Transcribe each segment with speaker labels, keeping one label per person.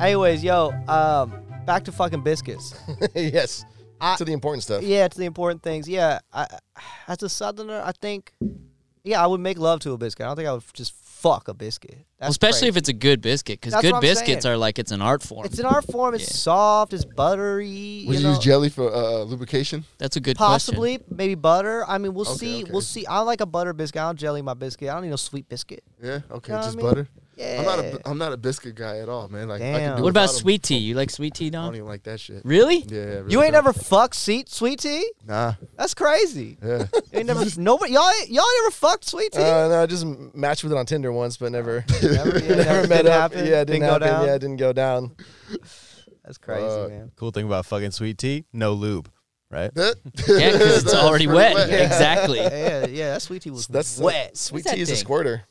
Speaker 1: Anyways, yo, um, back to fucking biscuits.
Speaker 2: yes.
Speaker 1: I-
Speaker 2: to the important stuff.
Speaker 1: Yeah, to the important things. Yeah, I, as a southerner, I think, yeah, I would make love to a biscuit. I don't think I would just fuck a biscuit. That's
Speaker 3: especially
Speaker 1: crazy.
Speaker 3: if it's a good biscuit, because
Speaker 1: That's what
Speaker 3: good
Speaker 1: I'm
Speaker 3: biscuits
Speaker 1: saying.
Speaker 3: are like it's an art form.
Speaker 1: it's in our form. It's
Speaker 3: Yeah.
Speaker 1: soft. It's buttery.
Speaker 2: Would
Speaker 1: you
Speaker 2: you,
Speaker 1: know,
Speaker 2: use jelly for uh, lubrication?
Speaker 3: That's a good
Speaker 1: possibly maybe butter. I mean, we'll
Speaker 2: Okay,
Speaker 1: see.
Speaker 2: okay.
Speaker 1: We'll see. I like a butter biscuit. I don't jelly my biscuit. I don't need no sweet biscuit.
Speaker 2: Yeah. Okay.
Speaker 1: Know what I
Speaker 2: just
Speaker 1: mean?
Speaker 2: butter.
Speaker 1: Yeah.
Speaker 2: I'm not a I'm not a biscuit guy at all, man. Like I
Speaker 1: Damn.
Speaker 2: can do
Speaker 3: Question. What about
Speaker 2: without 'em.
Speaker 3: sweet tea? You like sweet tea,
Speaker 2: I don't
Speaker 3: Don?
Speaker 2: even like that shit.
Speaker 3: Really?
Speaker 2: Yeah. I really
Speaker 1: you ain't
Speaker 2: don't.
Speaker 1: never fucked sweet sweet tea.
Speaker 2: Nah.
Speaker 1: That's crazy.
Speaker 2: Yeah.
Speaker 1: You ain't never nobody y'all ain't- y'all ain't never fucked sweet tea.
Speaker 4: Uh, no, I just m- matched with it on Tinder once, but never,
Speaker 1: Never- yeah, never-
Speaker 4: met
Speaker 1: didn't
Speaker 4: up.
Speaker 1: happen,
Speaker 4: Yeah,
Speaker 1: didn't
Speaker 4: it didn't,
Speaker 1: go
Speaker 4: happen.
Speaker 1: down.
Speaker 4: Yeah, it didn't go down.
Speaker 1: That's crazy,
Speaker 2: Fuck.
Speaker 1: man.
Speaker 5: Cool thing about fucking sweet tea, no lube, right?
Speaker 2: yeah,
Speaker 3: Yeah, because it's already wet. Exactly.
Speaker 1: Yeah, yeah, that sweet tea was
Speaker 4: That's
Speaker 1: wet.
Speaker 4: Sweet
Speaker 3: that
Speaker 4: tea is a
Speaker 3: thing?
Speaker 4: squirter.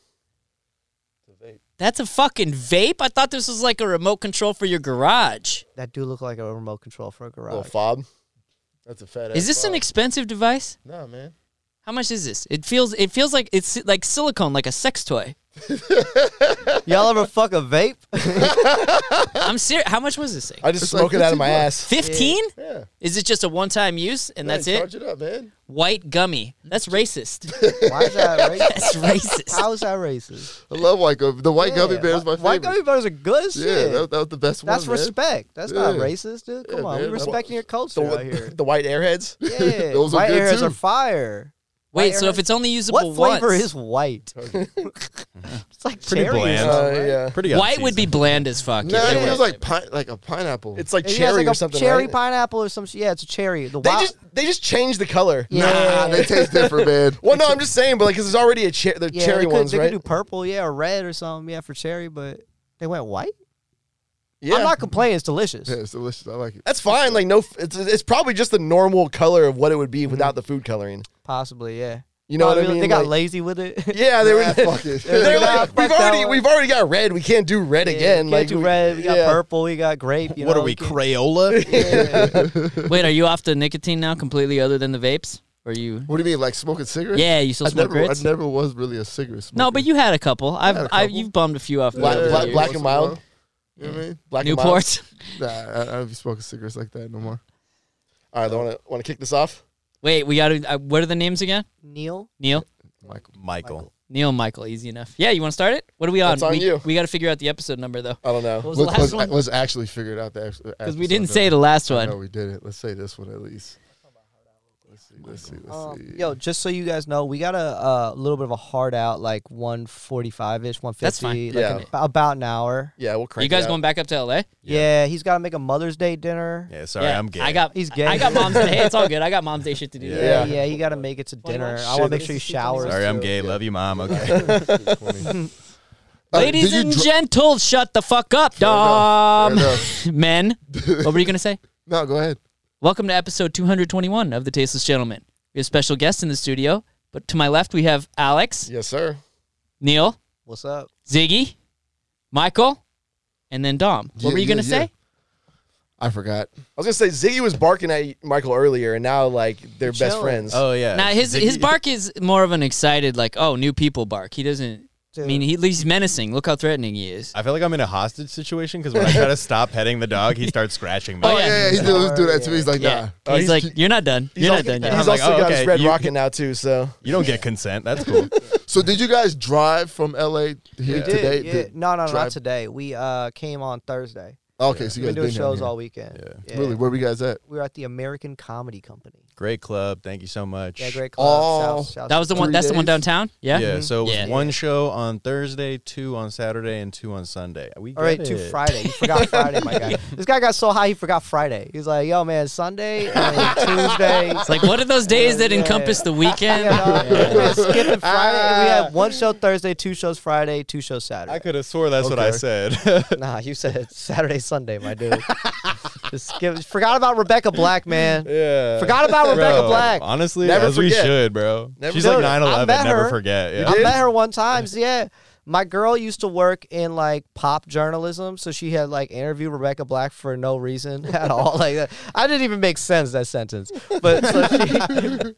Speaker 3: That's a fucking vape. I thought this was like a remote control for your garage.
Speaker 1: that do look like a remote control for a
Speaker 2: Little
Speaker 1: garage.
Speaker 2: fob. That's a fat.
Speaker 3: Is this an expensive device?
Speaker 2: No, man.
Speaker 3: How much is this? It feels it feels like it's like silicone, like a sex toy.
Speaker 1: Y'all ever fuck a vape?
Speaker 3: I'm serious. How much was this thing?
Speaker 4: I just
Speaker 2: It's like
Speaker 4: smoke it out of
Speaker 2: 50
Speaker 4: my ass.
Speaker 3: Fifteen?
Speaker 2: Yeah.
Speaker 3: Is it just a one time use and
Speaker 2: Yeah,
Speaker 3: that's it?
Speaker 2: Charge it up, man.
Speaker 3: White gummy. That's racist.
Speaker 1: Why is that racist?
Speaker 3: That's racist.
Speaker 1: How is that racist?
Speaker 2: I love white gummy. The white gummy
Speaker 1: Yeah,
Speaker 2: bear is
Speaker 1: whi-
Speaker 2: my favorite.
Speaker 1: White gummy bears are good as
Speaker 2: yeah,
Speaker 1: shit.
Speaker 2: that, that was the best
Speaker 1: That's
Speaker 2: one. man.
Speaker 1: respect. That's not
Speaker 2: Yeah.
Speaker 1: racist, dude. Come
Speaker 2: Yeah,
Speaker 1: on,
Speaker 2: man,
Speaker 1: we
Speaker 2: that's-
Speaker 1: respecting your culture
Speaker 4: The,
Speaker 1: out
Speaker 4: wh-
Speaker 1: here.
Speaker 4: the white airheads.
Speaker 1: Yeah,
Speaker 2: Those are
Speaker 1: white
Speaker 2: good,
Speaker 1: areas
Speaker 2: too.
Speaker 1: are fire.
Speaker 3: Wait,
Speaker 1: White
Speaker 3: so if
Speaker 1: orange-
Speaker 3: it's only usable
Speaker 1: What flavor
Speaker 3: once,
Speaker 1: is white? it's like
Speaker 5: Pretty
Speaker 1: cherry. or
Speaker 5: bland.
Speaker 1: something,
Speaker 4: Uh,
Speaker 1: right?
Speaker 4: yeah,
Speaker 5: Pretty
Speaker 3: white would be bland as fuck.
Speaker 2: No,
Speaker 3: either
Speaker 2: it
Speaker 3: way.
Speaker 2: was like pine, like a pineapple.
Speaker 4: it's like
Speaker 1: It has
Speaker 4: cherry
Speaker 1: like
Speaker 4: or
Speaker 1: a
Speaker 4: something.
Speaker 1: cherry
Speaker 4: right?
Speaker 1: pineapple or some shit. Yeah, it's a cherry. The
Speaker 4: They
Speaker 1: wild.
Speaker 4: just they just changed the color.
Speaker 1: yeah.
Speaker 2: nah, Ah, they taste different, man.
Speaker 4: Well, no, I'm just saying, but like, cause there's already a cher- the
Speaker 1: Yeah,
Speaker 4: cherry
Speaker 1: they could,
Speaker 4: ones,
Speaker 1: they
Speaker 4: right?
Speaker 1: could do purple, yeah, or red or something, yeah, for cherry, but they went white.
Speaker 4: yeah,
Speaker 1: I'm not complaining. It's delicious.
Speaker 2: Yeah, it's delicious. I like it.
Speaker 4: that's fine. Like, no, f- it's it's probably just the normal color of what it would be
Speaker 1: Mm-hmm.
Speaker 4: without the food coloring.
Speaker 1: Possibly, yeah.
Speaker 4: You know
Speaker 1: Probably
Speaker 4: what I mean?
Speaker 1: They got
Speaker 4: Like-
Speaker 1: lazy with it.
Speaker 4: Yeah, they
Speaker 2: Nah,
Speaker 4: were.
Speaker 2: fuck it.
Speaker 4: They're
Speaker 1: Nah,
Speaker 4: like,
Speaker 1: fuck
Speaker 4: we've
Speaker 1: that
Speaker 4: already
Speaker 1: one."
Speaker 4: we've already got red. We can't do red again.
Speaker 1: we
Speaker 4: like
Speaker 1: got red, we got
Speaker 4: yeah.
Speaker 1: purple, we got grape. You
Speaker 5: What
Speaker 1: know,
Speaker 5: are we,
Speaker 1: can't-
Speaker 5: Crayola?
Speaker 3: Wait, are you off the nicotine now completely other than the vapes? Or you
Speaker 2: What do you mean, like smoking cigarettes?
Speaker 3: Yeah, you still
Speaker 2: I
Speaker 3: smoke
Speaker 2: never,
Speaker 3: grits?
Speaker 2: I never was really a cigarette smoker.
Speaker 3: No, but you had a couple. I've,
Speaker 2: had a
Speaker 3: I've
Speaker 2: couple.
Speaker 3: you've bummed a few off.
Speaker 2: Yeah,
Speaker 4: Black-
Speaker 3: over the
Speaker 4: black-
Speaker 3: years.
Speaker 4: black and
Speaker 2: once in a while.
Speaker 4: mild?
Speaker 2: You know what I mean?
Speaker 4: Black and mild.
Speaker 3: Newport.
Speaker 2: Nah, I, I don't be smoking cigarettes like that no more.
Speaker 4: All right, want to want to kick this off?
Speaker 3: Wait, we got to. Uh, what are the names again?
Speaker 1: Neil,
Speaker 3: Neil,
Speaker 2: Michael.
Speaker 5: Michael.
Speaker 3: Neil, Michael. Easy enough. Yeah, you want to start it? What are we on?
Speaker 4: That's on
Speaker 3: we,
Speaker 4: you.
Speaker 3: we got to figure out the episode number though,
Speaker 4: I don't know.
Speaker 3: What was the
Speaker 2: Let's,
Speaker 3: last
Speaker 2: let's,
Speaker 3: one?
Speaker 2: let's actually figure it out. Because
Speaker 3: because we didn't say the last
Speaker 2: No,
Speaker 3: one.
Speaker 2: we didn't. Let's say this one at least. Let's see. Let's see. Let's
Speaker 3: Oh,
Speaker 1: um,
Speaker 2: see.
Speaker 1: yo, just so you guys know, we got a uh, little bit of a hard out, like 145 ish, 150,
Speaker 3: fine.
Speaker 1: like
Speaker 4: Yeah.
Speaker 1: an- about an hour.
Speaker 4: Yeah, we'll crank.
Speaker 3: You guys
Speaker 4: it out.
Speaker 3: going back up to L.A.?
Speaker 1: Yeah, he's got to make a Mother's Day dinner.
Speaker 5: Yeah, sorry,
Speaker 3: yeah,
Speaker 5: I'm gay.
Speaker 3: I got.
Speaker 1: He's gay.
Speaker 3: I got mom's day. Hey, It's all good. I got mom's day shit to do.
Speaker 5: Yeah.
Speaker 1: yeah,
Speaker 4: Yeah.
Speaker 1: yeah, you got to make it to dinner. I want to make sure you shower.
Speaker 5: sorry, I'm gay. Love you, mom. Okay.
Speaker 2: Uh,
Speaker 3: Ladies
Speaker 2: did you
Speaker 3: and
Speaker 2: dr-
Speaker 3: gentles, shut the fuck up,
Speaker 2: enough.
Speaker 3: Dom.
Speaker 2: Fair
Speaker 3: Men, what were you gonna say?
Speaker 2: No, go ahead.
Speaker 3: Welcome to episode 221 of The Tasteless Gentleman. We have special guests in the studio, but to my left we have Alex,
Speaker 4: Yes, sir.
Speaker 3: Neil,
Speaker 1: What's up?
Speaker 3: Ziggy, Michael, and then Dom. What
Speaker 2: Yeah,
Speaker 3: were you
Speaker 2: yeah,
Speaker 3: gonna
Speaker 2: yeah.
Speaker 3: say?
Speaker 2: I forgot.
Speaker 4: I was gonna say Ziggy was barking at Michael earlier, and now like they're best
Speaker 1: Chilling.
Speaker 4: friends.
Speaker 5: Oh yeah.
Speaker 3: Now his
Speaker 5: Ziggy-
Speaker 3: his bark is more of an excited like oh new people bark. He doesn't. I mean he, he's menacing. Look how threatening he is.
Speaker 5: I feel like I'm in a hostage situation because when I try to stop petting the dog, he starts scratching me.
Speaker 3: Oh,
Speaker 2: Yeah, yeah, he did let's do that to me. He's like,
Speaker 3: Yeah,
Speaker 2: nah.
Speaker 3: he's,
Speaker 4: Oh, he's-
Speaker 3: like you're not done. You're not
Speaker 4: also,
Speaker 3: done
Speaker 4: he's
Speaker 3: yet.
Speaker 5: I'm like,
Speaker 4: also
Speaker 5: oh,
Speaker 4: got
Speaker 5: okay,
Speaker 4: his red
Speaker 5: you-
Speaker 4: rocket now too. So
Speaker 5: You don't get consent. That's cool.
Speaker 2: So did you guys drive from LA here
Speaker 1: We did,
Speaker 2: today?
Speaker 1: yeah.
Speaker 2: Did-
Speaker 1: no, no, not
Speaker 2: drive-
Speaker 1: today. We uh, came on Thursday.
Speaker 2: Okay, so you
Speaker 1: We've been
Speaker 2: guys
Speaker 1: doing
Speaker 2: here,
Speaker 1: shows
Speaker 2: yeah.
Speaker 1: all weekend.
Speaker 5: Yeah.
Speaker 2: Really, where were you guys at?
Speaker 1: We were at the American Comedy Company.
Speaker 5: Great club. Thank you so much.
Speaker 1: Yeah, great club.
Speaker 2: Oh,
Speaker 1: South, South
Speaker 3: That was the one.
Speaker 2: Three
Speaker 3: That's the one
Speaker 2: days?
Speaker 3: downtown. Yeah.
Speaker 5: Yeah. So it was
Speaker 3: Yeah.
Speaker 5: one show on Thursday, two on Saturday, and two on Sunday. We
Speaker 1: All right,
Speaker 5: get
Speaker 1: to
Speaker 5: it.
Speaker 1: Friday. You forgot Friday, my guy. This guy got so high he forgot Friday. He's like, "Yo, man, Sunday and Tuesday."
Speaker 3: It's like what are those days that
Speaker 1: Yeah.
Speaker 3: encompass the weekend?
Speaker 1: Yeah, dog.
Speaker 3: Yeah.
Speaker 1: We're skipping Friday. and we
Speaker 2: Ah.
Speaker 1: had one show Thursday, two shows Friday, two shows
Speaker 5: I
Speaker 1: Saturday.
Speaker 5: could have swore that's what I
Speaker 2: Okay.
Speaker 5: said.
Speaker 1: Nah, you said Saturday, Sunday, my dude. Just skip. Forgot about Rebecca Black, man.
Speaker 5: yeah.
Speaker 1: Forgot about Rebecca
Speaker 5: Bro,
Speaker 1: Black.
Speaker 5: Honestly,
Speaker 4: Never
Speaker 5: as we
Speaker 4: forget.
Speaker 5: should, bro.
Speaker 4: Never-
Speaker 5: She's
Speaker 1: Dude,
Speaker 5: like 9
Speaker 1: I
Speaker 5: 11.
Speaker 1: met
Speaker 5: Never
Speaker 1: her.
Speaker 5: forget. Yeah.
Speaker 1: I met her one time. so yeah. My girl used to work in like pop journalism, so she had like interviewed Rebecca Black for no reason at all. Like that, I didn't even make sense that sentence. But so she,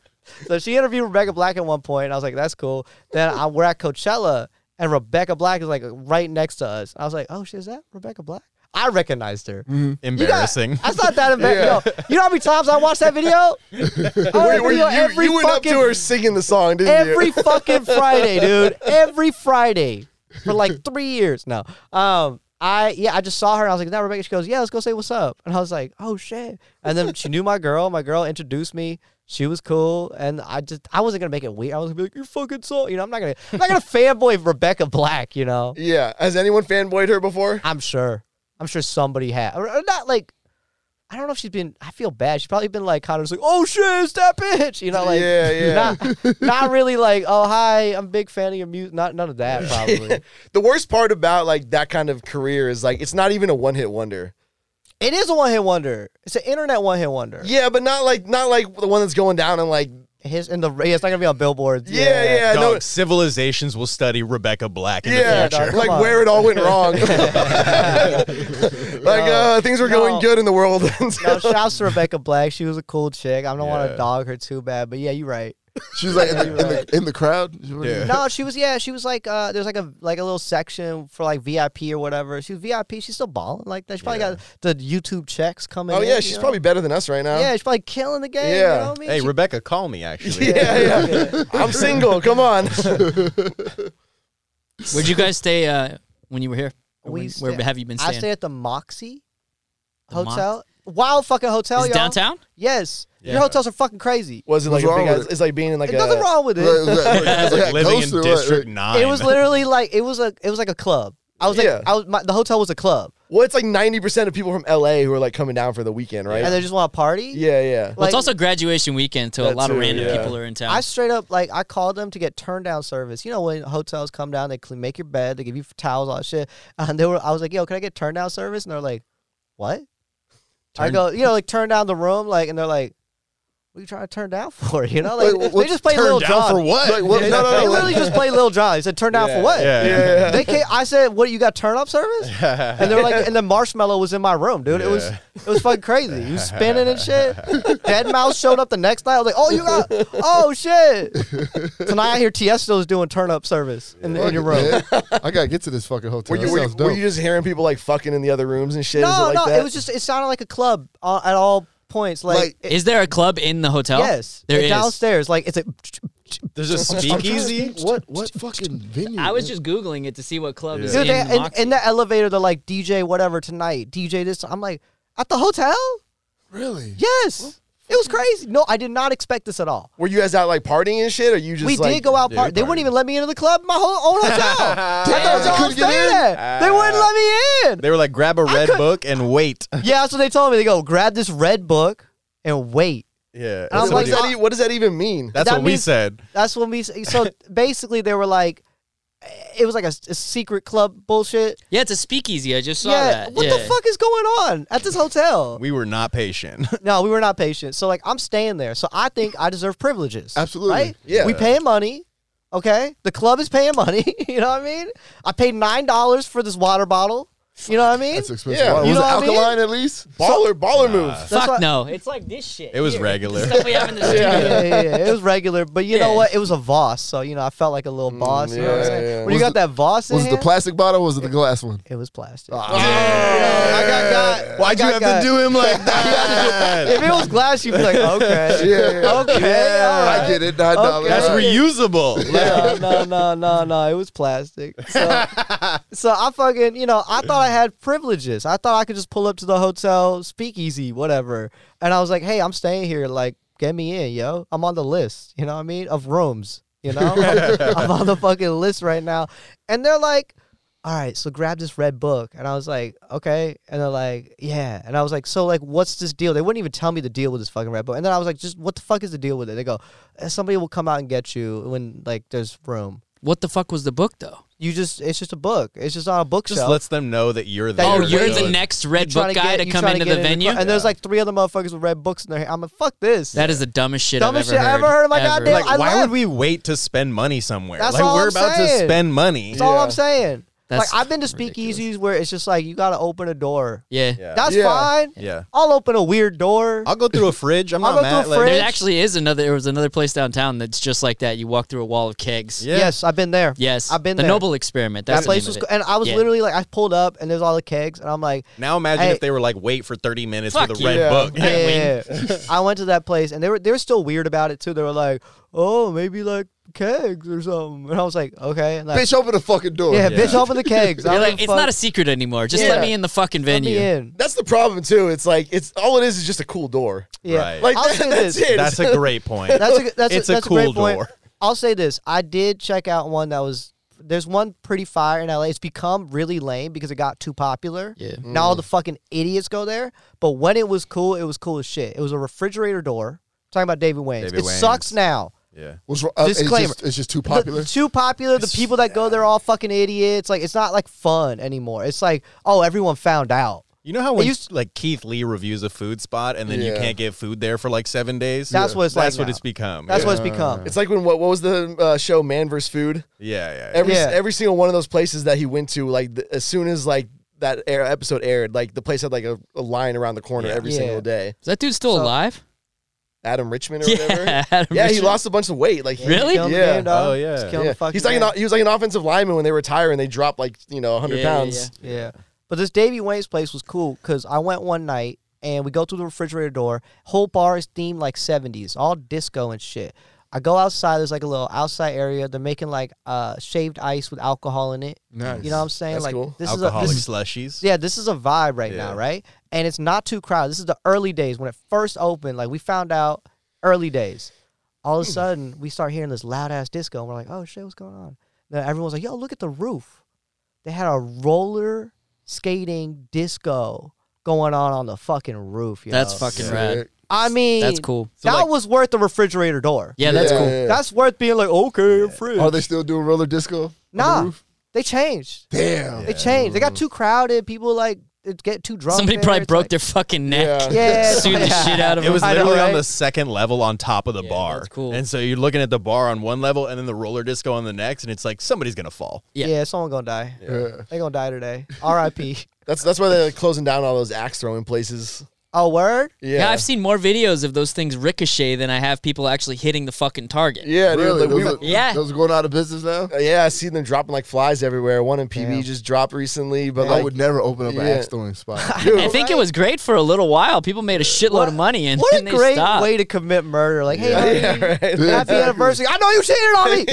Speaker 1: so she interviewed Rebecca Black at one point, and I was like, "That's cool." Then I, we're at Coachella, and Rebecca Black is like right next to us. I was like, "Oh shit, is that Rebecca Black?" I recognized her.
Speaker 4: Mm.
Speaker 1: You got-
Speaker 5: Embarrassing.
Speaker 1: That's not that embarrassing. Yo, you know how many times I watched that video? I watched that
Speaker 4: Wait,
Speaker 1: video
Speaker 4: you,
Speaker 1: every
Speaker 4: you went up to
Speaker 1: fucking-
Speaker 4: her singing the song, didn't
Speaker 1: every
Speaker 4: you?
Speaker 1: fucking Friday, dude. Every Friday for like three years. No, um, I yeah, I just saw her and I was like, "Now Rebecca." She goes, "Yeah, let's go say what's up." And I was like, "Oh shit!" And then she knew my girl. My girl introduced me. She was cool, and I just I wasn't gonna make it weird. I was gonna be like, "You're fucking so," you know. I'm not gonna I'm not gonna fanboy Rebecca Black, you know.
Speaker 4: Yeah. Has anyone fanboyed her before?
Speaker 1: I'm sure. I'm sure somebody had. Or, or not like, I don't know if she's been, I feel bad. She's probably been like, kind of just like, oh shit, it's that bitch. You know, like,
Speaker 4: Yeah, yeah.
Speaker 1: Not, not really like, oh, hi, I'm a big fan of your music. Not, none of that, probably.
Speaker 4: The worst part about like that kind of career is like it's not even a one hit wonder.
Speaker 1: It is a one hit wonder. It's an internet one hit wonder.
Speaker 4: Yeah, but not like not like the one that's going down and like
Speaker 1: His, and the, yeah, it's not going to be on billboards.
Speaker 4: yeah, yeah,
Speaker 5: Dog,
Speaker 4: no,
Speaker 5: civilizations will study Rebecca Black in
Speaker 4: yeah,
Speaker 5: the future.
Speaker 1: dog.
Speaker 4: like
Speaker 1: Come on.
Speaker 4: where it all went wrong. like uh, things were going
Speaker 1: No.
Speaker 4: good in the world.
Speaker 1: No, shouts to Rebecca Black. She was a cool chick. I don't want
Speaker 5: Yeah.
Speaker 1: to dog her too bad, but yeah, you're right.
Speaker 2: She was like in the, in
Speaker 1: Right.
Speaker 2: the, in the crowd.
Speaker 5: Yeah.
Speaker 1: No, she was yeah, she was like uh there's like a like a little section for like VIP or whatever. She was VIP, she's still balling like that. She probably got the YouTube checks coming
Speaker 4: oh
Speaker 1: in,
Speaker 4: yeah,
Speaker 1: you
Speaker 4: she's
Speaker 1: know?
Speaker 4: probably better than us right now.
Speaker 1: Yeah, she's probably killing the game.
Speaker 4: Yeah.
Speaker 1: You know what I mean?
Speaker 5: Hey,
Speaker 1: She-
Speaker 5: Rebecca, call me, actually.
Speaker 4: yeah, yeah. I'm single. Come on.
Speaker 3: Where'd you guys stay uh, when you were here? Or
Speaker 1: we
Speaker 3: when-
Speaker 1: stay-
Speaker 3: where have you been
Speaker 1: I
Speaker 3: staying?
Speaker 1: stay at the Moxie
Speaker 3: The Mox-
Speaker 1: Hotel. Wild fucking hotel,
Speaker 3: Is
Speaker 1: y'all.
Speaker 3: it downtown?
Speaker 1: Yes.
Speaker 5: Yeah.
Speaker 1: Your hotels are fucking crazy.
Speaker 4: Was it like
Speaker 2: What's
Speaker 4: a
Speaker 2: wrong
Speaker 4: big?
Speaker 2: with
Speaker 4: Ass,
Speaker 2: it?
Speaker 4: it's like being in like
Speaker 1: There's nothing
Speaker 4: a.
Speaker 1: wrong with it.
Speaker 2: Was that- was that- was that
Speaker 5: Living
Speaker 2: ghost or
Speaker 5: in
Speaker 2: what?
Speaker 5: District 9.
Speaker 1: It was literally like it was a it was like a club. I was like
Speaker 4: Yeah.
Speaker 1: I was my, the hotel was a club.
Speaker 4: Well, it's like ninety percent of people from LA who are like coming down for the weekend, right?
Speaker 1: And they just want to party.
Speaker 4: yeah, yeah.
Speaker 3: Well, it's
Speaker 1: Like-
Speaker 3: also graduation weekend, so a
Speaker 4: That
Speaker 3: lot of
Speaker 4: too,
Speaker 3: random
Speaker 4: yeah.
Speaker 3: people are in town.
Speaker 1: I straight up like I called them to get turn down service. You know when hotels come down, they clean, make your bed, they give you towels, all that shit. And they were, I was like, "Yo, can I get turn down service?" And they're like, "What?" I
Speaker 3: Turn-
Speaker 1: go, you know, like turn down the room, like, and they're like, "What are you trying to turn down for?" You know, like
Speaker 2: Wait, wh-
Speaker 1: they just play Lil
Speaker 5: Turned down
Speaker 1: Jon.
Speaker 5: for what?
Speaker 2: Like, what- no,
Speaker 1: they
Speaker 2: no, no.
Speaker 1: literally just play Lil Jon. He said, "Turn down for
Speaker 4: Yeah.
Speaker 1: what?"
Speaker 5: Yeah.
Speaker 4: Yeah.
Speaker 1: They came, I said, "What? You got turn up service?" And they're like, and the marshmallow was in my room, dude. It was
Speaker 5: Yeah.
Speaker 1: it was fucking crazy. He was spinning and shit. Dead Mouse showed up the next night. I was like, oh, you got, oh shit. Tonight I hear Tiesto's doing turn up service in, in your room.
Speaker 2: Fuck it, man. I gotta get to this fucking hotel.
Speaker 4: Were you,
Speaker 2: That
Speaker 4: were, you,
Speaker 2: sounds
Speaker 4: were
Speaker 2: dope.
Speaker 4: you just hearing people like fucking in the other rooms and shit? Is
Speaker 1: No,
Speaker 4: it like
Speaker 1: no,
Speaker 4: that?
Speaker 1: it was just it sounded like a club uh, at all points. Like,
Speaker 2: Like-
Speaker 1: it-
Speaker 3: is there a club in the hotel?
Speaker 1: yes,
Speaker 3: there
Speaker 1: it-
Speaker 3: is.
Speaker 1: downstairs. Like it's a
Speaker 5: There's a
Speaker 2: I'm trying to
Speaker 5: speakeasy.
Speaker 2: think What what fucking venue?
Speaker 3: I was
Speaker 2: man?
Speaker 3: just googling it to see what club is
Speaker 1: dude.
Speaker 3: in,
Speaker 1: They, in,
Speaker 3: Moxie.
Speaker 1: in the elevator, they're like DJ whatever tonight, DJ this. I'm like at the hotel.
Speaker 2: really.
Speaker 1: Yes, it was crazy. No, I did not expect this at all.
Speaker 4: Were you guys out like partying and shit? Or you just
Speaker 1: we
Speaker 4: like,
Speaker 1: did go out.
Speaker 5: dude,
Speaker 1: Part- they wouldn't
Speaker 5: party.
Speaker 1: even let me into the club. in My whole own hotel. I
Speaker 2: Damn.
Speaker 1: thought I was
Speaker 2: Couldn't get
Speaker 1: staying
Speaker 2: in?
Speaker 1: there. They wouldn't let me in.
Speaker 5: They were like, grab a red
Speaker 1: could-
Speaker 5: book and wait.
Speaker 1: Yeah, that's what they told me. They go grab this red book and wait.
Speaker 5: Yeah.
Speaker 1: I'm
Speaker 5: That's
Speaker 4: So what,
Speaker 5: what
Speaker 1: like,
Speaker 5: we-
Speaker 4: does
Speaker 1: uh,
Speaker 4: that, e- what does that even mean?
Speaker 5: that's
Speaker 1: that
Speaker 5: what we
Speaker 1: means-
Speaker 5: said.
Speaker 1: That's when we. So basically, they were like, it was like a, a secret club bullshit.
Speaker 3: yeah, it's a speakeasy. I just saw
Speaker 1: yeah,
Speaker 3: that.
Speaker 1: what the
Speaker 3: Yeah.
Speaker 1: fuck is going on at this hotel?
Speaker 5: We were not patient.
Speaker 1: no, we were not patient. So like, I'm staying there. So I think I deserve privileges.
Speaker 2: Absolutely.
Speaker 1: Right?
Speaker 4: Yeah.
Speaker 1: We paying money. Okay. The club is paying money. you know what I mean? I paid nine dollars for this water bottle. You know what I mean?
Speaker 2: That's expensive.
Speaker 4: Yeah.
Speaker 2: Wow,
Speaker 1: You
Speaker 2: was it
Speaker 1: know what I mean?
Speaker 2: alkaline at least?
Speaker 4: Baller, baller move.
Speaker 1: That's
Speaker 3: Fuck
Speaker 1: why-
Speaker 3: no. It's like this shit.
Speaker 5: It was
Speaker 3: here.
Speaker 5: regular.
Speaker 3: The stuff we have in the studio.
Speaker 4: Yeah.
Speaker 1: yeah, yeah, yeah. It was regular, but you know
Speaker 3: Yeah.
Speaker 1: what? It was a Voss, so you know I felt like a little boss. you know what I'm
Speaker 4: yeah,
Speaker 1: saying?
Speaker 4: yeah.
Speaker 1: When
Speaker 2: Mm, Was
Speaker 1: you got
Speaker 2: the-
Speaker 1: that Voss in
Speaker 2: Was it the Ah.
Speaker 1: hand,
Speaker 2: plastic bottle? or Was it the glass one?
Speaker 1: it was plastic.
Speaker 5: I
Speaker 1: got got-
Speaker 5: Why'd
Speaker 1: I
Speaker 5: you have
Speaker 1: got
Speaker 5: to do him like that?
Speaker 1: If it was glass, you'd be like, okay,
Speaker 2: Yeah, yeah.
Speaker 1: okay, all right.
Speaker 2: I get it. Nine dollars.
Speaker 5: That's
Speaker 1: Okay.
Speaker 5: reusable.
Speaker 1: No, no, no, no, no. It was plastic. So, so I fucking, you know, I thought I had privileges. I thought I could just pull up to the hotel, speakeasy, whatever. And I was like, hey, I'm staying here. Like, get me in, yo. I'm on the list, you know what I mean? Of rooms, you know? I'm on the fucking list right now. And they're like, all right, so grab this red book. And I was like, okay. And they're like, yeah. And I was like, so, like, what's this deal? They wouldn't even tell me the deal with this fucking red book. And then I was like, just what the fuck is the deal with it? They go, "Eh, somebody will come out and get you when, like, there's room.
Speaker 3: What the fuck was the book though?
Speaker 1: You just, it's just a book. It's just on a bookshelf.
Speaker 5: Just lets them know that you're there.
Speaker 1: Oh,
Speaker 3: Oh,
Speaker 1: you're
Speaker 3: you're
Speaker 1: regular.
Speaker 3: the next red
Speaker 1: You trying
Speaker 3: book
Speaker 1: get-
Speaker 3: guy to
Speaker 1: you
Speaker 3: come
Speaker 1: trying
Speaker 3: into
Speaker 1: get
Speaker 3: the venue.
Speaker 1: club. And there's like three other motherfuckers with red books in their hand. I'm like, fuck this.
Speaker 3: that is the dumbest shit
Speaker 1: Dumbest
Speaker 3: I've ever
Speaker 1: shit I
Speaker 3: heard.
Speaker 1: ever heard in my goddamn
Speaker 5: like,
Speaker 1: I
Speaker 5: why
Speaker 1: love-
Speaker 5: would we wait to spend money somewhere?
Speaker 1: That's
Speaker 5: like,
Speaker 1: all
Speaker 5: we're
Speaker 1: I'm
Speaker 5: about
Speaker 1: saying.
Speaker 5: to spend money.
Speaker 1: That's all
Speaker 4: Yeah.
Speaker 1: I'm saying.
Speaker 3: That's
Speaker 1: like I've been to
Speaker 3: ridiculous.
Speaker 1: speakeasies where it's just like you got to open a door.
Speaker 3: Yeah.
Speaker 5: Yeah.
Speaker 1: That's
Speaker 4: Yeah.
Speaker 1: fine.
Speaker 5: yeah.
Speaker 1: I'll open a weird door.
Speaker 5: I'll go through a fridge. I'm
Speaker 1: I'll
Speaker 5: not
Speaker 1: go
Speaker 5: mad.
Speaker 1: through a
Speaker 5: like-
Speaker 1: fridge.
Speaker 3: There actually is another. There was another place downtown that's just like that. You walk through a wall of kegs.
Speaker 5: Yeah.
Speaker 1: Yes, I've been there.
Speaker 3: Yes.
Speaker 1: I've been
Speaker 3: the
Speaker 1: there.
Speaker 3: Noble Experiment. That's
Speaker 1: that place
Speaker 3: the
Speaker 1: was,
Speaker 3: name of
Speaker 1: go-
Speaker 3: it.
Speaker 1: and I was
Speaker 3: Yeah.
Speaker 1: literally like, I pulled up and there's all the kegs, and I'm like,
Speaker 5: Now imagine
Speaker 1: Hey.
Speaker 5: if they were like, wait for 30 minutes
Speaker 3: Fuck
Speaker 5: for the
Speaker 3: you.
Speaker 5: red
Speaker 4: Yeah.
Speaker 5: book.
Speaker 1: yeah, yeah, yeah. I went to that place, and they were they were still weird about it too. They were like, oh, maybe like kegs or something, and I was like, okay, and like,
Speaker 4: Bitch, open the fucking door.
Speaker 1: yeah,
Speaker 5: Yeah.
Speaker 1: bitch, open the kegs. I
Speaker 3: You're
Speaker 1: don't
Speaker 3: like,
Speaker 1: give
Speaker 3: it's
Speaker 1: fuck.
Speaker 3: not a secret anymore. Just let
Speaker 1: Yeah.
Speaker 3: me in the fucking
Speaker 1: Let
Speaker 3: venue.
Speaker 1: me in.
Speaker 4: That's the problem too. It's like it's all it is is just a cool door.
Speaker 1: Yeah,
Speaker 5: Right.
Speaker 4: Like
Speaker 1: I'll
Speaker 4: that-
Speaker 1: say
Speaker 4: that's
Speaker 1: this.
Speaker 4: it.
Speaker 5: That's a great point.
Speaker 1: That's a that's
Speaker 5: It's
Speaker 1: a,
Speaker 5: a
Speaker 1: that's a,
Speaker 5: cool
Speaker 1: great point.
Speaker 5: door.
Speaker 1: I'll say this: I did check out one that was. There's one pretty fire in LA. It's become really lame because it got too popular.
Speaker 3: Yeah.
Speaker 1: Now all the fucking idiots go there. But when it was cool, it was cool as shit. It was a refrigerator door. talking about David Wayne's.
Speaker 5: David
Speaker 1: it sucks
Speaker 5: Wayne's.
Speaker 1: now.
Speaker 5: yeah.
Speaker 2: What's wrong? uh,
Speaker 1: Disclaimer.
Speaker 2: It's just, it's just too
Speaker 1: The-
Speaker 2: popular.
Speaker 1: too popular. The people that go there are all fucking idiots. Like it's not like fun anymore. It's like oh everyone found out.
Speaker 5: You know how when
Speaker 1: used-
Speaker 5: like Keith Lee reviews a food spot and then you
Speaker 4: Yeah.
Speaker 5: can't get food there for like seven days?
Speaker 1: That's what it's
Speaker 5: That's
Speaker 1: like
Speaker 5: what
Speaker 1: now.
Speaker 5: it's become.
Speaker 1: That's
Speaker 5: yeah.
Speaker 1: what it's become.
Speaker 4: It's like when what, what was the uh, show Man vs. Food?
Speaker 5: Yeah, yeah.
Speaker 4: Every
Speaker 1: Yeah.
Speaker 4: every single one of those places that he went to, like the, as soon as like that air episode aired, like the place had like a, a line around the corner
Speaker 5: Yeah.
Speaker 4: every
Speaker 1: Yeah.
Speaker 4: single day.
Speaker 3: Is that dude still
Speaker 1: So-
Speaker 3: alive?
Speaker 4: Adam Richmond or whatever.
Speaker 3: Yeah. Adam
Speaker 4: yeah, he
Speaker 3: Richard.
Speaker 4: lost a bunch of weight. Like he-
Speaker 3: Really?
Speaker 1: Killing the
Speaker 4: Yeah.
Speaker 1: game, dog.
Speaker 5: Oh, yeah.
Speaker 1: Just
Speaker 4: Yeah.
Speaker 1: killing the fucking
Speaker 4: he's like an,
Speaker 1: game.
Speaker 4: o- he was like an offensive lineman when they retire and they drop like you know 100
Speaker 3: Yeah, yeah,
Speaker 4: pounds.
Speaker 1: Yeah. But this Davy Wayne's place was cool because I went one night and we go through the refrigerator door. Whole bar is themed like 70s, all disco and shit. I go outside. There's like a little outside area. They're making like uh, shaved ice with alcohol in it.
Speaker 2: Nice.
Speaker 1: You know what I'm saying?
Speaker 4: That's
Speaker 1: like
Speaker 4: cool.
Speaker 1: this
Speaker 5: Alcoholic
Speaker 1: is a this is-
Speaker 5: slushies.
Speaker 1: yeah, this is a vibe right now,
Speaker 5: Yeah.
Speaker 1: right? And it's not too crowded. This is the early days when it first opened. Like we found out early days. All of
Speaker 3: Hmm.
Speaker 1: a sudden, we start hearing this loud ass disco, and we're like, "Oh shit, what's going on?" Then everyone's like, "Yo, look at the roof." They had a roller skating disco going on on the fucking roof. Yo.
Speaker 3: That's fucking rad.
Speaker 4: Sick.
Speaker 1: I mean,
Speaker 3: That's cool.
Speaker 1: that was worth the refrigerator door.
Speaker 3: Yeah, Oh, that's
Speaker 4: Yeah.
Speaker 3: cool.
Speaker 1: That's worth being like, okay, fridge.
Speaker 2: Are they still doing roller disco? on the
Speaker 1: nah,
Speaker 2: roof?
Speaker 1: they changed.
Speaker 2: Damn.
Speaker 1: They changed. They got too crowded. People like it get too drunk.
Speaker 3: Somebody
Speaker 1: there.
Speaker 3: probably
Speaker 1: It's
Speaker 3: broke
Speaker 1: like-
Speaker 3: their fucking neck.
Speaker 1: Yeah,
Speaker 3: Sued the
Speaker 1: yeah.
Speaker 3: shit out of
Speaker 5: It
Speaker 3: him.
Speaker 5: was
Speaker 1: I know,
Speaker 5: literally
Speaker 1: right?
Speaker 5: on the second level on top of the bar.
Speaker 3: that's cool.
Speaker 5: And so you're looking at the bar on one level and then the roller disco on the next, and it's like somebody's gonna fall.
Speaker 3: Yeah.
Speaker 1: Yeah, someone gonna die.
Speaker 2: Yeah.
Speaker 1: They gonna die today. R.I.P.
Speaker 4: That's that's why they're like, closing down all those axe throwing places.
Speaker 1: oh, word.
Speaker 4: Yeah,
Speaker 3: Yeah, I've seen more videos of those things ricochet than I have people actually hitting the fucking target.
Speaker 4: yeah, dude,
Speaker 2: Really?
Speaker 4: like, we
Speaker 2: Those,
Speaker 4: went-
Speaker 2: are,
Speaker 3: Yeah.
Speaker 2: those are going out of business now?
Speaker 4: Uh, yeah, I seen them dropping like flies everywhere. One in PB
Speaker 1: Damn.
Speaker 4: just dropped recently, but
Speaker 2: I
Speaker 4: like
Speaker 2: would never open up an
Speaker 4: yeah.
Speaker 2: axe throwing spot.
Speaker 4: dude,
Speaker 3: I think it was great for a little while. People made a shitload
Speaker 1: What-
Speaker 3: of money and
Speaker 1: What
Speaker 3: then
Speaker 1: a
Speaker 3: they
Speaker 1: great
Speaker 3: stopped.
Speaker 1: way to commit murder. Like, hey, honey,
Speaker 4: yeah, right.
Speaker 2: Dude.
Speaker 1: happy anniversary. I know you cheated on me.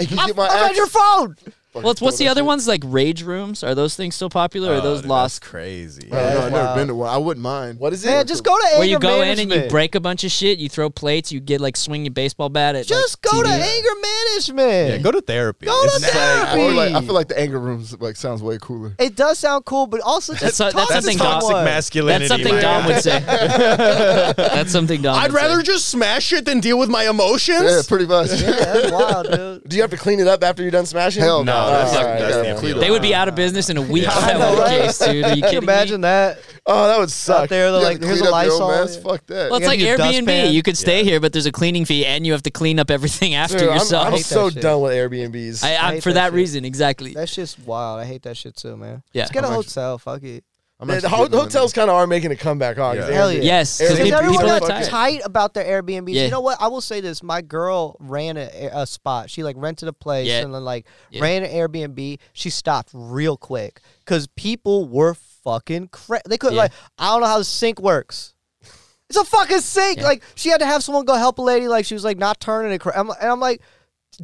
Speaker 4: Hey, can you
Speaker 1: I,
Speaker 4: get my
Speaker 1: I read
Speaker 4: axe?
Speaker 1: your phone.
Speaker 3: well, it's, what's the other ones like rage rooms? Are those things still popular? Or
Speaker 1: Uh,
Speaker 3: are
Speaker 5: Oh,
Speaker 3: those
Speaker 5: dude, that's
Speaker 3: lost?
Speaker 5: crazy.
Speaker 2: I don't know, Oh, I've
Speaker 1: Wow.
Speaker 2: never been to one. I wouldn't mind.
Speaker 4: What is it?
Speaker 1: Man, just go to anger
Speaker 3: Where you go
Speaker 1: management.
Speaker 3: in and you break a bunch of shit, you throw plates, you get like swing your baseball bat at.
Speaker 1: Just
Speaker 3: like,
Speaker 1: go to
Speaker 3: TV.
Speaker 1: anger
Speaker 5: Yeah,
Speaker 1: management.
Speaker 5: go to therapy.
Speaker 1: Go to
Speaker 5: It's like-
Speaker 2: I, feel like, I
Speaker 1: therapy.
Speaker 2: feel like the anger rooms like sounds way cooler.
Speaker 1: It does sound cool, but also just
Speaker 3: That's so- that's
Speaker 1: talk
Speaker 3: something
Speaker 1: to
Speaker 3: toxic
Speaker 5: toxic
Speaker 1: someone.
Speaker 5: masculinity.
Speaker 3: That's something
Speaker 5: man.
Speaker 3: Dom would say. That's something Dom.
Speaker 5: I'd
Speaker 3: would say.
Speaker 5: rather just smash it than deal with my emotions.
Speaker 2: Yeah, pretty much.
Speaker 1: Yeah, that's wild, dude.
Speaker 4: Do you have to clean it up after you're done smashing?
Speaker 2: Hell no.
Speaker 5: No, that's,
Speaker 4: all
Speaker 5: like,
Speaker 4: right,
Speaker 5: that's
Speaker 4: all
Speaker 5: the
Speaker 4: right.
Speaker 5: appeal.
Speaker 3: They would be out of business in a week.
Speaker 5: Yeah.
Speaker 3: if
Speaker 1: I
Speaker 3: That
Speaker 1: know,
Speaker 3: were the
Speaker 1: right?
Speaker 3: case, dude. Are you
Speaker 1: Can you
Speaker 3: kidding me?
Speaker 1: imagine that
Speaker 4: Oh, that would
Speaker 1: out
Speaker 4: suck.
Speaker 1: there? They're
Speaker 2: You have
Speaker 1: like,
Speaker 2: to
Speaker 1: here's a
Speaker 2: clean up your own
Speaker 1: Lysol.
Speaker 2: mess? Fuck that.
Speaker 3: Well, it's
Speaker 1: You
Speaker 3: like
Speaker 1: gotta do
Speaker 3: Airbnb.
Speaker 1: dustpan.
Speaker 3: You could stay here, but there's a cleaning fee, and you have to clean up everything after
Speaker 4: Dude, I'm,
Speaker 3: yourself.
Speaker 4: I'm
Speaker 1: I hate that
Speaker 4: so
Speaker 1: shit.
Speaker 4: done with Airbnbs.
Speaker 3: I,
Speaker 1: I
Speaker 3: I,
Speaker 1: hate
Speaker 3: for
Speaker 1: that
Speaker 3: that
Speaker 1: shit.
Speaker 3: reason, exactly.
Speaker 1: That shit's wild. I hate that shit too, man.
Speaker 3: Yeah.
Speaker 1: Let's get a
Speaker 2: I'm actually-
Speaker 1: hotel. Fuck it.
Speaker 2: I'm
Speaker 4: the, the
Speaker 2: actually
Speaker 4: ho-
Speaker 2: getting one of
Speaker 4: hotels kind of are making a comeback on. 'cause
Speaker 5: Yeah.
Speaker 1: Hell
Speaker 4: Airbnb-
Speaker 1: yeah.
Speaker 3: Yes, because
Speaker 4: Airbnb
Speaker 1: Because
Speaker 4: people-
Speaker 1: everyone
Speaker 3: people are
Speaker 1: got
Speaker 4: fucking-
Speaker 3: tired.
Speaker 1: tight about their Airbnb.
Speaker 3: Yeah.
Speaker 1: You know what? I will say this: my girl ran a, a spot. She like rented a place
Speaker 3: Yeah.
Speaker 1: and then like
Speaker 3: Yeah.
Speaker 1: ran an Airbnb. She stopped real quick because people were fucking cra- They couldn't
Speaker 3: Yeah.
Speaker 1: like. I don't know how the sink works. It's a fucking sink.
Speaker 3: Yeah.
Speaker 1: Like she had to have someone go help a lady. Like she was like not turning it. Cra- I'm, and I'm like,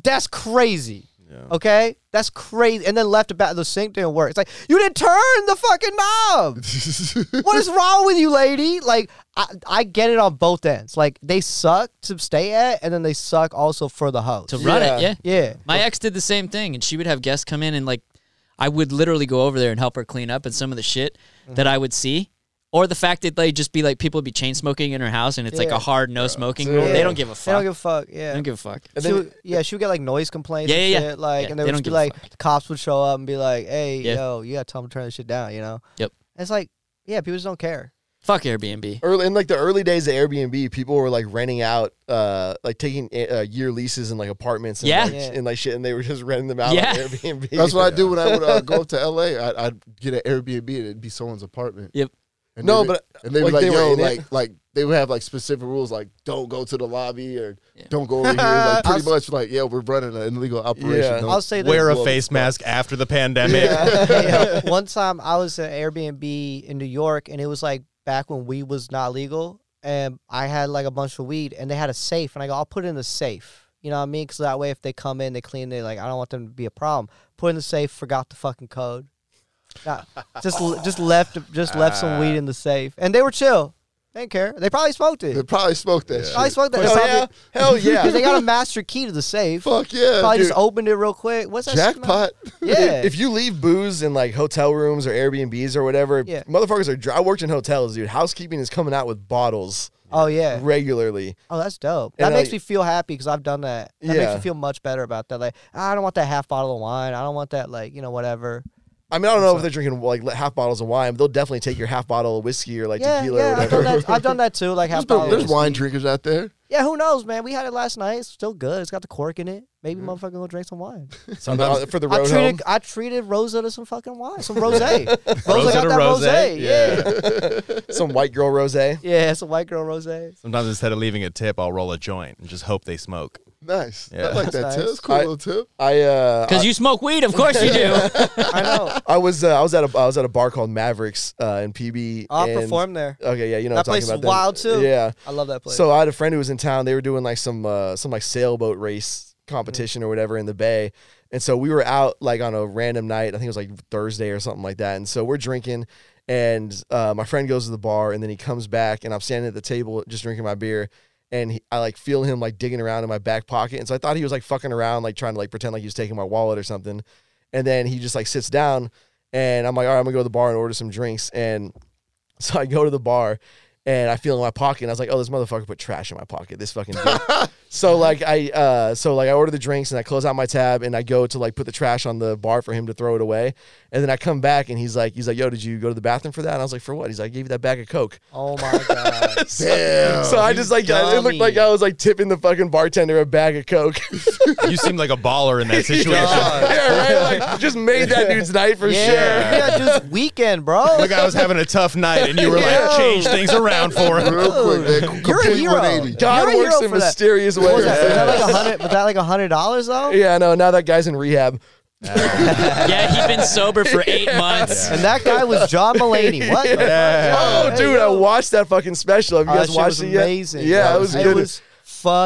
Speaker 1: that's crazy. Okay, that's crazy. And then left about the sink didn't work. It's like you didn't turn the fucking knob what is wrong with you, lady? Like, I, I get it on both ends. Like, they suck to stay at, and then they suck also for the host.
Speaker 3: to run
Speaker 4: Yeah.
Speaker 3: it. Yeah.
Speaker 1: yeah.
Speaker 3: My ex did the same thing, and she would have guests come in, and like, I would literally go over there and help her clean up, and some of the shit
Speaker 1: Mm-hmm.
Speaker 3: that I would see, or the fact that they just be like people would be chain smoking in her house, and it's like
Speaker 1: Yeah.
Speaker 3: a hard no smoking
Speaker 4: Yeah.
Speaker 3: rule. They don't give a
Speaker 1: They
Speaker 3: fuck.
Speaker 1: don't give a fuck. Yeah.
Speaker 3: They don't give a fuck.
Speaker 4: And
Speaker 1: She
Speaker 4: then-
Speaker 1: would- yeah, she would get like noise complaints.
Speaker 3: Yeah,
Speaker 1: and
Speaker 3: yeah, yeah.
Speaker 1: shit, Like,
Speaker 3: Yeah,
Speaker 1: and they
Speaker 3: they
Speaker 1: would just be
Speaker 3: don't give a
Speaker 1: like,
Speaker 3: fuck.
Speaker 1: the cops would show up and be like, "Hey,
Speaker 3: Yeah.
Speaker 1: yo, you gotta tell them to turn this shit down," you know.
Speaker 3: Yep.
Speaker 1: And it's like, yeah, people just don't care.
Speaker 3: Fuck Airbnb.
Speaker 4: early in like the early days of Airbnb, people were like renting out, uh, like taking uh, year leases in like apartments, and,
Speaker 3: Yeah.
Speaker 4: like,
Speaker 1: Yeah.
Speaker 4: and like shit, and they were just renting them out
Speaker 3: Yeah.
Speaker 4: on Airbnb.
Speaker 2: That's what I do when I would uh, go up to LA. I'd, I'd get an Airbnb and it'd be someone's apartment.
Speaker 3: Yep.
Speaker 2: And
Speaker 4: No,
Speaker 2: they would-
Speaker 4: but,
Speaker 2: and they would
Speaker 4: like,
Speaker 2: like,
Speaker 4: they were
Speaker 2: yo,
Speaker 4: in it.
Speaker 2: like, like they would have like specific rules, like don't go to the lobby or don't go over here. Like pretty much, like yeah, we're running an illegal operation.
Speaker 4: Yeah.
Speaker 2: Don't-
Speaker 1: I'll say this.
Speaker 5: Wear a
Speaker 2: Well,
Speaker 5: face mask after the pandemic.
Speaker 1: Yeah. One time I was at Airbnb in New York and it was like back when weed was not legal and I had like a bunch of weed and they had a safe and I go, I'll put it in the safe. You know what I mean? Because that way if they come in, they clean, they like, I don't want them to be a problem. Put it in the safe, forgot the fucking code. Not- just just left just left some
Speaker 4: Ah.
Speaker 1: weed in the safe. And they were chill. They didn't care. They probably smoked it.
Speaker 2: They probably smoked that
Speaker 1: probably
Speaker 2: shit.
Speaker 1: smoked that.
Speaker 4: Hell yeah. Hell Oh, yeah.
Speaker 1: 'Cause they got a master key to the safe.
Speaker 2: Fuck yeah,
Speaker 1: probably
Speaker 2: dude.
Speaker 1: just opened it real quick. What's that smell?
Speaker 2: jackpot.
Speaker 1: Yeah.
Speaker 4: If you leave booze in like hotel rooms or Airbnbs or whatever,
Speaker 1: Yeah.
Speaker 4: motherfuckers are. Dry. I worked in hotels, dude. Housekeeping is coming out with bottles
Speaker 1: oh yeah.
Speaker 4: regularly.
Speaker 1: Oh, that's dope.
Speaker 4: And,
Speaker 1: That makes
Speaker 4: like-
Speaker 1: me feel happy because I've done that. That makes
Speaker 4: Yeah.
Speaker 1: me feel much better about that. Like, "Ah, I don't want that half bottle of wine. I don't want that, like, you know, whatever.
Speaker 4: I mean, I don't know if they're drinking like li- half bottles of wine, but they'll definitely take your half bottle of whiskey or like
Speaker 1: Yeah,
Speaker 4: tequila or
Speaker 1: yeah. I've done
Speaker 4: whatever.
Speaker 1: that. I've done that too. Like
Speaker 2: There's,
Speaker 1: half
Speaker 2: been-
Speaker 1: bottle.
Speaker 2: there's wine drinkers out there.
Speaker 1: Yeah, who knows, man? We had it last night. It's still good. It's got the cork in it. Maybe motherfucker will drink some wine.
Speaker 5: Sometimes
Speaker 4: for the
Speaker 1: I
Speaker 4: road Mm-hmm. home.
Speaker 1: treated I treated Rosa to some fucking wine, some rosé. Rosa got
Speaker 5: Rosetta
Speaker 1: that
Speaker 5: Rosé?
Speaker 3: eh?
Speaker 1: rosé. Yeah. yeah,
Speaker 4: some white girl rosé.
Speaker 1: It's a white girl rosé.
Speaker 5: Sometimes instead of leaving a tip, I'll roll a joint and just hope they smoke.
Speaker 2: Nice.
Speaker 5: Yeah.
Speaker 2: I like that
Speaker 1: That's
Speaker 2: tip.
Speaker 1: nice.
Speaker 2: It's a cool
Speaker 4: I-
Speaker 2: little tip.
Speaker 4: I uh,
Speaker 3: Because you smoke weed, of course you do.
Speaker 1: I know.
Speaker 4: I was uh, I was at a I was at a bar called Mavericks uh, in PB.
Speaker 1: I'll
Speaker 4: and-
Speaker 1: perform there.
Speaker 4: Okay, yeah, you know
Speaker 1: Oh, That
Speaker 4: what I'm
Speaker 1: place
Speaker 4: talking
Speaker 1: is
Speaker 4: about.
Speaker 1: wild too.
Speaker 4: Yeah.
Speaker 1: I love that place.
Speaker 4: So I had a friend who was in town. They were doing like some uh, some like sailboat race competition or whatever in the bay, and so we were out like on a random night. I think it was like Thursday or something like that. And so we're drinking, and uh, my friend goes to the bar, and then he comes back, and I'm standing at the table just drinking my beer. And he, I like feel him like digging around in my back pocket, and so I thought he was like fucking around, like trying to like pretend like he was taking my wallet or something. And then he just like sits down, and I'm like, all right, I'm gonna go to the bar and order some drinks. And so I go to the bar and I feel in my pocket and I was like, oh, this motherfucker put trash in my pocket. This fucking dick. so like I uh so like I order the drinks and I close out my tab and I go to like put the trash on the bar for him to throw it away. And then I come back and he's like, he's like, yo, did you go to the bathroom for that? And I was like, for what? He's like, I gave you that bag of Coke.
Speaker 1: oh my god.
Speaker 2: Damn.
Speaker 4: so I just like I- it looked
Speaker 1: dummy.
Speaker 4: like I was like tipping the fucking bartender a bag of Coke.
Speaker 5: You seem like a baller in that situation.
Speaker 4: yeah, right? Like just made that dude's night for sure.
Speaker 1: Yeah, yeah, just weekend, bro.
Speaker 5: like I was having a tough night, and you were like,
Speaker 1: Yeah.
Speaker 5: change things around for him.
Speaker 2: Real quick, man.
Speaker 1: Dude, you're a
Speaker 2: Complete
Speaker 1: hero.
Speaker 2: 180.
Speaker 1: You're
Speaker 4: God
Speaker 1: a
Speaker 4: works
Speaker 1: hero
Speaker 4: in
Speaker 1: for that.
Speaker 4: mysterious
Speaker 1: What
Speaker 4: ways.
Speaker 1: was that? Was that
Speaker 4: Yeah.
Speaker 1: like a hundred? Was that like a hundred dollars though?
Speaker 4: Yeah, no, now that guy's in rehab.
Speaker 3: yeah, he's been sober for eight months.
Speaker 1: And that guy was John Mulaney. What? the
Speaker 4: Oh,
Speaker 1: Hey,
Speaker 4: dude, I
Speaker 1: yo.
Speaker 4: watched that fucking special. Have you
Speaker 1: Oh,
Speaker 4: guys
Speaker 1: that shit
Speaker 4: watched
Speaker 1: was
Speaker 4: it yet?
Speaker 1: amazing.
Speaker 4: Yeah,
Speaker 1: bro.
Speaker 4: it was good.
Speaker 1: It was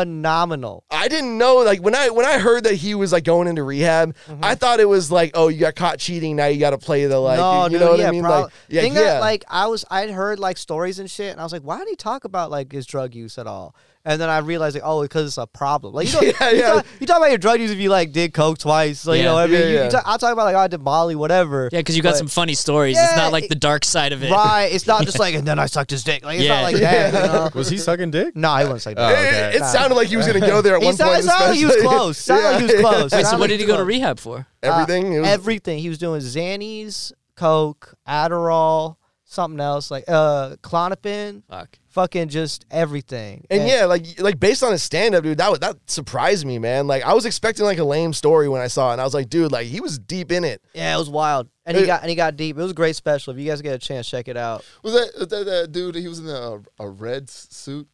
Speaker 1: phenomenal.
Speaker 4: I didn't know like when I when I heard that he was like going into rehab,
Speaker 1: Mm-hmm.
Speaker 4: I thought it was like, oh, you got caught cheating, now you got to play the like,
Speaker 1: no,
Speaker 4: you
Speaker 1: dude,
Speaker 4: know what
Speaker 1: yeah,
Speaker 4: I mean?
Speaker 1: prob-
Speaker 4: like, yeah,
Speaker 1: thing
Speaker 4: yeah.
Speaker 1: that like I was, I'd heard like stories and shit, and I was like, why did he talk about like his drug use at all? And then I realized like, oh, because it's a problem. Like you, know,
Speaker 4: Yeah,
Speaker 1: you,
Speaker 4: yeah.
Speaker 1: Talk, you talk about your drug use if you like did coke twice, like you
Speaker 3: Yeah.
Speaker 1: know what I mean.
Speaker 4: Yeah,
Speaker 1: You- you
Speaker 4: yeah.
Speaker 1: talk- I talk about like oh, I did Molly, whatever.
Speaker 3: Yeah, because you got
Speaker 1: But-
Speaker 3: some funny stories. it's
Speaker 1: Yeah,
Speaker 3: not like
Speaker 1: it-
Speaker 3: the dark side of it.
Speaker 1: Right, it's not just like and then I sucked his dick. Like it's
Speaker 3: Yeah.
Speaker 1: not like that. You know?
Speaker 5: Was he sucking dick?
Speaker 1: No, I wouldn't say
Speaker 5: Oh,
Speaker 1: that.
Speaker 4: it,
Speaker 5: okay.
Speaker 4: it
Speaker 1: Nah.
Speaker 4: sounded like he was gonna go there at
Speaker 1: He
Speaker 4: one
Speaker 1: sounded,
Speaker 4: point.
Speaker 1: it sounded like he was
Speaker 4: especially.
Speaker 1: close. Sounded like he was
Speaker 4: Yeah.
Speaker 1: close.
Speaker 3: Wait, so
Speaker 1: Sounded
Speaker 3: what
Speaker 1: like
Speaker 3: did he go to
Speaker 1: close.
Speaker 3: rehab for?
Speaker 4: Everything. it was-
Speaker 1: Everything he was doing: Xannies, Coke, Adderall, something else like uh, Clonopin,
Speaker 3: Fuck.
Speaker 1: fucking just everything.
Speaker 4: And yeah, like like based on his stand up, dude, that was, that surprised me, man. Like I was expecting like a lame story when I saw it, and I was like, dude, like he was deep in it.
Speaker 1: yeah, it was wild. And he
Speaker 4: It-
Speaker 1: got and he got deep. It was a great special. If you guys get a chance, check it out.
Speaker 2: Was that, was that that dude? He was in a, a red s- suit.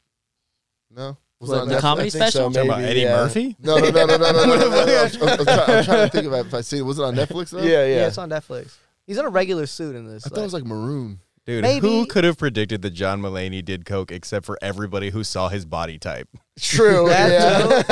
Speaker 2: No. Was
Speaker 3: What,
Speaker 2: on
Speaker 3: the
Speaker 2: Netflix?
Speaker 3: comedy
Speaker 4: I think
Speaker 3: special?
Speaker 4: so,
Speaker 5: Talking about
Speaker 4: maybe,
Speaker 5: Eddie
Speaker 4: yeah.
Speaker 5: Murphy?
Speaker 2: No, no, no, no, no, no, no, no, no. I'm, I'm, I'm, try, I'm trying to think about if I see it. Was it on Netflix? Though?
Speaker 4: Yeah, yeah.
Speaker 1: Yeah. it's on Netflix. He's in a regular suit in this.
Speaker 2: I thought it was like maroon.
Speaker 5: Dude,
Speaker 1: Maybe.
Speaker 5: who could have predicted that John Mulaney did coke except for everybody who saw his body type?
Speaker 4: True.
Speaker 1: that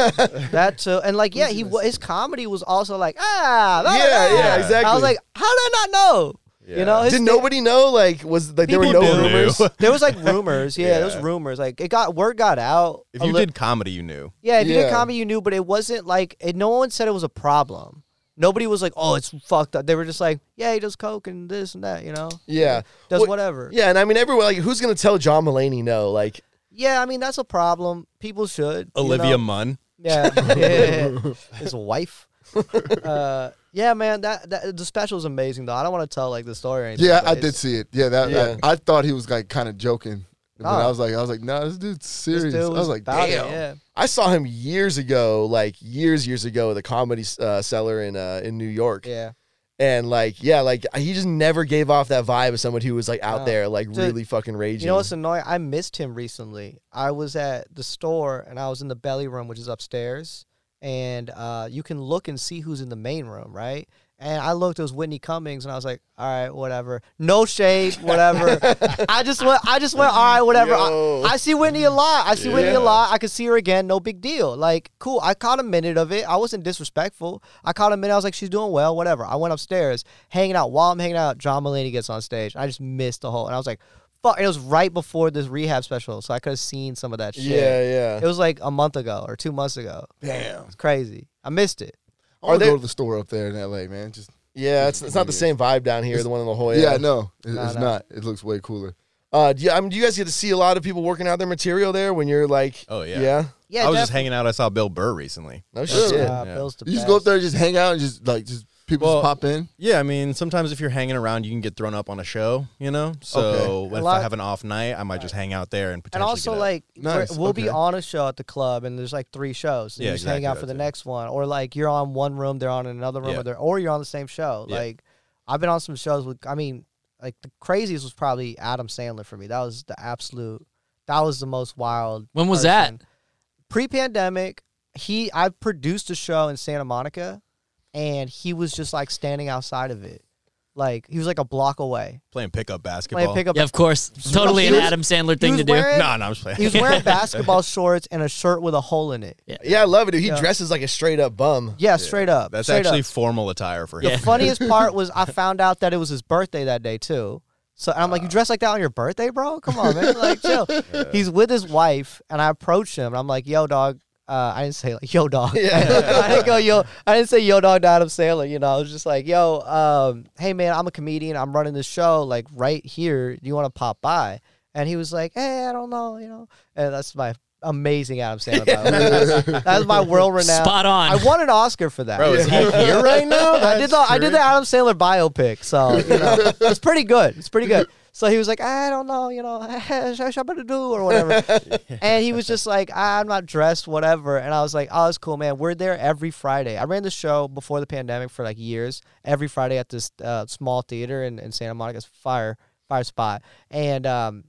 Speaker 4: yeah.
Speaker 1: too, that too, and like yeah, he wa- his comedy was also like ah, da, da,
Speaker 4: Yeah,
Speaker 1: da.
Speaker 4: yeah,
Speaker 1: I
Speaker 4: exactly.
Speaker 1: was like, how did I not know? You know, his
Speaker 4: Did
Speaker 1: thing-
Speaker 4: nobody know? Like, was like there were no
Speaker 5: People knew.
Speaker 4: rumors?
Speaker 1: There was like rumors, yeah, There was
Speaker 5: Yeah.
Speaker 1: rumors. Like it got word got out.
Speaker 5: If
Speaker 1: a
Speaker 5: you
Speaker 1: li-
Speaker 5: did comedy, you knew.
Speaker 1: yeah, if you
Speaker 4: Yeah.
Speaker 1: did comedy, you knew, but it wasn't like it, no one said it was a problem. Nobody was like, "Oh, it's fucked up." They were just like, "Yeah, he does coke and this and that," you know.
Speaker 4: Yeah.
Speaker 1: Does
Speaker 4: Well,
Speaker 1: whatever. Yeah.
Speaker 4: Yeah, and I mean, everyone like, who's gonna tell John Mulaney no? Like,
Speaker 1: I mean that's a problem. People should. you
Speaker 5: Olivia
Speaker 1: know?
Speaker 5: Munn.
Speaker 1: Yeah. yeah. His wife. uh, yeah, man, that, that the special is amazing though. I don't want to tell like the story or anything.
Speaker 2: Yeah,
Speaker 1: but
Speaker 2: I
Speaker 1: it's-
Speaker 2: did see it. Yeah, that,
Speaker 4: Yeah.
Speaker 2: I, I thought he was like kind of joking, but
Speaker 1: Oh.
Speaker 2: I was like, I was like, nah, this dude's
Speaker 1: this
Speaker 2: serious.
Speaker 1: dude
Speaker 2: I was like,
Speaker 1: about it,
Speaker 2: damn.
Speaker 1: yeah.
Speaker 4: I saw him years ago, like years, years ago, at the comedy uh, cellar in uh, in New York,
Speaker 1: Yeah.
Speaker 4: and like, yeah, like he just never gave off that vibe of someone who was like out
Speaker 1: No.
Speaker 4: there, like
Speaker 1: Dude,
Speaker 4: really fucking raging.
Speaker 1: You know what's annoying? I missed him recently. I was at the store and I was in the belly room, which is upstairs, and uh, you can look and see who's in the main room, right? And I looked, it was Whitney Cummings, and I was like, "All right, whatever. No shade, whatever." I just went. I just went. All right, whatever. I,
Speaker 4: Yo.
Speaker 1: I see Whitney a lot. I see Whitney a
Speaker 4: Yeah.
Speaker 1: lot. I could see her again. No big deal. Like, cool. I caught a minute of it. I wasn't disrespectful. I caught a minute. I was like, she's doing well. Whatever. I went upstairs, hanging out. While I'm hanging out, John Mulaney gets on stage. I just missed the whole. And I was like, fuck. And it was right before this rehab special, so I could have seen some of that shit.
Speaker 4: yeah, yeah.
Speaker 1: It was like a month ago or two months ago.
Speaker 2: Damn.
Speaker 1: It's crazy. I missed it.
Speaker 2: I want to
Speaker 4: there-
Speaker 2: go to the store up there in L.A., man. Just
Speaker 4: Yeah, it's, it's not the same vibe down here. The one in La Jolla.
Speaker 2: yeah, no, it,
Speaker 1: Nah,
Speaker 2: it's
Speaker 1: nah.
Speaker 2: not. It looks way cooler.
Speaker 4: Uh, do you, I mean, do you guys get to see a lot of people working out their material there when you're like,
Speaker 5: Oh, yeah.
Speaker 4: yeah,
Speaker 1: Yeah,
Speaker 5: I was
Speaker 1: def-
Speaker 5: just hanging out. I saw Bill Burr recently.
Speaker 4: no
Speaker 1: Uh,
Speaker 4: shit.
Speaker 5: Yeah.
Speaker 1: Bill's the
Speaker 2: You just go up
Speaker 1: best.
Speaker 2: there and just hang out and just like just people
Speaker 5: Well,
Speaker 2: just pop in.
Speaker 5: Yeah, I mean, sometimes if you're hanging around, you can get thrown up on a show, you know? So
Speaker 2: Okay.
Speaker 5: if
Speaker 1: lot-
Speaker 5: I have an off night, I might just hang out there and
Speaker 1: and
Speaker 5: potentially.
Speaker 1: also
Speaker 5: get a-
Speaker 1: like we're-
Speaker 2: Nice,
Speaker 1: we'll be
Speaker 2: okay.
Speaker 1: on a show at the club and there's like three shows and
Speaker 5: Yeah,
Speaker 1: you just hang
Speaker 5: exactly,
Speaker 1: out for the
Speaker 5: that's it.
Speaker 1: next one or like you're on one room they're on another room
Speaker 5: Yeah.
Speaker 1: or they're or you're on the same show
Speaker 5: Yeah.
Speaker 1: like i've been on some shows with i mean like the craziest was probably adam sandler for me that was the absolute that was the most wild
Speaker 3: When was
Speaker 1: person.
Speaker 3: that?
Speaker 1: pre-pandemic he i produced a show in santa monica and he was just like standing outside of it like he was like a block away
Speaker 5: playing pickup basketball.
Speaker 1: playing pickup
Speaker 3: Yeah, of course. Totally an
Speaker 1: was-
Speaker 3: Adam Sandler
Speaker 1: he
Speaker 3: thing
Speaker 1: was
Speaker 3: to do.
Speaker 1: wearing-
Speaker 5: No, no, I'm just playing.
Speaker 1: he was wearing basketball shorts and a shirt with a hole in it
Speaker 4: Yeah, I love it. Dude. He
Speaker 1: Yeah.
Speaker 4: dresses like a straight up bum.
Speaker 1: Yeah, straight up.
Speaker 5: That's
Speaker 1: straight
Speaker 5: actually
Speaker 1: up.
Speaker 5: formal attire for him.
Speaker 1: the funniest part was I found out that it was his birthday that day too. So and I'm like, you dress like that on your birthday, bro? Come on, man. Like, chill. He's with his wife, and I approached him, and I'm like, yo, dog. Uh, I didn't say like, yo, dog. I didn't go, yo. I didn't say yo, dog, to Adam Sandler. You know, I was just like, yo, um, hey, man, I'm a comedian. I'm running this show like right here. Do you want to pop by? And he was like, hey, I don't know, you know. And that's my amazing Adam Sandler. by the way. That's, that's my world renowned.
Speaker 3: Spot on.
Speaker 1: I won an Oscar for that.
Speaker 5: Bro, is he here right now?
Speaker 1: I did the I did the Adam Sandler biopic, so you know it's pretty good. It's pretty good. So he was like, I don't know, you know, should I better do or whatever. and he was just like, I'm not dressed, whatever. And I was like, Oh, it's cool, man. We're there every Friday. I ran the show before the pandemic for like years, every Friday at this uh, small theater in, in Santa Monica's fire fire spot. And um,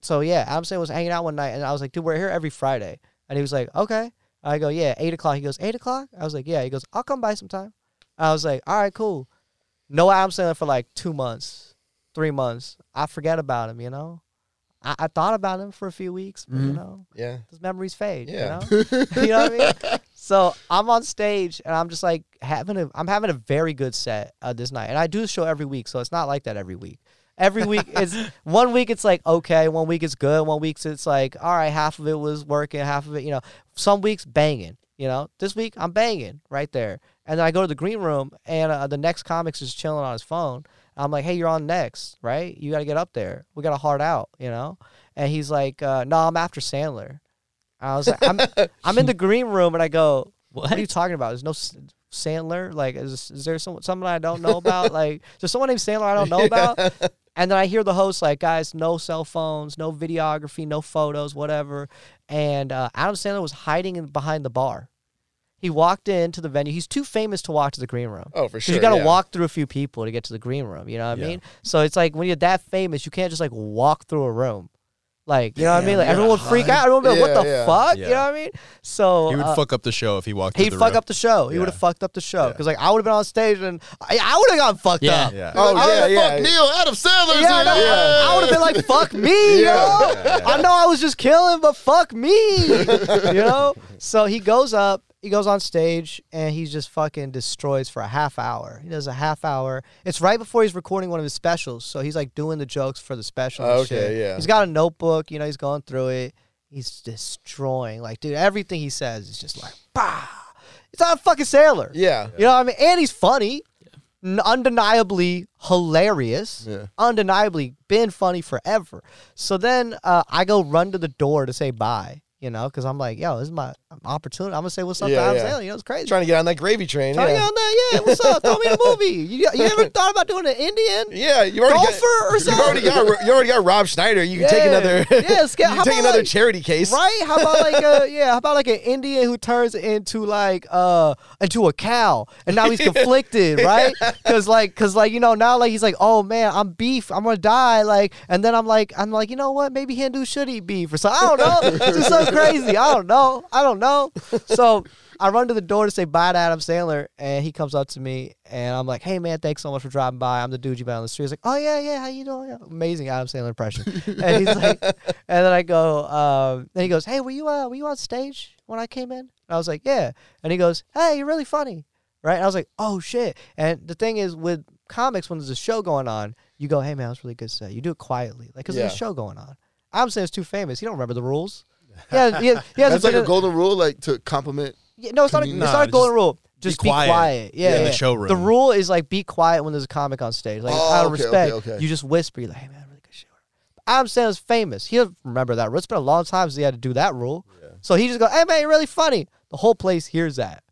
Speaker 1: so yeah, Adam Sandler was hanging out one night, and I was like, dude, we're here every Friday. And he was like, okay. I go, yeah, eight o'clock. He goes, eight o'clock. I was like, yeah. He goes, I'll come by sometime. I was like, all right, cool. No Adam Sandler for like two months, three months. I forget about him, you know. I, I thought about him for a few weeks, but you know,
Speaker 4: Yeah.
Speaker 1: those memories fade.
Speaker 4: Yeah.
Speaker 1: You know, you know what I mean. So I'm on stage and I'm just like having a I'm having a very good set uh, this night, and I do the show every week, so it's not like that every week. Every week it's one week it's like okay, one week it's good, one week it's like all right, half of it was working, half of it you know. Some weeks banging, you know. This week I'm banging right there, and then I go to the green room and uh, the next comic's just chilling on his phone. I'm like, hey, you're on next, right? You got to get up there. We got a hard out, you know. And he's like, uh, no, I'm after Sandler. I was like, I'm, I'm in the green room, and I go, what, are you talking about? There's no S- Sandler. Like, is, is there some, someone I don't know about? like, there's someone named Sandler I don't know about. And then I hear the host like, guys, no cell phones, no videography, no photos, whatever. And uh, Adam Sandler was hiding in, behind the bar. He walked into the venue. He's too famous to walk to the green room.
Speaker 4: Oh, for
Speaker 1: 'Cause
Speaker 4: sure.
Speaker 1: You got to
Speaker 4: yeah.
Speaker 1: walk through a few people to get to the green room. You know what I
Speaker 5: Yeah.
Speaker 1: mean? So it's like when you're that famous, you can't just like walk through a room. Like, you know what I mean? Like, everyone would freak out. Everyone would be like, what the
Speaker 4: Yeah, yeah.
Speaker 1: fuck? You
Speaker 5: Yeah.
Speaker 1: know what I mean? So
Speaker 5: He would
Speaker 1: uh,
Speaker 5: fuck up the show if he walked
Speaker 1: he'd
Speaker 5: through the
Speaker 1: fuck
Speaker 5: room.
Speaker 1: up the show. He
Speaker 5: Yeah.
Speaker 1: would have fucked up the show.
Speaker 5: Yeah.
Speaker 1: Because, like, I would have been on stage and I, I would have gotten fucked
Speaker 3: Yeah.
Speaker 1: up.
Speaker 5: Yeah.
Speaker 4: Oh,
Speaker 2: I
Speaker 4: yeah, yeah.
Speaker 2: Fuck Neil Adam Sandler's
Speaker 1: Yeah, I
Speaker 2: here.
Speaker 1: know. I would have been like, "Fuck me, yo! I know I was just killing, but fuck me, you know." So he goes up, he goes on stage, and he just fucking destroys for a half hour. He does a half hour. It's right before he's recording one of his specials, so he's like doing the jokes for the special. and
Speaker 4: Okay,
Speaker 1: shit.
Speaker 4: yeah.
Speaker 1: He's got a notebook, you know. He's going through it. He's destroying, like, dude. Everything he says is just like, bah. It's not a fucking sailor.
Speaker 4: Yeah.
Speaker 1: You know what I mean? And he's funny. N- undeniably hilarious.
Speaker 2: Yeah.
Speaker 1: Undeniably been funny forever. So then uh, I go run to the door to say bye. you know, because I'm like, yo, this is my opportunity. I'm gonna say what's up
Speaker 4: Yeah,
Speaker 1: to Adam
Speaker 4: yeah.
Speaker 1: Sandler. You know, it's crazy.
Speaker 4: Trying to get on that gravy train.
Speaker 1: Trying to
Speaker 4: yeah.
Speaker 1: get on that, yeah. What's up? Throw me a movie. You, you ever thought about doing an Indian
Speaker 4: Yeah, you already
Speaker 1: golfer
Speaker 4: got,
Speaker 1: or
Speaker 4: you
Speaker 1: something?
Speaker 4: already got you already got Rob Schneider. You can take
Speaker 1: Yeah.
Speaker 4: another
Speaker 1: Yeah, it's got-
Speaker 4: you
Speaker 1: how
Speaker 4: can take
Speaker 1: about
Speaker 4: another
Speaker 1: like-
Speaker 4: charity case.
Speaker 1: Right? How about like a yeah? How about like an Indian who turns into like uh into a cow, and now he's conflicted, right? Because like, cause like you know now like he's like, oh man, I'm beef, I'm gonna die, like, and then I'm like, I'm like, you know what? Maybe Hindu should eat beef or something. I don't know. It's just so crazy. I don't know. I don't know. So. I run to the door to say bye to Adam Sandler, and he comes up to me, and I'm like, "Hey man, thanks so much for dropping by. I'm the dude you met on the street." He's like, "Oh yeah, yeah, how you doing?" Amazing Adam Sandler impression. and he's like, and then I go, um, then he goes, "Hey, were you uh, were you on stage when I came in?" And I was like, "Yeah," and he goes, "Hey, you're really funny." right? And I was like, oh shit. And the thing is, with comics, when there's a show going on, you go, hey man, that's really good set. You do it quietly, like because there's a
Speaker 4: Yeah.
Speaker 1: show going on. I'm saying it's too famous. He don't remember the rules. Yeah, yeah, yeah.
Speaker 2: That's like a golden rule, like to compliment.
Speaker 1: Yeah, no, it's not. A,
Speaker 2: Nah,
Speaker 1: it's not a golden
Speaker 5: just
Speaker 1: rule. Just be quiet.
Speaker 5: quiet
Speaker 1: Yeah,
Speaker 5: in
Speaker 1: yeah.
Speaker 5: the showroom.
Speaker 1: The rule is like be quiet when there's a comic on stage. Like
Speaker 2: Oh,
Speaker 1: out of
Speaker 2: okay,
Speaker 1: respect,
Speaker 2: okay, okay.
Speaker 1: you just whisper. You're like, hey man, really good shit. Adam Sandler's famous. He'll remember that rule. It's been a long time since he had to do that rule. So he just go, hey man, you're really funny. The whole place hears that.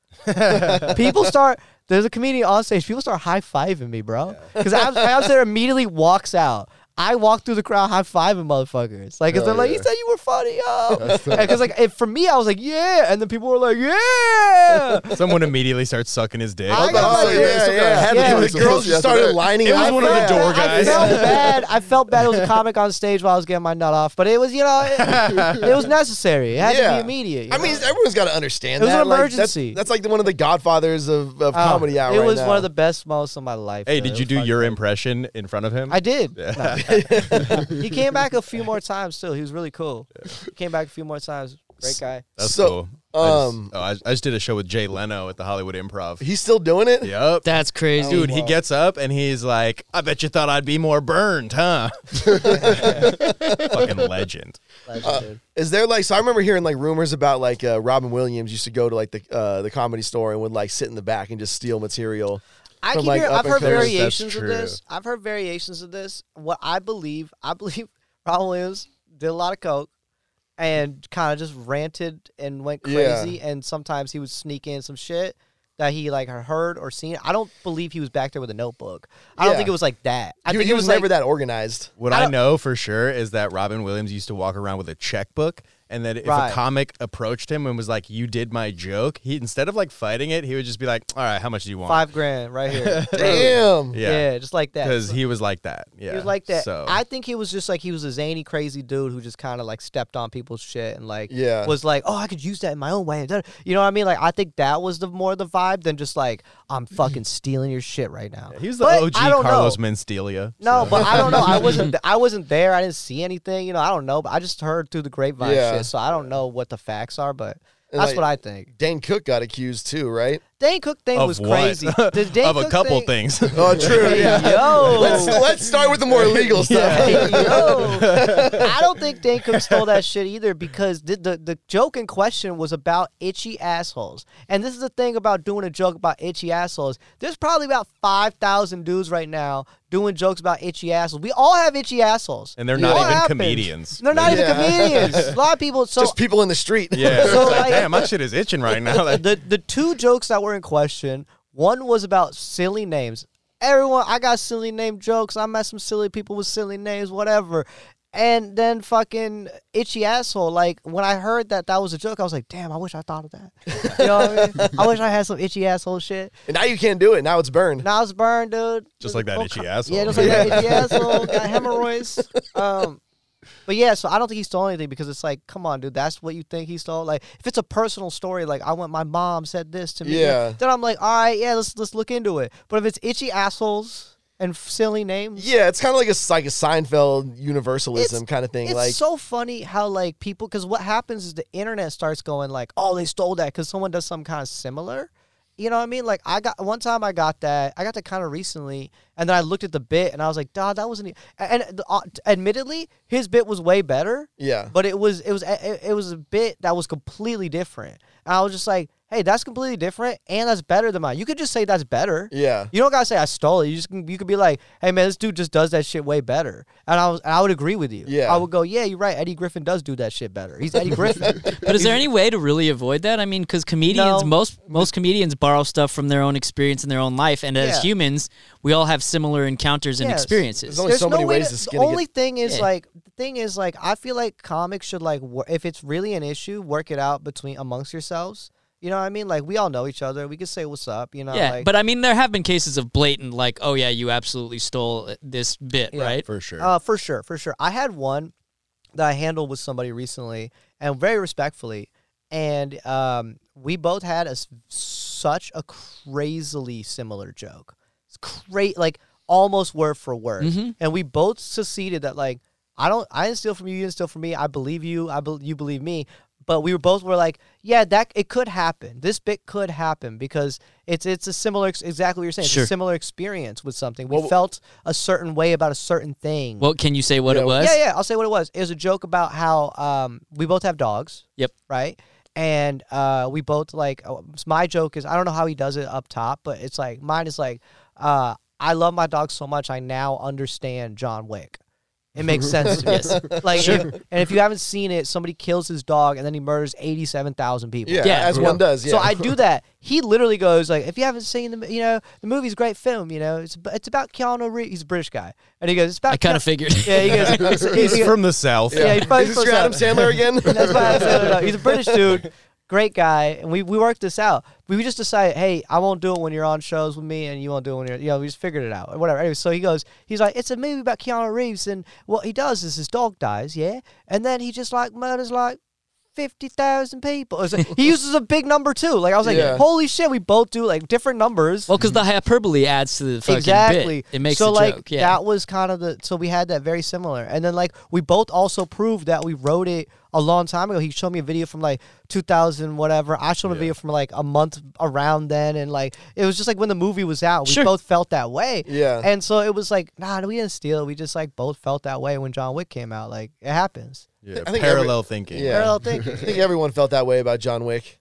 Speaker 1: people start. There's a comedian on stage. People start high fiving me, bro. Because Adam, Adam Sandler immediately walks out. I walk through the crowd high fiving motherfuckers. Like, 'cause they're
Speaker 2: Hell
Speaker 1: like,
Speaker 2: yeah.
Speaker 1: he said you were funny, yo. Because, like, if, for me, I was like, yeah. And then people were like, yeah.
Speaker 5: Someone immediately starts sucking his dick.
Speaker 1: Oh. I
Speaker 2: I'm about
Speaker 1: got
Speaker 2: to say,
Speaker 1: my-
Speaker 2: man, some
Speaker 4: yeah,
Speaker 2: guy
Speaker 4: yeah.
Speaker 2: had to
Speaker 1: Yeah.
Speaker 2: give me
Speaker 4: The
Speaker 2: some
Speaker 4: girls
Speaker 2: pussy
Speaker 4: just
Speaker 2: after
Speaker 4: started
Speaker 2: that.
Speaker 4: lining
Speaker 5: It was
Speaker 4: up.
Speaker 5: one of the
Speaker 1: Yeah,
Speaker 5: door
Speaker 1: I
Speaker 5: guys.
Speaker 1: felt bad. I felt bad. It was a comic on stage while I was getting my nut off, but it was you know it, it was necessary. It had to
Speaker 4: Yeah.
Speaker 1: be immediate. you
Speaker 4: I
Speaker 1: know?
Speaker 4: mean, everyone's got to understand.
Speaker 1: It was
Speaker 4: that.
Speaker 1: an
Speaker 4: Like,
Speaker 1: emergency.
Speaker 4: that's, that's like the, one of the godfathers of, of
Speaker 1: Oh,
Speaker 4: comedy hour.
Speaker 1: It
Speaker 4: right
Speaker 1: was
Speaker 4: now.
Speaker 1: one of the best moments of my life.
Speaker 5: Hey,
Speaker 1: man.
Speaker 5: did
Speaker 1: It
Speaker 5: you
Speaker 1: was
Speaker 5: do
Speaker 1: fucking
Speaker 5: your
Speaker 1: great.
Speaker 5: impression in front of him?
Speaker 1: I did. No. he came back a few more times too. He was really cool. He came back a few more times. Great guy.
Speaker 5: That's
Speaker 4: So,
Speaker 5: cool. I just-
Speaker 4: um,
Speaker 5: oh, I, I just did a show with Jay Leno at the Hollywood Improv.
Speaker 4: He's still doing it.
Speaker 5: yep.
Speaker 3: That's crazy.
Speaker 5: Dude, he gets up and he's like, I bet you thought I'd be more burned, huh? Fucking legend.
Speaker 1: Legend, dude.
Speaker 4: Is there like so? I remember hearing like rumors about like uh, Robin Williams used to go to like the uh, the comedy store and would like sit in the back and just steal material.
Speaker 1: I
Speaker 4: from,
Speaker 1: keep
Speaker 4: like,
Speaker 1: hearing,
Speaker 4: up
Speaker 1: I've
Speaker 4: and
Speaker 1: heard
Speaker 4: comers.
Speaker 5: That's
Speaker 1: variations of
Speaker 5: true.
Speaker 1: this. I've heard variations of this. What I believe, I believe Ron Williams did a lot of coke and kind of just ranted and went
Speaker 4: Yeah.
Speaker 1: crazy. And sometimes he would sneak in some shit that he like heard or seen. I don't believe he was back there with a notebook. I don't
Speaker 4: Yeah.
Speaker 1: think it was like that. I
Speaker 4: he,
Speaker 1: think
Speaker 4: he
Speaker 1: it
Speaker 4: was
Speaker 1: was like,
Speaker 4: never that organized.
Speaker 5: What
Speaker 1: I
Speaker 5: I,
Speaker 1: don't-
Speaker 5: know for sure is that Robin Williams used to walk around with a checkbook, and that if
Speaker 1: Right.
Speaker 5: a comic approached him and was like, "You did my joke," he instead of like fighting it, he would just be like, "All right, how much do you want?"
Speaker 1: five grand right here.
Speaker 4: Damn.
Speaker 1: yeah.
Speaker 5: Yeah,
Speaker 1: just like that.
Speaker 5: because he was like that. Yeah,
Speaker 1: He was like that.
Speaker 5: So
Speaker 1: I think he was just like he was a zany, crazy dude who just kind of like stepped on people's shit and like
Speaker 4: Yeah.
Speaker 1: was like, oh, I could use that in my own way. You know what I mean? Like I think that was the more the vibe than just like I'm fucking stealing your shit right now.
Speaker 5: he was the
Speaker 1: But
Speaker 5: OG
Speaker 1: I don't
Speaker 5: Carlos
Speaker 1: know.
Speaker 5: Mencia.
Speaker 1: No, but I don't know. I wasn't. th- I wasn't there. I didn't see anything. You know, I don't know. But I just heard through the grapevine
Speaker 4: Yeah.
Speaker 1: shit, so I don't know what the facts are. But
Speaker 4: And,
Speaker 1: that's
Speaker 4: like-
Speaker 1: what I think.
Speaker 4: Dane Cook got accused too, right?
Speaker 1: Dane Cook thing
Speaker 5: Of
Speaker 1: was
Speaker 5: what?
Speaker 1: crazy. The Dane
Speaker 5: of a
Speaker 1: Cook
Speaker 5: couple
Speaker 1: thing-
Speaker 5: things.
Speaker 4: Oh, true.
Speaker 1: Hey, yo.
Speaker 4: Let's let's start with the more illegal stuff.
Speaker 1: Hey, yo. I don't think Dan Cook stole that shit either because the, the the joke in question was about itchy assholes. And this is the thing about doing a joke about itchy assholes. There's probably about 5,000 dudes right now doing jokes about itchy assholes. We all have itchy assholes.
Speaker 5: And they're
Speaker 1: It
Speaker 5: not
Speaker 1: all
Speaker 5: even
Speaker 1: happens.
Speaker 5: comedians.
Speaker 1: They're not
Speaker 4: Yeah.
Speaker 1: even comedians. A lot of people. So
Speaker 4: Just people in the street.
Speaker 5: yeah,
Speaker 1: So,
Speaker 5: It's like,
Speaker 1: like-
Speaker 5: damn, my shit is itching right now. Like,
Speaker 1: the the two jokes that were in question. One was about silly names. Everyone, I got silly name jokes. I met some silly people with silly names, whatever. And then fucking itchy asshole. Like when I heard that that was a joke, I was like, damn, I wish I thought of that. You know what I mean? I wish I had some itchy asshole shit.
Speaker 4: And now you can't do it. Now it's burned.
Speaker 1: Nas Burn, dude.
Speaker 5: Just like that itchy asshole.
Speaker 1: Oh, Yeah, just like that itchy asshole. Got hemorrhoids. Um, but yeah, so I don't think he stole anything because it's like, come on, dude, that's what you think he stole. Like, if it's a personal story, like I went, my mom said this to me.
Speaker 4: Yeah.
Speaker 1: Then I'm like, all right, yeah, let's let's look into it. But if it's itchy assholes and silly names,
Speaker 4: Yeah, it's kind of like a like a Seinfeld universalism
Speaker 1: It's-
Speaker 4: kind of thing.
Speaker 1: It's
Speaker 4: Like
Speaker 1: so funny how like people because what happens is the internet starts going like, oh, they stole that because someone does something kind of similar. You know what I mean? Like I got one time I got that I got that kind of recently, and then I looked at the bit and I was like, "Duh, that wasn't." e-" And and, uh, admittedly, his bit was way better,
Speaker 4: yeah,
Speaker 1: but it was it was it, it was a bit that was completely different. And I was just like, hey, that's completely different and that's better than mine. You could just say that's better.
Speaker 4: Yeah.
Speaker 1: You don't gotta say I stole it. You just can, you could be like, hey man, this dude just does that shit way better, and I was, and I would agree with you.
Speaker 4: Yeah.
Speaker 1: I would go, yeah, you're right. Eddie Griffin does do that shit better. He's Eddie Griffin.
Speaker 3: But is there any way to really avoid that? I mean, because comedians,
Speaker 1: No.
Speaker 3: most most comedians borrow stuff from their own experience in their own life, and as
Speaker 1: Yeah.
Speaker 3: humans, we all have similar encounters and
Speaker 1: Yes.
Speaker 3: experiences.
Speaker 4: There's only so many
Speaker 1: way
Speaker 4: ways
Speaker 1: to-
Speaker 4: to skin
Speaker 1: the
Speaker 4: it
Speaker 1: only thing is
Speaker 3: Yeah.
Speaker 1: like the thing is like I feel like comics should like wor- if it's really an issue, work it out between amongst yourselves. You know what I mean? Like we all know each other. We can say what's up. You know?
Speaker 3: yeah,
Speaker 1: like,
Speaker 3: but I mean, there have been cases of blatant, like, oh yeah, you absolutely stole this bit,
Speaker 1: Yeah.
Speaker 3: right?
Speaker 5: for sure.
Speaker 1: Uh, for sure, for sure. I had one that I handled with somebody recently, and very respectfully, and um, we both had a s such a crazily similar joke. It's cra- like almost word for word, and we both succeeded that like I don't, I didn't steal from you, you didn't steal from me. I believe you, I bel you believe me. But we were both were like, yeah, that it could happen. This bit could happen because it's it's a similar ex- exactly what you're saying.
Speaker 3: Sure.
Speaker 1: It's a similar experience with something. We felt a certain way about a certain thing.
Speaker 3: Well, can you say what
Speaker 4: Yeah,
Speaker 3: it was?
Speaker 1: Yeah, yeah. I'll say what it was. It was a joke about how um, we both have dogs.
Speaker 3: Yep.
Speaker 1: Right. And uh, we both like. oh, s- My joke is I don't know how he does it up top, but it's like mine is like uh, I love my dog so much I now understand John Wick. It makes sense. to me.
Speaker 3: Yes.
Speaker 1: Like, if- and if you haven't seen it, somebody kills his dog and then he murders eighty-seven thousand people.
Speaker 4: Yeah,
Speaker 3: Yeah.
Speaker 4: as one does. Yeah.
Speaker 1: So I do that. He literally goes like, "If you haven't seen the, m- you know, the movie's a great film. You know, it's ab- it's about Keanu Reeves. He's a British guy, and he goes, it's about
Speaker 3: I kind
Speaker 1: Keanu-
Speaker 3: of figured.
Speaker 1: yeah, he goes. It's, it's,
Speaker 5: He's from the south.
Speaker 1: yeah, he's probably
Speaker 4: Is this
Speaker 1: supposed
Speaker 4: your
Speaker 1: to-
Speaker 4: Adam Sandler again?
Speaker 1: That's why I said it out. He's a British dude, great guy, and we, we worked this out. We just decided, hey, I won't do it when you're on shows with me, and you won't do it when you're, you know, we just figured it out or whatever. Anyway, so he goes, he's like, it's a movie about Keanu Reeves, and what he does is his dog dies, yeah, and then he just like murders like. 50,000 people. It's like- he uses a big number too. Like, I was like,
Speaker 4: Yeah.
Speaker 1: holy shit, we both do like different numbers
Speaker 3: Well, because the hyperbole adds to the fucking
Speaker 1: exactly.
Speaker 3: bit. It makes
Speaker 1: so
Speaker 3: the
Speaker 1: like
Speaker 3: joke. Yeah.
Speaker 1: that was kind of the so we had that very similar, and then like we both also proved that we wrote it a long time ago. He showed me a video from like 2000 whatever. I showed him a video from like a month around then, and like it was just like when the movie was out. We
Speaker 3: Sure.
Speaker 1: both felt that way.
Speaker 4: Yeah.
Speaker 1: and so it was like nah, we didn't steal. it. We just like both felt that way when John Wick came out. Like it happens.
Speaker 5: Yeah,
Speaker 4: I think
Speaker 5: parallel thinking.
Speaker 4: Yeah.
Speaker 1: Parallel thinking.
Speaker 4: I think everyone felt that way about John Wick.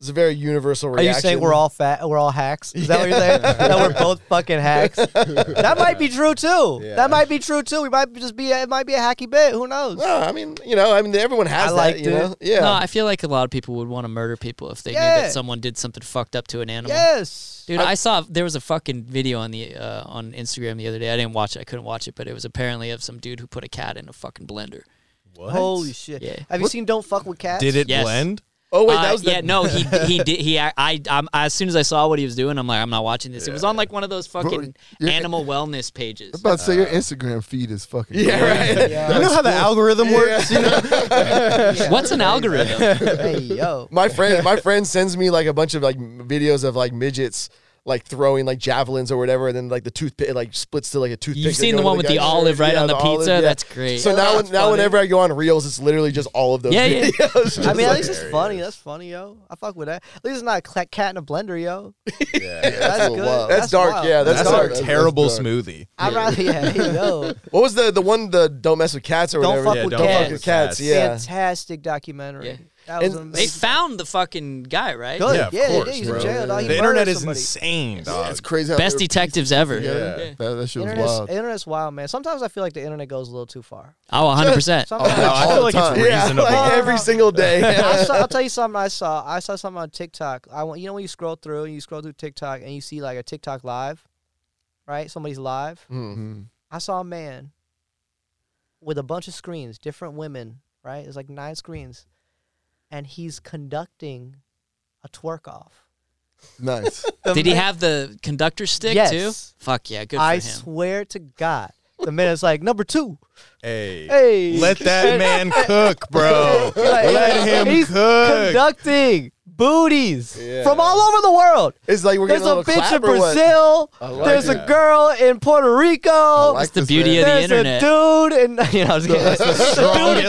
Speaker 4: It's a very universal
Speaker 1: Mm-hmm. Are
Speaker 4: reaction.
Speaker 1: you saying we're all fat? We're all hacks? Is that what you're saying? that we're both fucking hacks? That might be true too.
Speaker 4: Yeah.
Speaker 1: That might be true too. We might just be. It might be a hacky bit. Who knows?
Speaker 4: No, I mean, you know, I mean, everyone
Speaker 1: I
Speaker 4: has that.
Speaker 1: liked
Speaker 4: you know,
Speaker 1: it.
Speaker 4: yeah.
Speaker 3: No, I feel like a lot of people would want to murder people if they knew
Speaker 1: Yeah.
Speaker 3: that someone did something fucked up to an animal.
Speaker 1: Yes.
Speaker 3: Dude, I, saw there was a fucking video on the uh, on Instagram the other day. I didn't watch it. I couldn't watch it, but it was apparently of some dude who put a cat in a fucking blender.
Speaker 5: What?
Speaker 1: Holy shit.
Speaker 3: Yeah.
Speaker 1: Have you seen Don't Fuck with Cats?
Speaker 5: Did it
Speaker 3: Yes.
Speaker 5: blend?
Speaker 4: oh wait,
Speaker 3: Uh,
Speaker 4: that was the
Speaker 3: yeah, no, he he did he I, I um, as soon as I saw what he was doing, I'm like, I'm not watching this. It was on like one of those fucking
Speaker 2: yeah.
Speaker 3: animal wellness pages.
Speaker 2: I'm about to say your Instagram feed is fucking.
Speaker 4: Yeah, right.
Speaker 5: you know how the algorithm works? You know?
Speaker 3: What's an algorithm?
Speaker 1: Hey yo.
Speaker 4: My friend, my friend sends me like a bunch of like m- videos of like midgets like throwing like javelins or whatever, and then like the toothpick it, like splits to like a toothpick.
Speaker 3: You've
Speaker 4: that
Speaker 3: seen the
Speaker 4: goes
Speaker 3: one
Speaker 4: in
Speaker 3: with the
Speaker 4: guy's-
Speaker 3: olive right
Speaker 4: yeah,
Speaker 3: on the,
Speaker 4: olive,
Speaker 3: pizza.
Speaker 4: yeah.
Speaker 3: That's great.
Speaker 4: So now, when, now
Speaker 1: Oh, funny.
Speaker 4: whenever I go on Reels, it's literally just all of those.
Speaker 3: Yeah, yeah.
Speaker 4: videos.
Speaker 1: I mean, at least it's funny. That's funny, yo. I fuck with that. At least it's not a cla- cat in a blender, yo.
Speaker 2: that's,
Speaker 1: That's
Speaker 2: a little
Speaker 1: good.
Speaker 2: wild.
Speaker 4: That's,
Speaker 1: That's
Speaker 4: dark.
Speaker 1: wild.
Speaker 4: Yeah, that's,
Speaker 5: That's,
Speaker 4: dark.
Speaker 5: a
Speaker 2: that's
Speaker 5: terrible
Speaker 2: dark.
Speaker 5: smoothie.
Speaker 1: I'd rather, yeah, hey, yo.
Speaker 4: What was the the one the don't mess with cats or
Speaker 1: Don't
Speaker 4: whatever?
Speaker 1: fuck
Speaker 5: Yeah,
Speaker 1: with
Speaker 5: don't
Speaker 1: cats.
Speaker 5: fuck with cats.
Speaker 4: Yeah.
Speaker 1: Fantastic documentary.
Speaker 3: Yeah.
Speaker 1: That was
Speaker 4: And
Speaker 1: amazing.
Speaker 3: they found the fucking guy, right?
Speaker 1: Good.
Speaker 5: Yeah, of
Speaker 1: Yeah, yeah,
Speaker 5: course,
Speaker 1: he's in
Speaker 5: bro.
Speaker 1: jail. dog. He
Speaker 5: The
Speaker 1: murdered
Speaker 5: internet is
Speaker 1: somebody.
Speaker 5: insane, dog.
Speaker 2: It's crazy. How
Speaker 3: Best
Speaker 2: they're-
Speaker 3: detectives ever.
Speaker 2: Yeah,
Speaker 5: Yeah.
Speaker 2: That, that shit was
Speaker 1: Internet's,
Speaker 2: wild.
Speaker 1: internet's wild, man. Sometimes I feel like the internet goes a little too far.
Speaker 3: Oh, 100 percent.
Speaker 1: Sometimes
Speaker 5: No, I feel like it's
Speaker 4: Yeah,
Speaker 5: reasonable.
Speaker 4: like
Speaker 1: No, no, no.
Speaker 4: every single day.
Speaker 1: I saw, I'll tell you something I saw. I saw something on TikTok. I want you know when you scroll through and you scroll through TikTok and you see like a TikTok live, right? Somebody's live.
Speaker 2: Mhm.
Speaker 1: I saw a man with a bunch of screens, different women, right? It's like nine screens, and he's conducting a twerk off.
Speaker 2: Nice.
Speaker 3: Did he have the conductor stick
Speaker 1: Yes.
Speaker 3: too? Fuck yeah, good for
Speaker 1: I
Speaker 3: him.
Speaker 1: swear to God, the man is like number two.
Speaker 5: Hey.
Speaker 1: Hey,
Speaker 5: Let that man cook, bro.
Speaker 1: Like,
Speaker 5: Let him
Speaker 1: he's
Speaker 5: cook.
Speaker 1: conducting booties
Speaker 4: Yeah.
Speaker 1: from all over the world.
Speaker 4: It's like we're
Speaker 1: There's
Speaker 4: getting a
Speaker 1: a,
Speaker 4: little
Speaker 1: bitch in
Speaker 4: clap or what?
Speaker 1: Brazil.
Speaker 2: like
Speaker 1: There's a
Speaker 5: that.
Speaker 1: girl in Puerto Rico.
Speaker 2: like
Speaker 3: the
Speaker 2: this
Speaker 3: beauty
Speaker 2: man.
Speaker 3: of the
Speaker 1: There's
Speaker 3: internet.
Speaker 1: a dude in you know, I was kidding. There's a dude in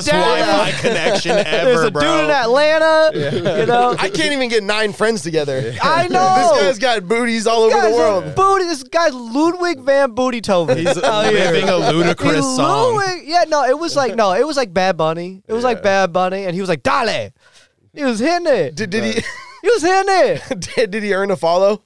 Speaker 5: Strongest Wi-Fi
Speaker 1: Dallas.
Speaker 5: connection ever,
Speaker 1: There's a
Speaker 5: bro.
Speaker 1: dude in Atlanta. You know,
Speaker 4: I can't even get nine friends together.
Speaker 1: I know.
Speaker 4: This guy's got booties all over
Speaker 1: Guys,
Speaker 4: the world.
Speaker 1: Booty. This guy's Ludwig van Booty Tovin.
Speaker 5: He's
Speaker 1: out here.
Speaker 5: living a ludicrous
Speaker 1: Oh, He
Speaker 5: song.
Speaker 1: Ludwig- Yeah, no, it was like no, it was like Bad Bunny. It was like Bad Bunny, and he was like Dale. He was hitting it.
Speaker 4: Did, did he?
Speaker 1: He was hitting it.
Speaker 4: did, did he earn a follow?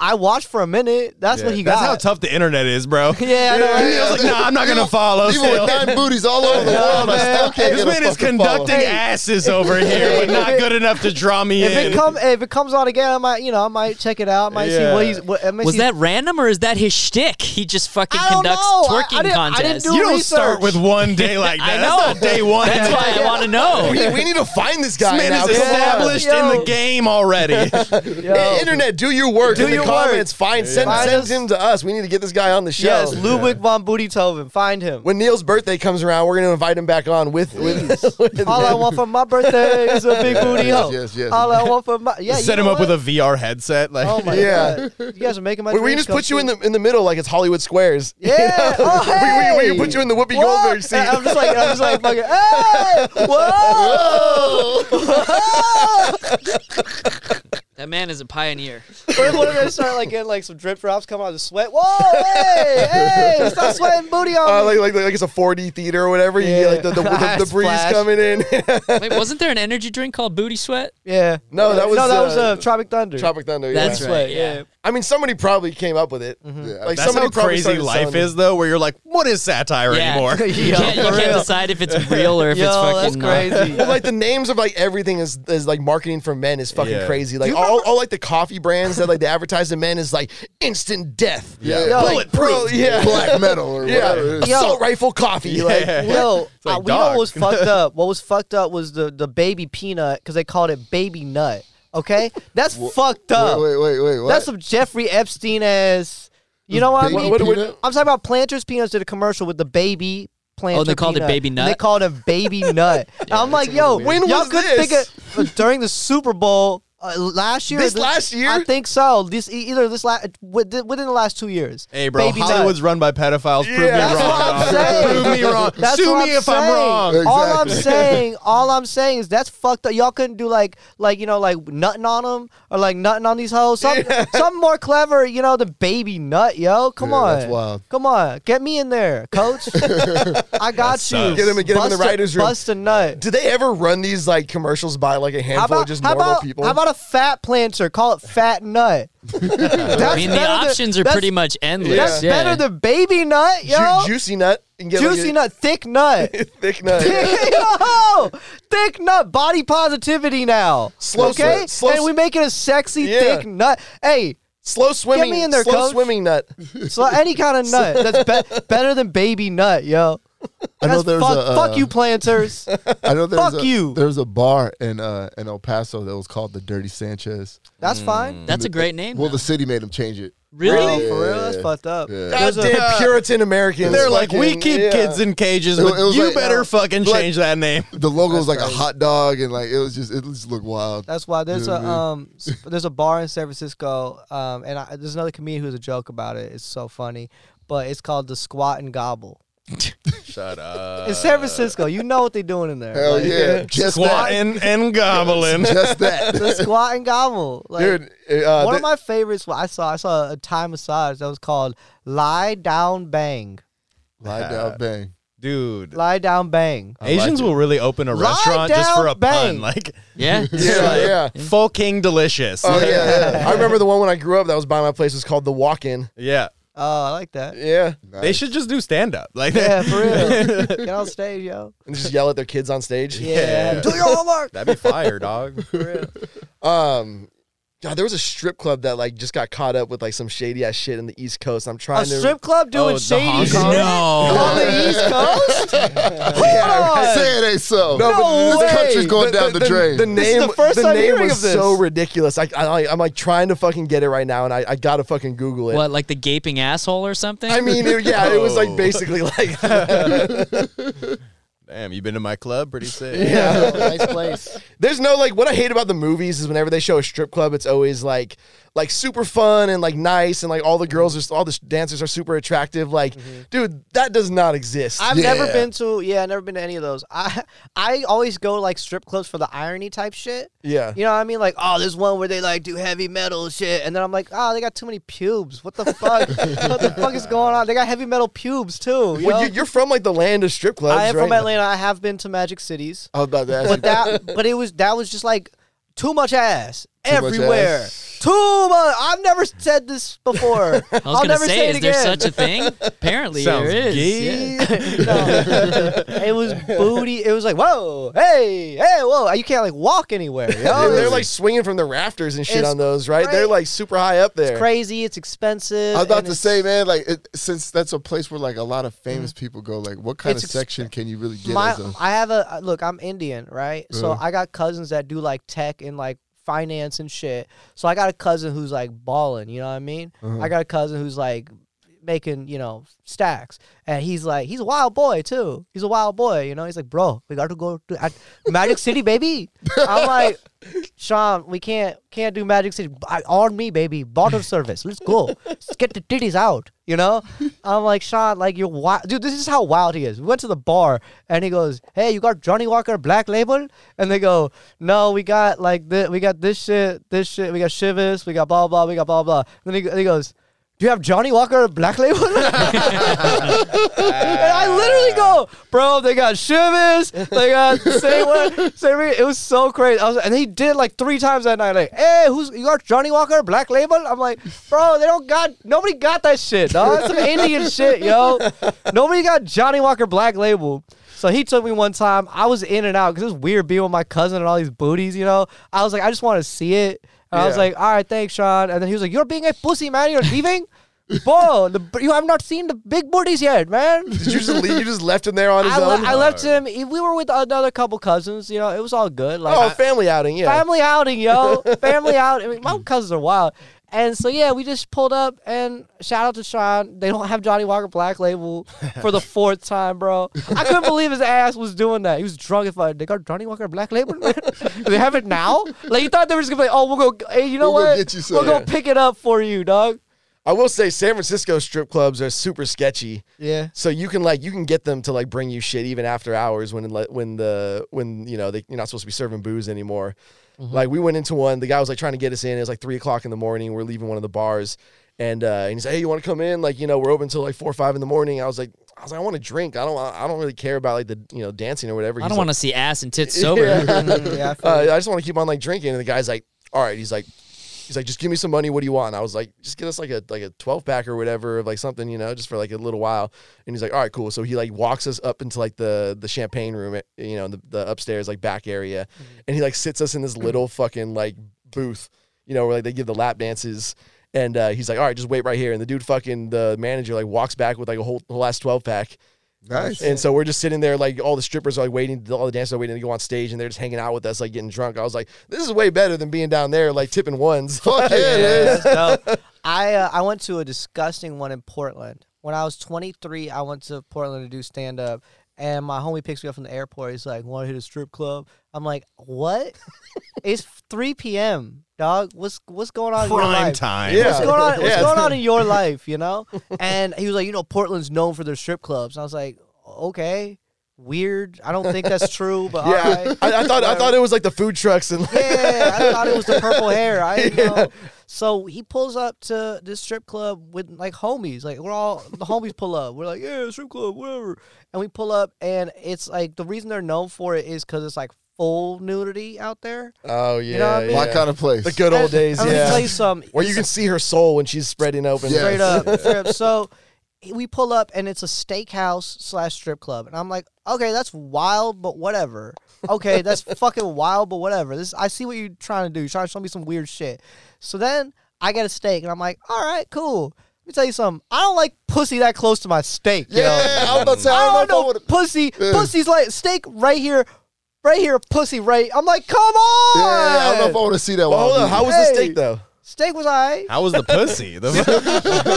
Speaker 1: I watched for a minute. That's what he
Speaker 5: That's how
Speaker 1: got.
Speaker 5: tough the internet is, bro.
Speaker 1: yeah, I know, right?
Speaker 5: I was like, nah, I'm not gonna
Speaker 2: Even-
Speaker 5: follow.
Speaker 2: Even with
Speaker 5: Still.
Speaker 2: nine booties all over the world, I still can't
Speaker 5: This
Speaker 2: get a
Speaker 5: man is
Speaker 2: fucking follow.
Speaker 5: conducting asses over here, but not good enough to draw me
Speaker 1: If it
Speaker 5: in.
Speaker 1: come, if it comes on again, I might, you know, I might check it out. I might see
Speaker 5: Yeah.
Speaker 1: what he's. What, I might
Speaker 3: Was
Speaker 1: see-
Speaker 3: that random or is that his shtick? He just fucking
Speaker 1: I don't
Speaker 3: conducts
Speaker 1: know. I- I
Speaker 3: twerking
Speaker 1: didn't- I didn't
Speaker 3: contests.
Speaker 1: do
Speaker 5: you don't
Speaker 1: research.
Speaker 5: start with one day like
Speaker 3: I
Speaker 5: that. That's not
Speaker 3: know.
Speaker 5: day one.
Speaker 3: That's
Speaker 5: This
Speaker 3: why I want to know.
Speaker 4: We, we need to find this guy
Speaker 5: man
Speaker 4: now.
Speaker 5: is
Speaker 4: Come on.
Speaker 5: established
Speaker 1: Yo.
Speaker 5: in the game already.
Speaker 1: Yo.
Speaker 4: Internet, do your work.
Speaker 1: Do
Speaker 4: in
Speaker 1: your
Speaker 4: the comments, find send,
Speaker 1: Find
Speaker 4: send
Speaker 1: us.
Speaker 4: him to us. We need to get this guy on the show.
Speaker 1: Yes, Ludwig von Bootytoven. Find him.
Speaker 4: When Neil's birthday comes around, we're gonna invite him back on with with, with
Speaker 1: All I want for my birthday is a big booty
Speaker 2: yes,
Speaker 1: hoe.
Speaker 2: yes, yes.
Speaker 1: All I want for my yeah.
Speaker 5: Set
Speaker 1: you
Speaker 5: him
Speaker 1: know
Speaker 5: up with a
Speaker 1: what?
Speaker 5: VR headset. Like,
Speaker 1: Oh my
Speaker 4: Yeah.
Speaker 1: god! You guys are making my.
Speaker 4: We, we can
Speaker 1: dreams
Speaker 4: just
Speaker 1: come
Speaker 4: put you in
Speaker 1: true.
Speaker 4: the in the middle like it's Hollywood Squares.
Speaker 1: Yeah. Oh,
Speaker 4: We- we- we
Speaker 1: hey!
Speaker 4: put you in the Whoopi
Speaker 1: What?
Speaker 4: Goldberg seat.
Speaker 1: And I'm just like, I'm just like, fucking, hey! Whoa!
Speaker 3: That man is a pioneer.
Speaker 1: what, what if they start like getting like some drip drops come out of the sweat? Whoa! Hey! Hey! Stop sweating booty on
Speaker 4: Uh,
Speaker 1: me.
Speaker 4: like, like like it's a 4D theater or whatever. You get like the, the, the, the breeze
Speaker 1: Splash.
Speaker 4: coming in.
Speaker 3: Wait, wasn't there an energy drink called Booty Sweat?
Speaker 1: yeah.
Speaker 4: No, that was,
Speaker 1: no, that was
Speaker 4: uh,
Speaker 1: uh, Tropic Thunder.
Speaker 4: Tropic Thunder. Yeah.
Speaker 3: That's right.
Speaker 1: Sweat,
Speaker 3: Yeah.
Speaker 4: I mean, somebody probably came up with it.
Speaker 1: Mm-hmm.
Speaker 2: Yeah,
Speaker 4: Like,
Speaker 5: That's
Speaker 4: somebody
Speaker 5: how
Speaker 4: probably
Speaker 5: crazy
Speaker 4: started
Speaker 5: life
Speaker 4: selling it.
Speaker 5: is, though, where you're like, what is satire
Speaker 3: Yeah.
Speaker 5: anymore?
Speaker 1: Yo,
Speaker 3: You can't, you
Speaker 1: for
Speaker 3: can't
Speaker 1: real.
Speaker 3: decide if it's real or if
Speaker 1: Yo,
Speaker 3: it's
Speaker 1: that's
Speaker 3: fucking not.
Speaker 1: crazy.
Speaker 4: Well, like the names of like everything is, is like marketing for men is fucking
Speaker 5: Yeah.
Speaker 4: crazy. Like all, all like the coffee brands that like they advertise to men is like instant death.
Speaker 2: Yeah.
Speaker 1: Yo.
Speaker 4: Like, bro, yeah,
Speaker 2: Black metal or
Speaker 4: yeah,
Speaker 2: whatever. it is.
Speaker 1: Yo.
Speaker 4: assault rifle coffee. Like,
Speaker 1: Yo,
Speaker 5: like,
Speaker 1: uh, we know what
Speaker 5: dog.
Speaker 1: was fucked up. What was fucked up was the the baby peanut because they called it baby nut. Okay, that's fucked up.
Speaker 2: Wait, wait, wait, wait. What?
Speaker 1: That's some Jeffrey Epstein as you know what I
Speaker 2: Baby
Speaker 1: mean.
Speaker 4: What- what-
Speaker 2: peanut?
Speaker 1: I'm talking about Planters Peanuts did a commercial with the baby. Planter
Speaker 3: Oh, they called it
Speaker 1: Peanut,
Speaker 3: Baby
Speaker 1: and
Speaker 3: Nut?
Speaker 1: They called it Baby Nut. And I'm like, yo,
Speaker 4: weird. When
Speaker 1: y'all
Speaker 4: was
Speaker 1: couldn't
Speaker 4: this?
Speaker 1: Think of, during the Super Bowl uh, last year. or
Speaker 4: This last year?
Speaker 1: I think so. This e- either this last within the last two years.
Speaker 5: Hey, bro,
Speaker 1: Baby Nut.
Speaker 5: Hollywood's run by pedophiles. Prove
Speaker 4: Yeah.
Speaker 5: me
Speaker 1: That's
Speaker 5: wrong.
Speaker 1: what I'm
Speaker 5: dog.
Speaker 1: saying.
Speaker 5: Prove me wrong.
Speaker 1: That's
Speaker 5: Sue
Speaker 1: what
Speaker 5: me
Speaker 1: I'm
Speaker 5: if I'm
Speaker 1: saying.
Speaker 5: wrong.
Speaker 1: All I'm
Speaker 2: Exactly.
Speaker 1: saying, all I'm saying is that's fucked up. Y'all couldn't do like, like you know, like nutting on them or like nutting on these hoes. Something, something more clever, you know, the baby nut, yo. Come
Speaker 2: Yeah,
Speaker 1: on,
Speaker 2: that's wild.
Speaker 1: Come on, get me in there, coach. I got you.
Speaker 5: sucks.
Speaker 4: Get him- get him in
Speaker 1: Bust
Speaker 4: the writer's
Speaker 1: a,
Speaker 4: room.
Speaker 1: Bust a nut.
Speaker 4: do they ever run these like commercials by like a
Speaker 1: How
Speaker 4: handful
Speaker 1: about,
Speaker 4: of just
Speaker 1: how,
Speaker 4: normal
Speaker 1: about,
Speaker 4: people?
Speaker 1: how about a fat planter? Call it fat nut. that's
Speaker 3: I mean, the options are pretty much endless.
Speaker 1: That's
Speaker 3: yeah.
Speaker 1: better than baby nut,
Speaker 4: Ju-
Speaker 1: yo.
Speaker 4: juicy nut? And get, like,
Speaker 1: Juicy
Speaker 4: a-
Speaker 1: nut, thick nut.
Speaker 4: thick nut.
Speaker 1: Yo, thick nut, body positivity now.
Speaker 4: Slow
Speaker 1: okay,
Speaker 4: swi- slow
Speaker 1: and we
Speaker 4: swi-
Speaker 1: make it a sexy
Speaker 4: Yeah.
Speaker 1: thick nut. Hey,
Speaker 4: Slow swimming.
Speaker 1: in there,
Speaker 4: slow
Speaker 1: coach.
Speaker 4: swimming nut.
Speaker 1: so any kind of nut that's be- better than baby nut, yo.
Speaker 2: I know
Speaker 1: That's
Speaker 2: there's
Speaker 1: fuck,
Speaker 2: a, uh,
Speaker 1: fuck you planters.
Speaker 2: I know there's
Speaker 1: Fuck
Speaker 2: a,
Speaker 1: you.
Speaker 2: There's a bar in uh, in El Paso that was called the Dirty Sanchez.
Speaker 1: That's fine.
Speaker 3: That's a great name.
Speaker 2: Well,
Speaker 3: though.
Speaker 2: the city made him change it.
Speaker 1: Oh,
Speaker 3: really?
Speaker 2: Yeah.
Speaker 1: for real, that's fucked up.
Speaker 2: Yeah.
Speaker 1: There's a-
Speaker 4: Goddamn Puritan Americans.
Speaker 5: They're like, we
Speaker 4: Fucking-
Speaker 5: keep
Speaker 4: yeah.
Speaker 5: kids in cages,
Speaker 2: It- it
Speaker 5: but
Speaker 2: was
Speaker 5: you
Speaker 2: like- uh,
Speaker 5: better fucking
Speaker 2: like-
Speaker 5: change that name.
Speaker 2: The logo was like a hot dog, and like it was just it just looked wild.
Speaker 1: That's why there's
Speaker 2: Yeah,
Speaker 1: a
Speaker 2: man.
Speaker 1: um s- there's a bar in San Francisco um and I, there's another comedian who's a joke about it. It's so funny, but it's called the squat and gobble.
Speaker 5: Shut up.
Speaker 1: In San Francisco, you know what they're doing in there.
Speaker 2: Hell
Speaker 1: Like,
Speaker 2: yeah, just that,
Speaker 5: Squatting and gobbling.
Speaker 2: just that.
Speaker 1: The squat and gobble. Like,
Speaker 4: Dude, uh,
Speaker 1: One
Speaker 4: th-
Speaker 1: of my favorites what I saw I saw a Thai massage that was called Lie Down Bang.
Speaker 2: Lie down, bang.
Speaker 5: Dude.
Speaker 1: Lie Down Bang.
Speaker 4: Uh,
Speaker 5: Asians will really open a
Speaker 1: Lie
Speaker 5: restaurant just for
Speaker 1: down,
Speaker 5: a
Speaker 1: bang.
Speaker 5: pun. Like,
Speaker 3: Yeah.
Speaker 4: yeah, yeah.
Speaker 5: fucking delicious.
Speaker 4: Oh yeah, yeah. I remember the one when I grew up that was by my place was called the Walk In.
Speaker 5: yeah.
Speaker 1: Oh, I like that.
Speaker 4: Yeah,
Speaker 5: They should just do stand up. Like
Speaker 1: Yeah, for real. Get on stage, yo.
Speaker 4: and just yell at their kids on stage.
Speaker 1: Yeah. Do your homework.
Speaker 5: That'd be fire, dog. Oh,
Speaker 4: Um, God, there was a strip club that like just got caught up with like some shady ass shit in the East Coast. I'm trying
Speaker 1: A
Speaker 4: to
Speaker 1: strip club doing
Speaker 5: the
Speaker 1: shady
Speaker 5: Hong
Speaker 1: shit
Speaker 5: Kong?
Speaker 1: on the East Coast? Hold on.
Speaker 2: Say it ain't so.
Speaker 1: No
Speaker 2: but this
Speaker 1: way.
Speaker 2: country's going down the, drain.
Speaker 4: The
Speaker 1: is
Speaker 4: name,
Speaker 1: the first I'm
Speaker 4: name
Speaker 1: hearing
Speaker 4: was
Speaker 1: of this.
Speaker 4: so ridiculous. I, I, I'm like trying to fucking get it right now, and I, I gotta fucking Google it.
Speaker 3: What, like the gaping asshole or something?
Speaker 4: I mean, it- yeah, it was like
Speaker 5: Oh.
Speaker 4: basically like
Speaker 5: Damn, you been to my club? Pretty sick.
Speaker 4: yeah.
Speaker 1: nice place.
Speaker 4: There's no like what I hate about the movies is whenever they show a strip club, it's always like like super fun and like nice and like all the girls are all the dancers are super attractive. Like, dude, that does not exist.
Speaker 1: Mm-hmm. I've never
Speaker 5: Yeah.
Speaker 1: been to yeah, I've never been to any of those. I I always go like strip clubs for the irony type shit.
Speaker 4: yeah.
Speaker 1: You know what I mean? Like, oh, there's one where they like do heavy metal shit, and then I'm like, oh, they got too many pubes. What the fuck? what the fuck is going on? They got heavy metal pubes too. You
Speaker 4: Well,
Speaker 1: know?
Speaker 4: you, you're from like the land of strip clubs.
Speaker 1: I am from
Speaker 4: right?
Speaker 1: Atlanta. I have been to Magic Cities,
Speaker 4: I was about to ask you.
Speaker 1: but that, but it was that was just like too much ass.
Speaker 2: much
Speaker 1: everywhere.
Speaker 2: ass.
Speaker 1: Too much. I've never said this before. I
Speaker 3: I was
Speaker 1: will
Speaker 3: gonna
Speaker 1: never
Speaker 3: say,
Speaker 1: say it
Speaker 3: is there
Speaker 1: again.
Speaker 3: such a thing? Apparently,
Speaker 5: Sounds
Speaker 3: there is.
Speaker 5: gay.
Speaker 3: yeah.
Speaker 1: No. it was booty. It was like, whoa, hey, hey, whoa. You can't like walk anywhere. yo.
Speaker 4: Yeah,
Speaker 1: Oh, It's
Speaker 4: they're like swinging from the rafters and shit
Speaker 1: It's
Speaker 4: on those, right? They're
Speaker 1: great.
Speaker 4: like super high up there.
Speaker 1: crazy. It's expensive.
Speaker 2: I was
Speaker 1: and
Speaker 2: about to
Speaker 1: it's- Mm.
Speaker 2: say, man, like it, since that's a place where like a lot of famous people go, like what kind
Speaker 1: It's
Speaker 2: of
Speaker 1: ex-
Speaker 2: section can you really get?
Speaker 1: my
Speaker 2: as a,
Speaker 1: I have a uh, look. I'm Indian, right? So
Speaker 2: Uh-huh.
Speaker 1: I got cousins that do like tech and like finance and shit. So I got a cousin who's like balling. You know what I mean?
Speaker 2: Uh-huh.
Speaker 1: I got a cousin who's like making you know stacks, and he's like he's a wild boy too. He's a wild boy. You know, he's like, bro, we got to go to at Magic City, baby. I'm like. Sean, we can't can't do Magic City. I, on me, baby. Bottle service. Let's go. Let's get the titties out. You know, I'm like Sean. Like you're wild, dude. This is how wild he is. We went to the bar and he goes, "Hey, you got Johnny Walker Black Label?" And they go, "No, we got like this. We got this shit. This shit. We got Shivas. We got blah blah. We got blah blah." Then he, go- he goes. Do you have Johnny Walker Black Label? and I literally go, bro. They got Shivas. They got say what? Say what?" It was so crazy. I was, and he did it like three times that night. Like, hey, who's you got Johnny Walker Black Label? I'm like, bro, they don't got nobody got that shit. Dog. That's some Indian shit, yo. Nobody got Johnny Walker Black Label. So he took me one time. I was in and out because it's weird being with my cousin and all these booties. You know, I was like, I just want to see it. And I was
Speaker 4: Yeah.
Speaker 1: like, all right, thanks, Sean. And then he was like, you're being a pussy, man. You're leaving. Bro, the, you have not seen the big booties yet, man.
Speaker 4: Did you just leave, you just left him there on his
Speaker 1: I,
Speaker 4: own?
Speaker 1: le- I left him. he- We were with another couple cousins. You know, it was all good. Like
Speaker 4: oh,
Speaker 1: I-
Speaker 4: family outing, yeah.
Speaker 1: family outing, yo, family out. I mean, my cousins are wild. And so yeah, we just pulled up and shout out to Sean. They don't have Johnny Walker Black Label for the fourth time, bro. I couldn't believe his ass was doing that. He was drunk if I they got Johnny Walker Black Label. man? Do they have it now? Like you thought they were just gonna be like, oh, we'll go. Hey, you know
Speaker 2: We'll go
Speaker 1: what?
Speaker 2: get you some.
Speaker 1: we'll go pick it up for you, dog.
Speaker 4: I will say San Francisco strip clubs are super sketchy.
Speaker 1: Yeah.
Speaker 4: So you can like you can get them to like bring you shit even after hours when like, when the when you know they, you're not supposed to be serving booze anymore.
Speaker 3: Mm-hmm.
Speaker 4: Like we went into one, the guy was like trying to get us in. It was like three o'clock in the morning. We're leaving one of the bars, and uh, and he's like, "Hey, you want to come in? Like you know we're open till like four or five in the morning." I was like, "I was like, I want to drink. I don't I don't really care about like the you know dancing or whatever."
Speaker 3: I don't want to see ass and tits
Speaker 4: to
Speaker 3: sober.
Speaker 1: yeah. I feel
Speaker 4: uh,
Speaker 1: you.
Speaker 4: I just want to keep on like drinking. And the guy's like, all right. He's like, he's like, just give me some money. What do you want? And I was like, just get us like a like a twelve pack or whatever, of like something, you know, just for like a little while. And he's like, all right, cool. So he like walks us up into like the the champagne room, at, you know, the, the upstairs like back area, and he like sits us in this little fucking like booth, you know, where like they give the lap dances. And uh, he's like, all right, just wait right here. And the dude, fucking the manager, like walks back with like a whole, whole last twelve pack.
Speaker 2: nice.
Speaker 4: And so we're just sitting there, like all the strippers are like waiting, all the dancers are waiting to go on stage, and they're just hanging out with us, like getting drunk. I was like, this is way better than being down there, like tipping ones.
Speaker 2: Fuck yeah, it
Speaker 1: Yeah, it's
Speaker 2: is.
Speaker 1: dope. I uh, I went to a disgusting one in Portland. When I was 23, I went to Portland to do stand up, and my homie picks me up from the airport. He's like, "Want to hit a strip club?" I'm like, "What?" it's 3 p.m. Dog, what's what's going on? in your
Speaker 5: Prime
Speaker 1: life?
Speaker 5: time.
Speaker 4: Yeah.
Speaker 1: What's going on? What's
Speaker 4: Yeah.
Speaker 1: going on in your life? You know? And he was like, you know, Portland's known for their strip clubs. And I was like, okay, weird. I don't think that's true, but all
Speaker 4: yeah,
Speaker 1: right.
Speaker 4: I, I thought I thought it was like the food trucks and like,
Speaker 1: Yeah, I thought it was the purple hair. I didn't know. So he pulls up to this strip club with like homies. Like we're all the homies pull up. We're like, yeah, strip club, whatever. And we pull up, and it's like the reason they're known for it is because it's like full nudity out there.
Speaker 4: oh yeah,
Speaker 1: know what I mean?
Speaker 4: yeah.
Speaker 2: What kind of place?
Speaker 4: the good old days,
Speaker 1: I'm gonna tell you
Speaker 4: yeah,
Speaker 1: something.
Speaker 4: where you can see her soul when she's spreading open.
Speaker 2: Yeah.
Speaker 1: straight
Speaker 2: Yes.
Speaker 1: up. straight up. So we pull up and it's a steakhouse slash strip club, and I'm like, okay, that's wild, but whatever. Okay, that's fucking wild, but whatever. This I see what you're trying to do. You're trying to show me some weird shit. So then I get a steak, and I'm like, all right, cool. Let me tell you something. I don't like pussy that close to my steak. yo.
Speaker 2: yeah, I was about to say, I
Speaker 1: I
Speaker 2: don't
Speaker 1: don't
Speaker 2: know if I
Speaker 1: know
Speaker 2: would.
Speaker 1: pussy.
Speaker 2: Yeah.
Speaker 1: Pussy's like steak right here, right here. Pussy right. I'm like, come on.
Speaker 2: Yeah, I don't know if I want to see that.
Speaker 4: Well,
Speaker 2: while
Speaker 4: hold
Speaker 2: I'm
Speaker 4: on, how
Speaker 2: eating.
Speaker 4: was the
Speaker 1: Hey.
Speaker 4: steak though?
Speaker 1: steak was alright.
Speaker 5: How was the pussy? The-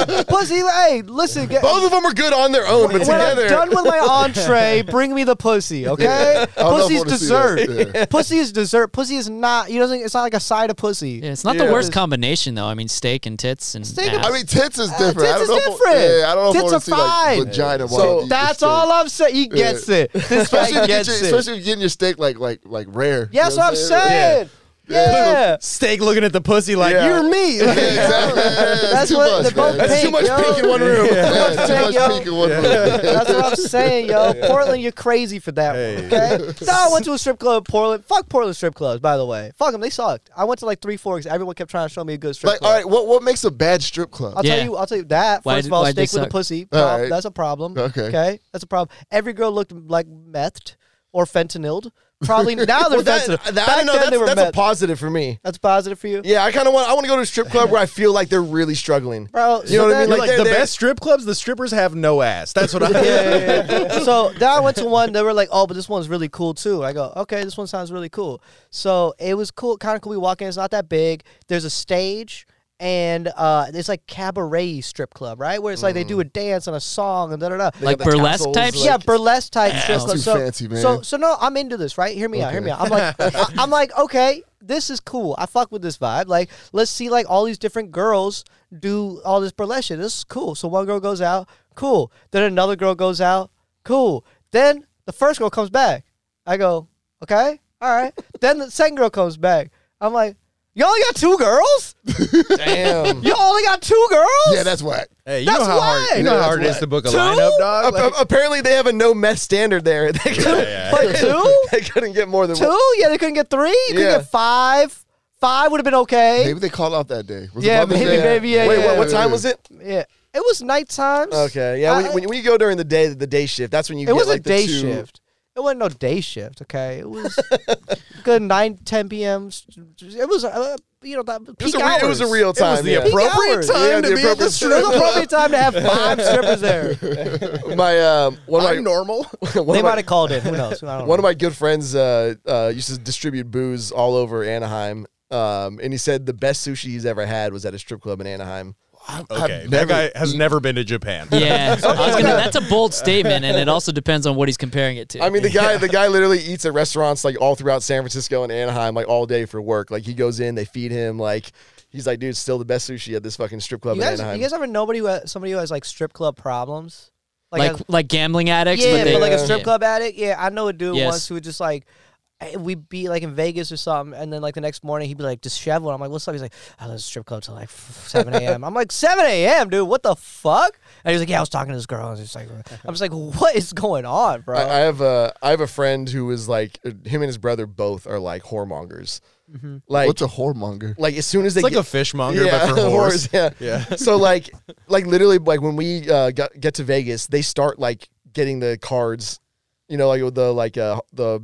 Speaker 1: pussy. Hey, listen. Get,
Speaker 4: Both of them are good on their
Speaker 1: Oh,
Speaker 4: own, but
Speaker 1: when
Speaker 4: together,
Speaker 1: I'm done with my entree, bring me the pussy, okay?
Speaker 2: I don't know if I
Speaker 1: Pussy's
Speaker 2: wanna see that.
Speaker 1: dessert.
Speaker 2: Yeah.
Speaker 1: Pussy is dessert. Pussy is not. You know, it's not like a side of pussy.
Speaker 3: Yeah, it's not
Speaker 4: Yeah.
Speaker 3: the worst combination though. I mean, steak and tits and
Speaker 1: Steak and-
Speaker 3: ass.
Speaker 2: I mean, tits is different. I
Speaker 1: Uh, tits
Speaker 2: don't
Speaker 1: is
Speaker 2: know if I-
Speaker 1: different.
Speaker 2: yeah, I don't know
Speaker 1: Tits
Speaker 2: if
Speaker 1: are
Speaker 2: I want to see like
Speaker 1: fine.
Speaker 2: vagina. while
Speaker 4: So-
Speaker 2: I'm eating
Speaker 1: That's
Speaker 2: the steak.
Speaker 1: all I'm saying. He gets it. This guy
Speaker 2: Especially if, you get
Speaker 1: gets
Speaker 2: your,
Speaker 1: it.
Speaker 2: especially if you're getting your steak like like like rare.
Speaker 1: Yeah, that's
Speaker 2: You know
Speaker 1: what I'm saying. Yeah.
Speaker 5: Steak looking at the pussy like
Speaker 4: Yeah.
Speaker 5: you're me. Like,
Speaker 2: Yeah, exactly. That's,
Speaker 1: That's
Speaker 2: too
Speaker 1: what-
Speaker 2: much,
Speaker 1: they're both
Speaker 2: man.
Speaker 4: That's too
Speaker 1: Pink,
Speaker 4: much
Speaker 1: yo.
Speaker 4: pink in one room.
Speaker 2: Yeah,
Speaker 1: That's
Speaker 2: too
Speaker 1: what
Speaker 2: much
Speaker 1: I'm
Speaker 2: pink in one room.
Speaker 1: That's what I'm saying, yo. Portland, you're crazy for that
Speaker 5: Hey.
Speaker 1: one. Okay. No, I went to a strip club in Portland. Fuck Portland strip clubs, by the way. Fuck them. They sucked. I went to like three, four because everyone kept trying to show me a good strip
Speaker 2: Like, all
Speaker 1: club.
Speaker 2: right, what what makes a bad strip club?
Speaker 1: I'll
Speaker 3: Yeah.
Speaker 1: tell you. I'll tell you that.
Speaker 3: Why
Speaker 1: First
Speaker 3: did-
Speaker 1: of all,
Speaker 3: why'd they
Speaker 1: steak with a
Speaker 3: suck?
Speaker 1: pussy.
Speaker 2: All
Speaker 1: prob-
Speaker 2: right.
Speaker 1: That's a problem.
Speaker 2: Okay.
Speaker 1: Okay. That's a problem. Every girl looked like methed or fentanyled. Probably now they're
Speaker 4: Well, that,
Speaker 1: fentanyl.
Speaker 4: that-
Speaker 1: Back
Speaker 4: I don't know.
Speaker 1: then they
Speaker 4: That's,
Speaker 1: were
Speaker 4: that's a
Speaker 1: meth.
Speaker 4: positive for me.
Speaker 1: that's positive for you,
Speaker 4: Yeah, I kind of want. I want to go to a strip club where I feel like they're really struggling.
Speaker 1: bro.
Speaker 4: You know what I mean?
Speaker 5: like,
Speaker 4: they're-
Speaker 5: the
Speaker 4: they're-
Speaker 5: best strip clubs, the strippers have no ass. That's what I.
Speaker 1: yeah, yeah, yeah. So then I went to one. They were like, "Oh, but this one's really cool too." I go, "Okay, this one sounds really cool." So it was cool, kind of cool. We walk in. It's not that big. There's a stage, and uh, it's like cabaret strip club, right? Where it's like they
Speaker 4: Mm.
Speaker 1: do a dance and a song and da da da.
Speaker 3: Like
Speaker 4: got the
Speaker 3: burlesque
Speaker 4: tassels,
Speaker 3: type
Speaker 4: like-
Speaker 3: shit?
Speaker 1: yeah, burlesque type strip
Speaker 2: That's
Speaker 1: club.
Speaker 2: too
Speaker 1: so,
Speaker 2: fancy, man.
Speaker 1: So, so no, I'm into this. Right? Hear me out. Hear me out. I'm like, I, I'm like, okay, this is cool. I fuck with this vibe. Like, let's see, like all these different girls do all this burlesque. Shit. This is cool. So one girl goes out, cool. Then another girl goes out, cool. Then the first girl comes back. I go, okay, all right. then the second girl comes back. I'm like, you only got two girls?
Speaker 4: Damn.
Speaker 1: You only got two girls?
Speaker 2: Yeah, that's whack.
Speaker 5: Hey, you
Speaker 1: That's
Speaker 5: know how hard,
Speaker 1: why.
Speaker 5: you know
Speaker 1: Yeah,
Speaker 5: how hard it
Speaker 2: that's
Speaker 5: is to book a
Speaker 1: Two?
Speaker 5: lineup, dog.
Speaker 4: Ap-
Speaker 5: Like,
Speaker 4: apparently, they have a no meth standard there. They couldn't,
Speaker 5: yeah.
Speaker 1: but two?
Speaker 4: they couldn't get more than one.
Speaker 1: Two? Yeah, they couldn't get three. They
Speaker 4: Yeah.
Speaker 1: Couldn't get five. Five would have been okay.
Speaker 2: Maybe they called out that day. Was it
Speaker 1: Yeah,
Speaker 2: Mother's
Speaker 1: maybe,
Speaker 2: Day?
Speaker 1: maybe, yeah,
Speaker 4: Wait,
Speaker 1: yeah,
Speaker 4: what, what
Speaker 1: yeah.
Speaker 4: time was it?
Speaker 1: Yeah, it was night times.
Speaker 4: Okay, yeah. When,
Speaker 1: I-
Speaker 4: you- when, you- when you go during the day, the day shift, that's when you
Speaker 1: it
Speaker 4: get
Speaker 1: was
Speaker 4: like
Speaker 1: a day
Speaker 4: the two-
Speaker 1: shift. It wasn't no day shift. Okay, it was good 9, 10 p.m. It was uh, you know that
Speaker 4: It
Speaker 1: peak
Speaker 4: was, a, re-
Speaker 1: hours.
Speaker 4: it was a real
Speaker 5: it was
Speaker 4: time.
Speaker 5: the
Speaker 4: yeah.
Speaker 1: appro-
Speaker 5: appropriate
Speaker 1: hours.
Speaker 5: time
Speaker 4: Yeah, the
Speaker 5: to be at
Speaker 1: It
Speaker 4: appropriate
Speaker 5: the
Speaker 1: was
Speaker 5: strip.
Speaker 1: the appropriate time to have five strippers there.
Speaker 4: my um, one of my
Speaker 5: I'm normal.
Speaker 4: one
Speaker 1: They
Speaker 4: of
Speaker 1: might
Speaker 4: my,
Speaker 1: have called it. Who knows? I don't
Speaker 4: one
Speaker 1: know.
Speaker 4: of my good friends uh, uh, used to distribute booze all over Anaheim, um, and he said the best sushi he's ever had was at a strip club in Anaheim.
Speaker 5: Okay, that
Speaker 2: I've never
Speaker 5: guy has never been to Japan.
Speaker 3: Yeah, I was gonna, that's a bold statement, and it also depends on what he's comparing it to.
Speaker 4: I mean, the guy the guy literally eats at restaurants like all throughout San Francisco and Anaheim, like all day for work. Like he goes in, they feed him. Like he's like, dude, it's still the best sushi at this fucking strip club
Speaker 1: you
Speaker 4: in
Speaker 1: guys,
Speaker 4: Anaheim.
Speaker 1: you guys ever nobody who has, somebody who has like strip club problems?
Speaker 3: like
Speaker 1: has-
Speaker 3: like, gambling addicts,
Speaker 1: yeah,
Speaker 3: but, they,
Speaker 1: like a
Speaker 4: Yeah.
Speaker 1: strip club addict. Yeah, I know a dude
Speaker 3: Yes.
Speaker 1: once who would just like. eh, We'd be like in Vegas or something, and then like the next morning he'd be like disheveled. I'm like, "What's up?" He's like, "I was at a strip club till like 7 a.m." I'm like, "7 a.m., dude? What the fuck?" And he's like, "Yeah, I was talking to this girl." And it's like, I'm just like, "What is going on, bro?"
Speaker 4: I, I have a I have a friend who is like uh, him and his brother both are like whoremongers.
Speaker 1: Mm-hmm.
Speaker 4: Like
Speaker 2: What's a whoremonger?
Speaker 4: like as soon as they
Speaker 5: It's like
Speaker 4: get,
Speaker 5: a fishmonger, but for
Speaker 4: whores,
Speaker 5: horse.
Speaker 4: yeah.
Speaker 5: Yeah.
Speaker 4: So like like literally like when we uh, got, get to Vegas, they start like getting the cards, you know, like with the like uh, the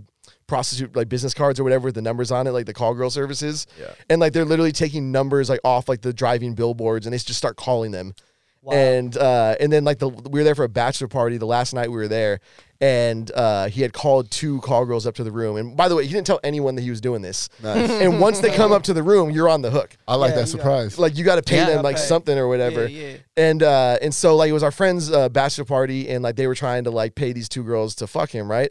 Speaker 4: prostitute like business cards or whatever with the numbers on it, like the call girl services.
Speaker 5: Yeah.
Speaker 4: And like they're literally taking numbers like off like the driving billboards and they just start calling them.
Speaker 1: Wow.
Speaker 4: And uh, and then like the we were there for a bachelor party the last night we were there, and uh, he had called two call girls up to the room. And by the way, he didn't tell anyone that he was doing this.
Speaker 2: Nice.
Speaker 4: and once they come up to the room, you're on the hook
Speaker 2: I like
Speaker 1: Yeah,
Speaker 2: that
Speaker 1: you
Speaker 2: surprise.
Speaker 4: like you got to pay
Speaker 3: Yeah,
Speaker 4: them like
Speaker 1: okay.
Speaker 4: something or whatever.
Speaker 1: Yeah, yeah.
Speaker 4: And uh, and so like it was our friend's uh, bachelor party, and like they were trying to like pay these two girls to fuck him, right?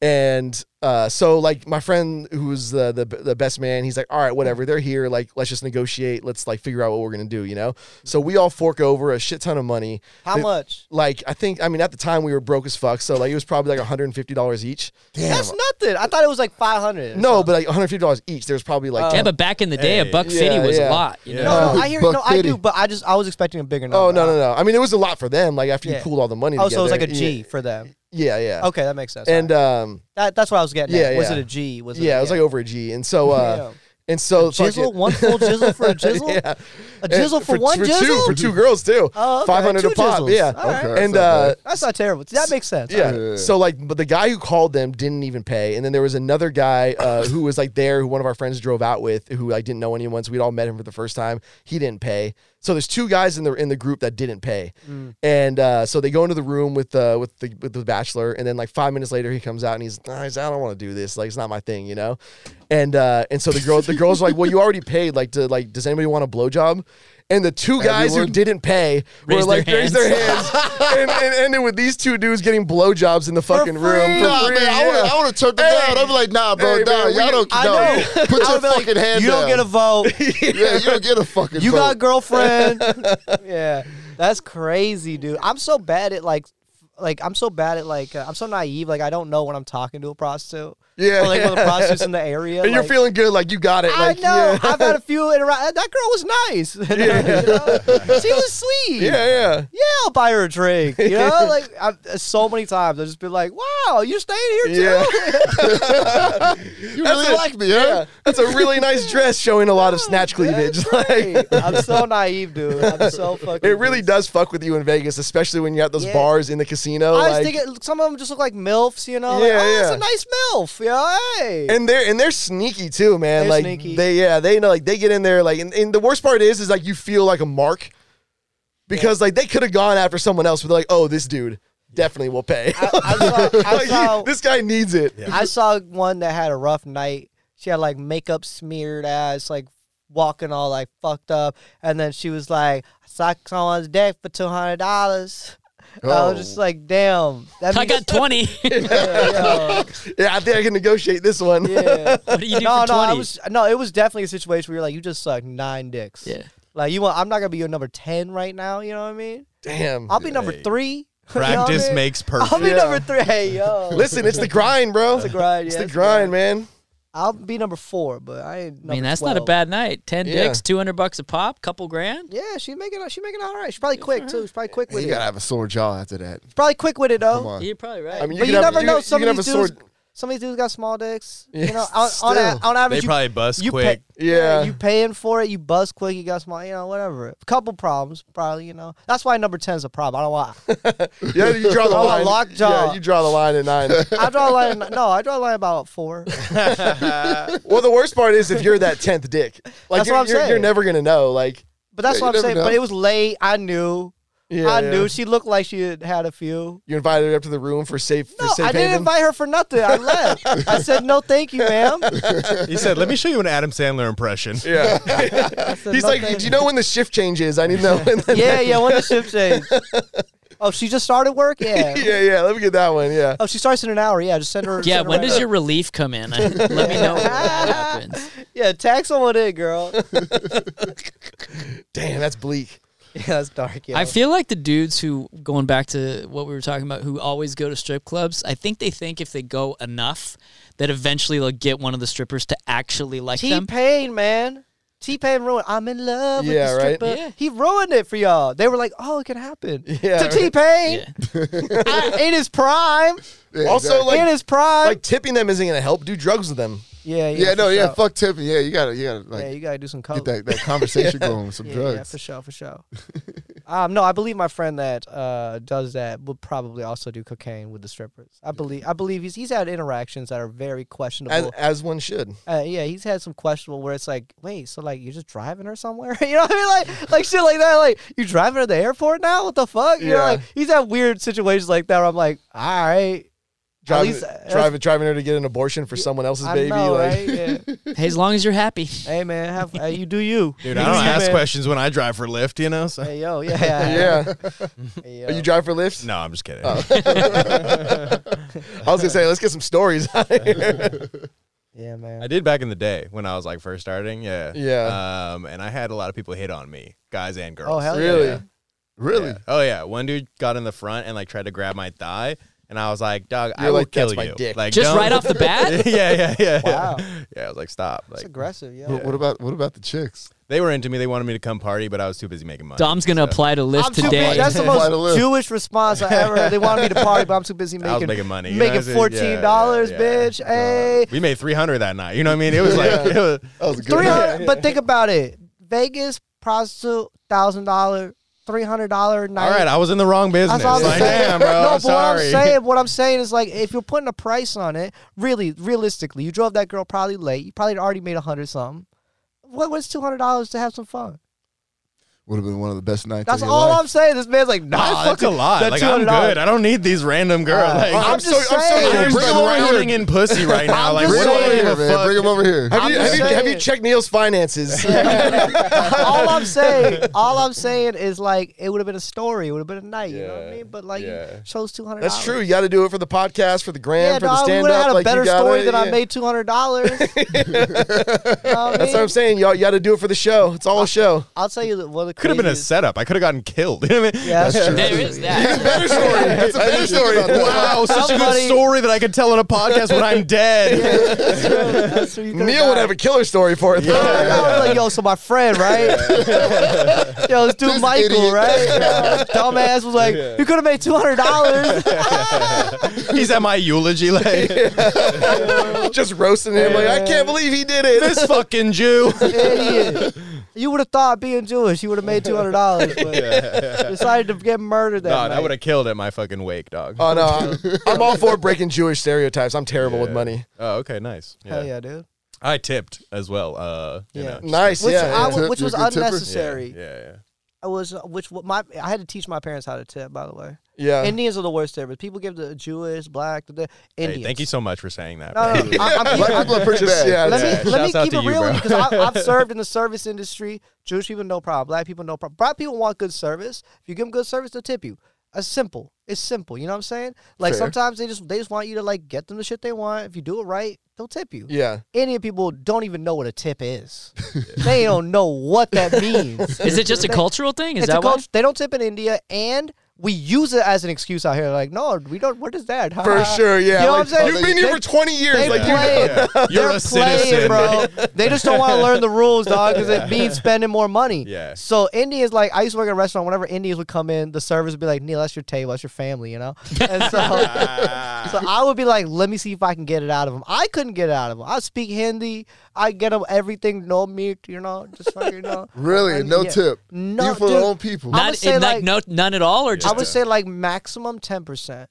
Speaker 4: And uh, so like my friend who's the, the the best man, he's like, all right, whatever, they're here, like let's just negotiate, let's like figure out what we're gonna do, you know? So we all fork over a shit ton of money.
Speaker 1: How
Speaker 4: They-
Speaker 1: much?
Speaker 4: Like I think I mean at the time we were broke as fuck, so like it was probably like 150 dollars each.
Speaker 1: That's nothing. I thought it was like 500.
Speaker 4: No, but like 150 dollars each. There was probably
Speaker 1: Oh.
Speaker 4: like
Speaker 3: yeah, but back in the day,
Speaker 5: Hey.
Speaker 3: a buck
Speaker 4: Yeah,
Speaker 3: city was
Speaker 4: yeah.
Speaker 3: a lot. You
Speaker 5: Yeah.
Speaker 3: know?
Speaker 1: no, no, I hear,
Speaker 2: Buck
Speaker 1: no, I do,
Speaker 2: fifty.
Speaker 1: but I just I was expecting a bigger number.
Speaker 4: Oh no no no! I mean, it was a lot for them. Like after you
Speaker 1: Yeah.
Speaker 4: pooled all the money.
Speaker 1: Oh, so it was like
Speaker 4: together.
Speaker 1: a G for them.
Speaker 4: Yeah, yeah.
Speaker 1: Okay, that makes sense.
Speaker 4: and um,
Speaker 1: That, that's what I was getting. at.
Speaker 4: Yeah,
Speaker 1: Was
Speaker 4: yeah.
Speaker 1: it a G? Was it
Speaker 4: yeah,
Speaker 1: A,
Speaker 4: it was like over a G, and so uh,
Speaker 1: Damn.
Speaker 4: and so fuck
Speaker 1: jizzle,
Speaker 4: it.
Speaker 1: one full jizzle for a jizzle,
Speaker 4: Yeah.
Speaker 1: a jizzle
Speaker 4: And
Speaker 1: for, one
Speaker 4: for
Speaker 1: jizzle.
Speaker 4: two for two girls too.
Speaker 1: Oh, okay.
Speaker 4: Five hundred
Speaker 1: Two
Speaker 4: a pop.
Speaker 1: jizzles.
Speaker 4: Yeah,
Speaker 1: All right.
Speaker 2: Okay,
Speaker 4: and
Speaker 2: that's not
Speaker 4: uh,
Speaker 2: bad.
Speaker 1: That's not terrible. That makes sense.
Speaker 4: yeah.
Speaker 2: Yeah.
Speaker 4: So like, but the guy who called them didn't even pay, and then there was another guy uh, who was like there, who one of our friends drove out with, who I didn't know anyone, so we'd all met him for the first time. He didn't pay, so there's two guys in the in the group that didn't pay,
Speaker 2: Mm.
Speaker 4: and uh, so they go into the room with uh, with the with the bachelor, and then like five minutes later he comes out and he's, "Nah, he's I don't want to do this, like it's not my thing, you know, and uh, and so the girls the girls are like, well, you already paid, like to like, does anybody want a blowjob? And the two guys who
Speaker 2: Everyone?
Speaker 4: didn't pay were
Speaker 3: Raised their
Speaker 4: like raised their hands and, and ended with these two dudes getting blowjobs in the fucking room.
Speaker 1: free.
Speaker 4: for
Speaker 2: Nah,
Speaker 4: free,
Speaker 2: man, I would
Speaker 4: yeah.
Speaker 2: have I would have turned them down. I'd be like, nah, bro,
Speaker 4: Hey,
Speaker 2: nah,
Speaker 4: man, we-
Speaker 2: y'all don't.
Speaker 1: I
Speaker 2: no.
Speaker 1: know.
Speaker 2: Put
Speaker 1: I
Speaker 2: your
Speaker 1: would be like,
Speaker 2: fucking hand
Speaker 1: you
Speaker 2: down.
Speaker 1: don't get a vote.
Speaker 2: yeah, you don't get a fucking.
Speaker 1: you
Speaker 2: vote.
Speaker 1: got a girlfriend. yeah, that's crazy, dude. I'm so bad at like, like I'm so bad at like, uh, I'm so naive. Like I don't know when I'm talking to a prostitute.
Speaker 4: Yeah,
Speaker 1: or like one of the
Speaker 4: yeah.
Speaker 1: prostitutes in the area.
Speaker 4: and you're
Speaker 1: like,
Speaker 4: feeling good, like you got it.
Speaker 1: I
Speaker 4: like,
Speaker 1: know.
Speaker 4: Yeah.
Speaker 1: I've had a few interact. That girl was nice. You know? She was sweet.
Speaker 4: yeah, yeah.
Speaker 1: Yeah, I'll buy her a drink. You know, like I've, so many times I've just been like, "Wow, you're staying here too."
Speaker 4: Yeah.
Speaker 2: You really like me, huh?
Speaker 4: Yeah, that's a really nice dress showing a lot of snatch cleavage. Like,
Speaker 1: Great. I'm so naive, dude. I'm so fucking.
Speaker 4: it really does fuck with you in Vegas, especially when you're at those
Speaker 1: Yeah.
Speaker 4: bars in the casino.
Speaker 1: I was
Speaker 4: like,
Speaker 1: thinking some of them just look like milfs, you know. Like,
Speaker 4: Yeah,
Speaker 1: oh, that's
Speaker 4: yeah.
Speaker 1: a nice milf. Yeah, hey.
Speaker 4: and they're and they're sneaky too, man.
Speaker 1: They're
Speaker 4: like
Speaker 1: sneaky.
Speaker 4: they yeah, they know like they get in there like and, and the worst part is is like you feel like a mark because like they could have gone after someone else, but they're like, oh, this dude definitely will pay.
Speaker 1: I, I saw, I
Speaker 4: Like,
Speaker 1: saw,
Speaker 4: this guy needs it.
Speaker 1: I saw one that had a rough night. She had like makeup smeared ass, like walking all like fucked up, and then she was like, "I sucked someone's dick for two hundred dollars." I
Speaker 2: Oh.
Speaker 1: was just like, "Damn, that
Speaker 3: I
Speaker 1: means-
Speaker 3: got twenty.
Speaker 1: yeah,
Speaker 4: Yeah, I think I can negotiate this one.
Speaker 1: yeah, yeah.
Speaker 3: what do you do
Speaker 1: no,
Speaker 3: for
Speaker 1: no, I
Speaker 3: twenty?
Speaker 1: was no. It was definitely a situation where you're like, you just sucked nine dicks.
Speaker 3: Yeah.
Speaker 1: Like you want, I'm not gonna be your number ten right now. You know what I mean?
Speaker 4: Damn.
Speaker 1: I'll be number three. You know what I
Speaker 5: Practice
Speaker 1: mean?
Speaker 5: makes
Speaker 1: I'll
Speaker 5: perfect.
Speaker 1: be
Speaker 4: Yeah.
Speaker 1: number three. Hey yo,
Speaker 4: Listen, it's the grind, bro. It's the
Speaker 1: grind,
Speaker 4: It's
Speaker 1: yeah,
Speaker 4: the
Speaker 1: it's the grind.
Speaker 4: grind, man.
Speaker 1: I'll be number four, but I ain't.
Speaker 3: I mean,
Speaker 1: number
Speaker 3: that's not a
Speaker 1: 12.
Speaker 3: bad night. Ten
Speaker 4: Yeah.
Speaker 3: dicks, two hundred bucks a pop, couple grand.
Speaker 1: Yeah, she making she making all right. She's probably quick too. She's probably quick with
Speaker 2: You
Speaker 1: it.
Speaker 2: gotta have a sore jaw after that.
Speaker 1: She's probably quick with it though.
Speaker 2: Come on.
Speaker 3: You're probably right.
Speaker 4: I mean, you
Speaker 1: but you
Speaker 4: can have-
Speaker 1: never
Speaker 4: you
Speaker 1: know.
Speaker 4: can-
Speaker 1: Some
Speaker 4: you
Speaker 1: of
Speaker 4: can
Speaker 1: these
Speaker 4: have a
Speaker 1: dudes,
Speaker 4: sword-
Speaker 1: some of these dudes got small dicks. you
Speaker 4: Yeah,
Speaker 1: know, on on, a,
Speaker 4: still.
Speaker 1: on
Speaker 5: They
Speaker 1: average, you,
Speaker 5: probably bust
Speaker 1: you
Speaker 5: quick.
Speaker 1: Pay,
Speaker 4: Yeah.
Speaker 1: you paying for it. You buzz quick. You got small. You know, whatever. couple problems, probably. You know, that's why number ten is a problem. I don't want.
Speaker 4: Yeah, you draw the
Speaker 1: Oh, a
Speaker 4: line.
Speaker 1: lock jaw.
Speaker 4: Yeah, you draw the line at nine.
Speaker 1: I draw a line. No, I draw a line about four.
Speaker 4: well, the worst part is if you're that tenth dick. Like
Speaker 1: That's
Speaker 4: you're,
Speaker 1: what I'm
Speaker 4: you're,
Speaker 1: saying.
Speaker 4: you're never gonna know. Like
Speaker 1: But that's
Speaker 2: Yeah,
Speaker 1: what
Speaker 2: you
Speaker 1: I'm
Speaker 2: never
Speaker 1: saying.
Speaker 2: know.
Speaker 1: But it was late. I knew.
Speaker 4: yeah,
Speaker 1: I
Speaker 4: yeah.
Speaker 1: knew. She looked like she had had a few.
Speaker 4: You invited her up to the room for safe for
Speaker 1: No,
Speaker 4: safe
Speaker 1: I didn't
Speaker 4: haven.
Speaker 1: invite her for nothing. I left. I said no, thank you, ma'am.
Speaker 5: He said, "Let me show you an Adam Sandler impression."
Speaker 4: yeah,
Speaker 1: I said,
Speaker 4: he's
Speaker 1: "No,
Speaker 4: like,
Speaker 1: thank
Speaker 4: do you know when the shift change is? I need to know. When the,
Speaker 1: yeah, yeah. When the shift change? Oh, she just started work. Yeah.
Speaker 4: yeah, yeah. Let me get that one. Yeah,
Speaker 1: Oh, she starts in an hour. Yeah, just send her.
Speaker 3: yeah,
Speaker 1: send her
Speaker 3: when
Speaker 1: right
Speaker 3: does
Speaker 1: up.
Speaker 3: your relief come in? Let me know when that happens.
Speaker 1: Yeah, tag someone in, girl. yeah,
Speaker 4: damn, that's bleak.
Speaker 1: that's dark. Yeah.
Speaker 3: I feel like the dudes who going back to what we were talking about, who always go to strip clubs. I think they think if they go enough, that eventually they'll get one of the strippers to actually like
Speaker 1: T
Speaker 3: them.
Speaker 1: Pain, man. T Pain ruined. I'm in love
Speaker 4: Yeah,
Speaker 1: with the
Speaker 4: right?
Speaker 1: stripper.
Speaker 3: Yeah.
Speaker 1: He ruined it for y'all. They were like, "Oh, it can happen."
Speaker 4: Yeah,
Speaker 1: to
Speaker 4: right.
Speaker 1: T Pain,
Speaker 3: Yeah.
Speaker 1: I- in his prime,
Speaker 2: Yeah,
Speaker 4: Also,
Speaker 2: exactly.
Speaker 4: Like-
Speaker 1: in his prime.
Speaker 4: Like tipping them isn't gonna help. Do drugs with them.
Speaker 1: yeah, yeah,
Speaker 2: yeah, no,
Speaker 1: for
Speaker 2: yeah,
Speaker 1: sure.
Speaker 2: fuck tipping. Yeah, you gotta, you gotta like
Speaker 1: yeah, you gotta do some color.
Speaker 2: get that, that conversation going with some
Speaker 1: yeah,
Speaker 2: drugs.
Speaker 1: yeah, for sure, for sure. um, no, I believe my friend that uh, does that would probably also do cocaine with the strippers. I believe, I believe he's he's had interactions that are very
Speaker 4: As,
Speaker 1: questionable.
Speaker 4: as one should.
Speaker 1: uh, yeah, he's had some questionable where it's like, wait, so like you're just driving her somewhere? you know what I mean? Like like shit like that. Like you driving her to the airport now? What the fuck? You know,
Speaker 4: Yeah.
Speaker 1: like he's had weird situations like that. where I'm like, all right, at
Speaker 4: Driving,
Speaker 1: least that's-
Speaker 4: driving, driving her to get an abortion for someone else's
Speaker 1: I
Speaker 4: baby.
Speaker 1: know,
Speaker 4: like,
Speaker 1: right? Yeah.
Speaker 3: Hey, as long as you're happy.
Speaker 1: hey man, have hey, you do you,
Speaker 5: Dude,
Speaker 1: You
Speaker 5: I
Speaker 1: do
Speaker 5: don't
Speaker 1: you,
Speaker 5: ask
Speaker 1: man.
Speaker 5: questions when I drive for Lyft, you know. So
Speaker 1: Hey yo, yeah, yeah,
Speaker 4: yeah.
Speaker 1: Hey, yo.
Speaker 4: Are you drive for lifts?
Speaker 5: no, I'm just kidding.
Speaker 1: Oh.
Speaker 4: I was gonna say, let's get some stories. out of here.
Speaker 1: yeah, man.
Speaker 5: I did back in the day when I was like first starting. Yeah.
Speaker 4: Yeah.
Speaker 5: Um, and I had a lot of people hit on me, guys and girls.
Speaker 1: oh hell
Speaker 4: Really?
Speaker 1: yeah.
Speaker 2: Really?
Speaker 5: Yeah. Oh yeah. One dude got in the front and like tried to grab my thigh, and I was like, "Dog, I
Speaker 4: You're
Speaker 5: will
Speaker 4: like,
Speaker 5: kill
Speaker 4: "That's my
Speaker 5: you."
Speaker 4: dick.
Speaker 5: Like
Speaker 3: Just
Speaker 5: don't-
Speaker 3: right off the bat.
Speaker 5: yeah, yeah, yeah.
Speaker 1: Wow.
Speaker 5: Yeah, I was like, "Stop!"
Speaker 1: It's
Speaker 5: Like
Speaker 1: aggressive, yeah.
Speaker 2: What, what about what about the chicks?
Speaker 5: they were into me. They wanted me to come party, but I was too busy making money.
Speaker 3: Dom's gonna
Speaker 5: so
Speaker 3: apply to Lyft
Speaker 1: I'm too
Speaker 3: today.
Speaker 1: busy. That's the
Speaker 2: Fly to live.
Speaker 1: most Jewish response I ever heard. They wanted me to party, but I'm too busy
Speaker 5: I was
Speaker 1: making,
Speaker 5: making money, you know
Speaker 1: making
Speaker 5: what I'm saying?
Speaker 1: fourteen
Speaker 5: Yeah,
Speaker 1: dollars,
Speaker 5: yeah, yeah.
Speaker 1: bitch. Hey,
Speaker 5: We made three hundred that night. You know what I mean? It was like it was,
Speaker 2: That was a good.
Speaker 1: three
Speaker 2: one.
Speaker 1: hundred. But think about it: Vegas prostitute, thousand dollar, three hundred dollar night.
Speaker 5: all right. I was in the wrong business.
Speaker 1: That's all I'm
Speaker 5: Like,
Speaker 1: saying.
Speaker 5: damn, bro.
Speaker 1: no,
Speaker 5: I'm
Speaker 1: but what I'm
Speaker 5: sorry.
Speaker 1: saying, what I'm saying is like, if you're putting a price on it, really, realistically, you drove that girl probably late. You probably already made a hundred something. What was two hundred dollars to have some fun?
Speaker 2: Would have been one of the best nights.
Speaker 1: That's
Speaker 2: of your
Speaker 1: all
Speaker 2: life.
Speaker 1: I'm saying. This man's like, nah,
Speaker 5: I fuck
Speaker 1: that's-
Speaker 5: a lot.
Speaker 1: that
Speaker 5: Like I'm
Speaker 1: $200.
Speaker 5: good. I don't need these random girls.
Speaker 1: Uh,
Speaker 5: like,
Speaker 1: I'm
Speaker 5: I'm,
Speaker 1: just saying.
Speaker 5: I'm
Speaker 1: Bring
Speaker 5: so
Speaker 2: 'em around here.
Speaker 5: in pussy right now. Like
Speaker 1: just
Speaker 5: what
Speaker 2: Bring
Speaker 5: do
Speaker 2: him
Speaker 5: I give
Speaker 2: over here,
Speaker 5: a
Speaker 2: man. Bring
Speaker 5: fuck?
Speaker 2: him over here.
Speaker 4: Have
Speaker 1: I'm
Speaker 4: you, have, you,
Speaker 1: just
Speaker 4: have you
Speaker 1: saying.
Speaker 4: checked Neil's finances?
Speaker 1: all I'm saying, all I'm saying is like it would have been a story, it would have been a night, you know what I
Speaker 5: Yeah,
Speaker 1: mean? But like
Speaker 5: yeah.
Speaker 1: you chose two hundred.
Speaker 4: That's true. You got to do it for the podcast, for the gram,
Speaker 1: Yeah,
Speaker 4: for the
Speaker 1: dog, we
Speaker 4: stand
Speaker 1: would have
Speaker 4: up.
Speaker 1: had a
Speaker 4: like, you
Speaker 1: better
Speaker 4: gotta-
Speaker 1: story than I
Speaker 4: yeah.
Speaker 1: made two hundred dollars.
Speaker 4: That's what I'm saying. Y'all, you got to do it for the show. It's all a show.
Speaker 1: I'll tell you that one of the
Speaker 5: Could have been a
Speaker 3: craziest-
Speaker 5: setup. I could have gotten killed. You know what I mean?
Speaker 1: Yeah. That's true.
Speaker 3: There is that.
Speaker 2: Better story. That's a better story.
Speaker 5: Wow, such a good
Speaker 1: Somebody-
Speaker 5: story that I could tell on a podcast when I'm dead.
Speaker 1: That's where you could've
Speaker 4: Neil would
Speaker 1: died.
Speaker 4: have a killer story for it.
Speaker 1: I
Speaker 4: though.
Speaker 1: know, like, yo, so my friend, right? yo, this dude
Speaker 2: This
Speaker 1: Michael,
Speaker 2: idiot.
Speaker 1: right? Yeah. Dumbass was like, you could have made two hundred dollars.
Speaker 5: He's at my eulogy, like
Speaker 4: Just roasting him like I can't believe he did it.
Speaker 5: this fucking Jew.
Speaker 1: Idiot. You would have thought being Jewish, you would have made two hundred dollars, but decided to get murdered that
Speaker 5: God, I
Speaker 1: night.
Speaker 5: would have killed at my fucking wake, dog.
Speaker 1: Uh,
Speaker 4: Oh no, I'm- I'm all for breaking Jewish stereotypes. I'm terrible with
Speaker 5: Yeah.
Speaker 4: money.
Speaker 5: Oh, okay, nice.
Speaker 1: Hell
Speaker 5: Yeah.
Speaker 1: yeah, dude.
Speaker 5: I tipped as well. Uh, you
Speaker 1: Yeah.
Speaker 5: know, just-
Speaker 4: Nice,
Speaker 1: Which
Speaker 4: yeah.
Speaker 1: I
Speaker 4: yeah.
Speaker 1: w-
Speaker 2: Tip,
Speaker 1: which
Speaker 2: you're
Speaker 1: was
Speaker 2: a good tipper?
Speaker 1: unnecessary.
Speaker 5: Yeah, yeah.
Speaker 1: I was which wa- my I had to teach my parents how to tip. By the way,
Speaker 4: Yeah.
Speaker 1: Indians are the worst tippers. People give the Jewish, black, the, the Indians. Oh,
Speaker 5: Hey, thank you so much for saying that.
Speaker 1: No, no,
Speaker 5: bro.
Speaker 1: no. I, am
Speaker 2: Black people are pretty
Speaker 4: Just-
Speaker 2: bad.
Speaker 4: yeah.
Speaker 1: let me
Speaker 5: Yeah,
Speaker 1: let me
Speaker 5: shouts out
Speaker 1: keep
Speaker 5: to
Speaker 1: it
Speaker 5: you,
Speaker 1: real
Speaker 5: bro.
Speaker 1: because I, I've served in the service industry. Jewish people no problem. Black people no problem. Black people want good service. If you give them good service, they'll tip you. It's simple. It's simple. You know what I'm saying? Like
Speaker 4: Fair.
Speaker 1: sometimes they just they just want you to like get them the shit they want. If you do it right, they'll tip you.
Speaker 4: yeah.
Speaker 1: Indian people don't even know what a tip is. they don't know what that means.
Speaker 3: Is it just a cultural thing? Is
Speaker 1: it's
Speaker 3: that
Speaker 1: a
Speaker 3: why?
Speaker 1: culture. They don't tip in India, and we use it as an excuse out here. Like, no, we don't. What is that?
Speaker 4: For sure,
Speaker 1: Uh,
Speaker 4: yeah.
Speaker 1: You know
Speaker 4: Like,
Speaker 1: what I'm saying?
Speaker 4: You've been
Speaker 1: They-
Speaker 4: here for 20 years.
Speaker 1: They
Speaker 4: like, you
Speaker 1: play
Speaker 5: Yeah.
Speaker 1: it.
Speaker 5: You're
Speaker 1: They're
Speaker 5: a
Speaker 1: playing,
Speaker 5: citizen.
Speaker 1: bro. They just don't want to learn the rules, dog, because it means spending more money.
Speaker 5: Yeah.
Speaker 1: So Indians, like, I used to work at a restaurant. Whenever Indians would come in, the servers would be like, "Neil, that's your table, that's your family," you know. And so, so
Speaker 4: Ah.
Speaker 1: I would be like, "Let me see if I can get it out of them." I couldn't get it out of them. I speak Hindi. I get them everything, no meat, you know, just like you know.
Speaker 2: Really?
Speaker 1: And
Speaker 2: No
Speaker 1: yeah.
Speaker 2: tip.
Speaker 1: No,
Speaker 2: you for
Speaker 1: dude.
Speaker 2: the own people.
Speaker 1: I would
Speaker 3: Not,
Speaker 1: say,
Speaker 3: in- not-
Speaker 1: like-
Speaker 3: no, none at all, or just
Speaker 1: I would say like maximum ten percent,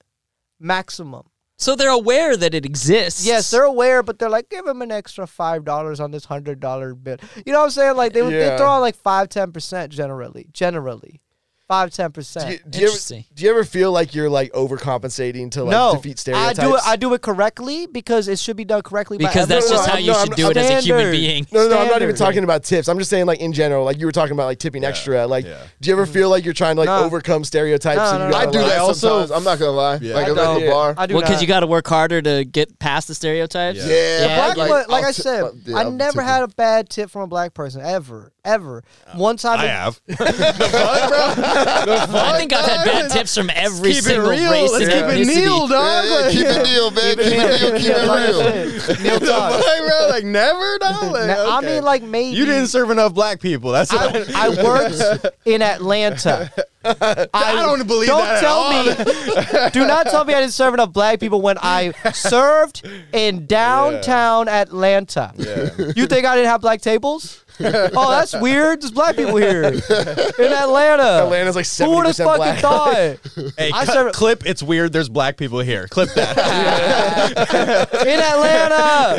Speaker 1: maximum.
Speaker 3: so they're aware that it exists.
Speaker 1: Yes, they're aware, but they're like, give them an extra five dollars on this hundred dollar bill. You know what I'm saying? Like they would they
Speaker 4: Yeah.
Speaker 1: throw out like five ten percent generally, generally, five ten
Speaker 4: Do you,
Speaker 1: percent.
Speaker 4: do you ever,
Speaker 3: Interesting.
Speaker 4: do you ever feel like you're like overcompensating to like
Speaker 1: No,
Speaker 4: defeat
Speaker 1: I
Speaker 4: stereotypes?
Speaker 1: do it. I do it correctly because it should be done correctly. by
Speaker 3: because that's
Speaker 1: everyone.
Speaker 3: just
Speaker 4: no,
Speaker 3: how
Speaker 4: I'm
Speaker 3: you
Speaker 4: not-
Speaker 3: should
Speaker 4: I'm-
Speaker 3: do it as a human
Speaker 1: standard.
Speaker 3: being.
Speaker 4: no, no, no, I'm not even
Speaker 1: standard.
Speaker 4: talking about tips. I'm just saying, like in general, like you were talking about, like tipping extra. Like,
Speaker 5: yeah.
Speaker 4: do you ever feel like you're trying to like
Speaker 1: No.
Speaker 4: overcome stereotypes?
Speaker 1: No,
Speaker 4: and
Speaker 1: no,
Speaker 4: you
Speaker 1: no.
Speaker 2: I
Speaker 4: gotta,
Speaker 2: do
Speaker 4: like-
Speaker 2: that
Speaker 1: I also-
Speaker 2: sometimes. I'm not gonna lie.
Speaker 5: Yeah.
Speaker 2: Like
Speaker 1: I
Speaker 2: if I'm at
Speaker 1: don't.
Speaker 2: the bar.
Speaker 1: I do
Speaker 3: Well, because
Speaker 1: not.
Speaker 3: you got to work harder to get past the stereotypes.
Speaker 5: Yeah.
Speaker 2: yeah.
Speaker 3: Yeah,
Speaker 1: Black
Speaker 3: like-
Speaker 1: one- like
Speaker 2: I'll
Speaker 1: I
Speaker 2: tip-
Speaker 1: said,
Speaker 2: yeah,
Speaker 1: I
Speaker 2: I'll
Speaker 1: never
Speaker 2: tip
Speaker 1: had a bad tip from a black person ever, ever. One time,
Speaker 5: I
Speaker 1: a-
Speaker 5: have.
Speaker 3: I think I've had bad tips from every
Speaker 5: Keep it
Speaker 3: single
Speaker 5: real.
Speaker 3: race
Speaker 5: Let's
Speaker 3: and
Speaker 5: keep it
Speaker 3: ethnicity.
Speaker 5: Neil,
Speaker 2: Yeah,
Speaker 5: dog.
Speaker 2: yeah,
Speaker 5: Like,
Speaker 2: keep it real, man. Keep it real. Keep
Speaker 1: Yeah, like I
Speaker 2: it real.
Speaker 1: said, Neil Todd.
Speaker 5: bro? Like never, dog. Like,
Speaker 1: Now, I
Speaker 5: okay.
Speaker 1: mean, like maybe
Speaker 5: you didn't serve enough black people. That's what I,
Speaker 1: I, I worked in Atlanta. I,
Speaker 5: don't believe
Speaker 1: Don't
Speaker 5: that at
Speaker 1: tell
Speaker 5: all.
Speaker 1: me. do not tell me I didn't serve enough black people when I served in downtown Atlanta. You think I didn't have black tables? oh, that's weird. There's black people here in Atlanta.
Speaker 4: Atlanta's like
Speaker 1: Who would
Speaker 4: seventy
Speaker 1: have fucking
Speaker 4: percent black.
Speaker 1: thought?
Speaker 5: hey,
Speaker 1: I
Speaker 5: cut-
Speaker 1: serve-
Speaker 5: clip. It's weird. There's black people here. Clip that.
Speaker 1: In Atlanta.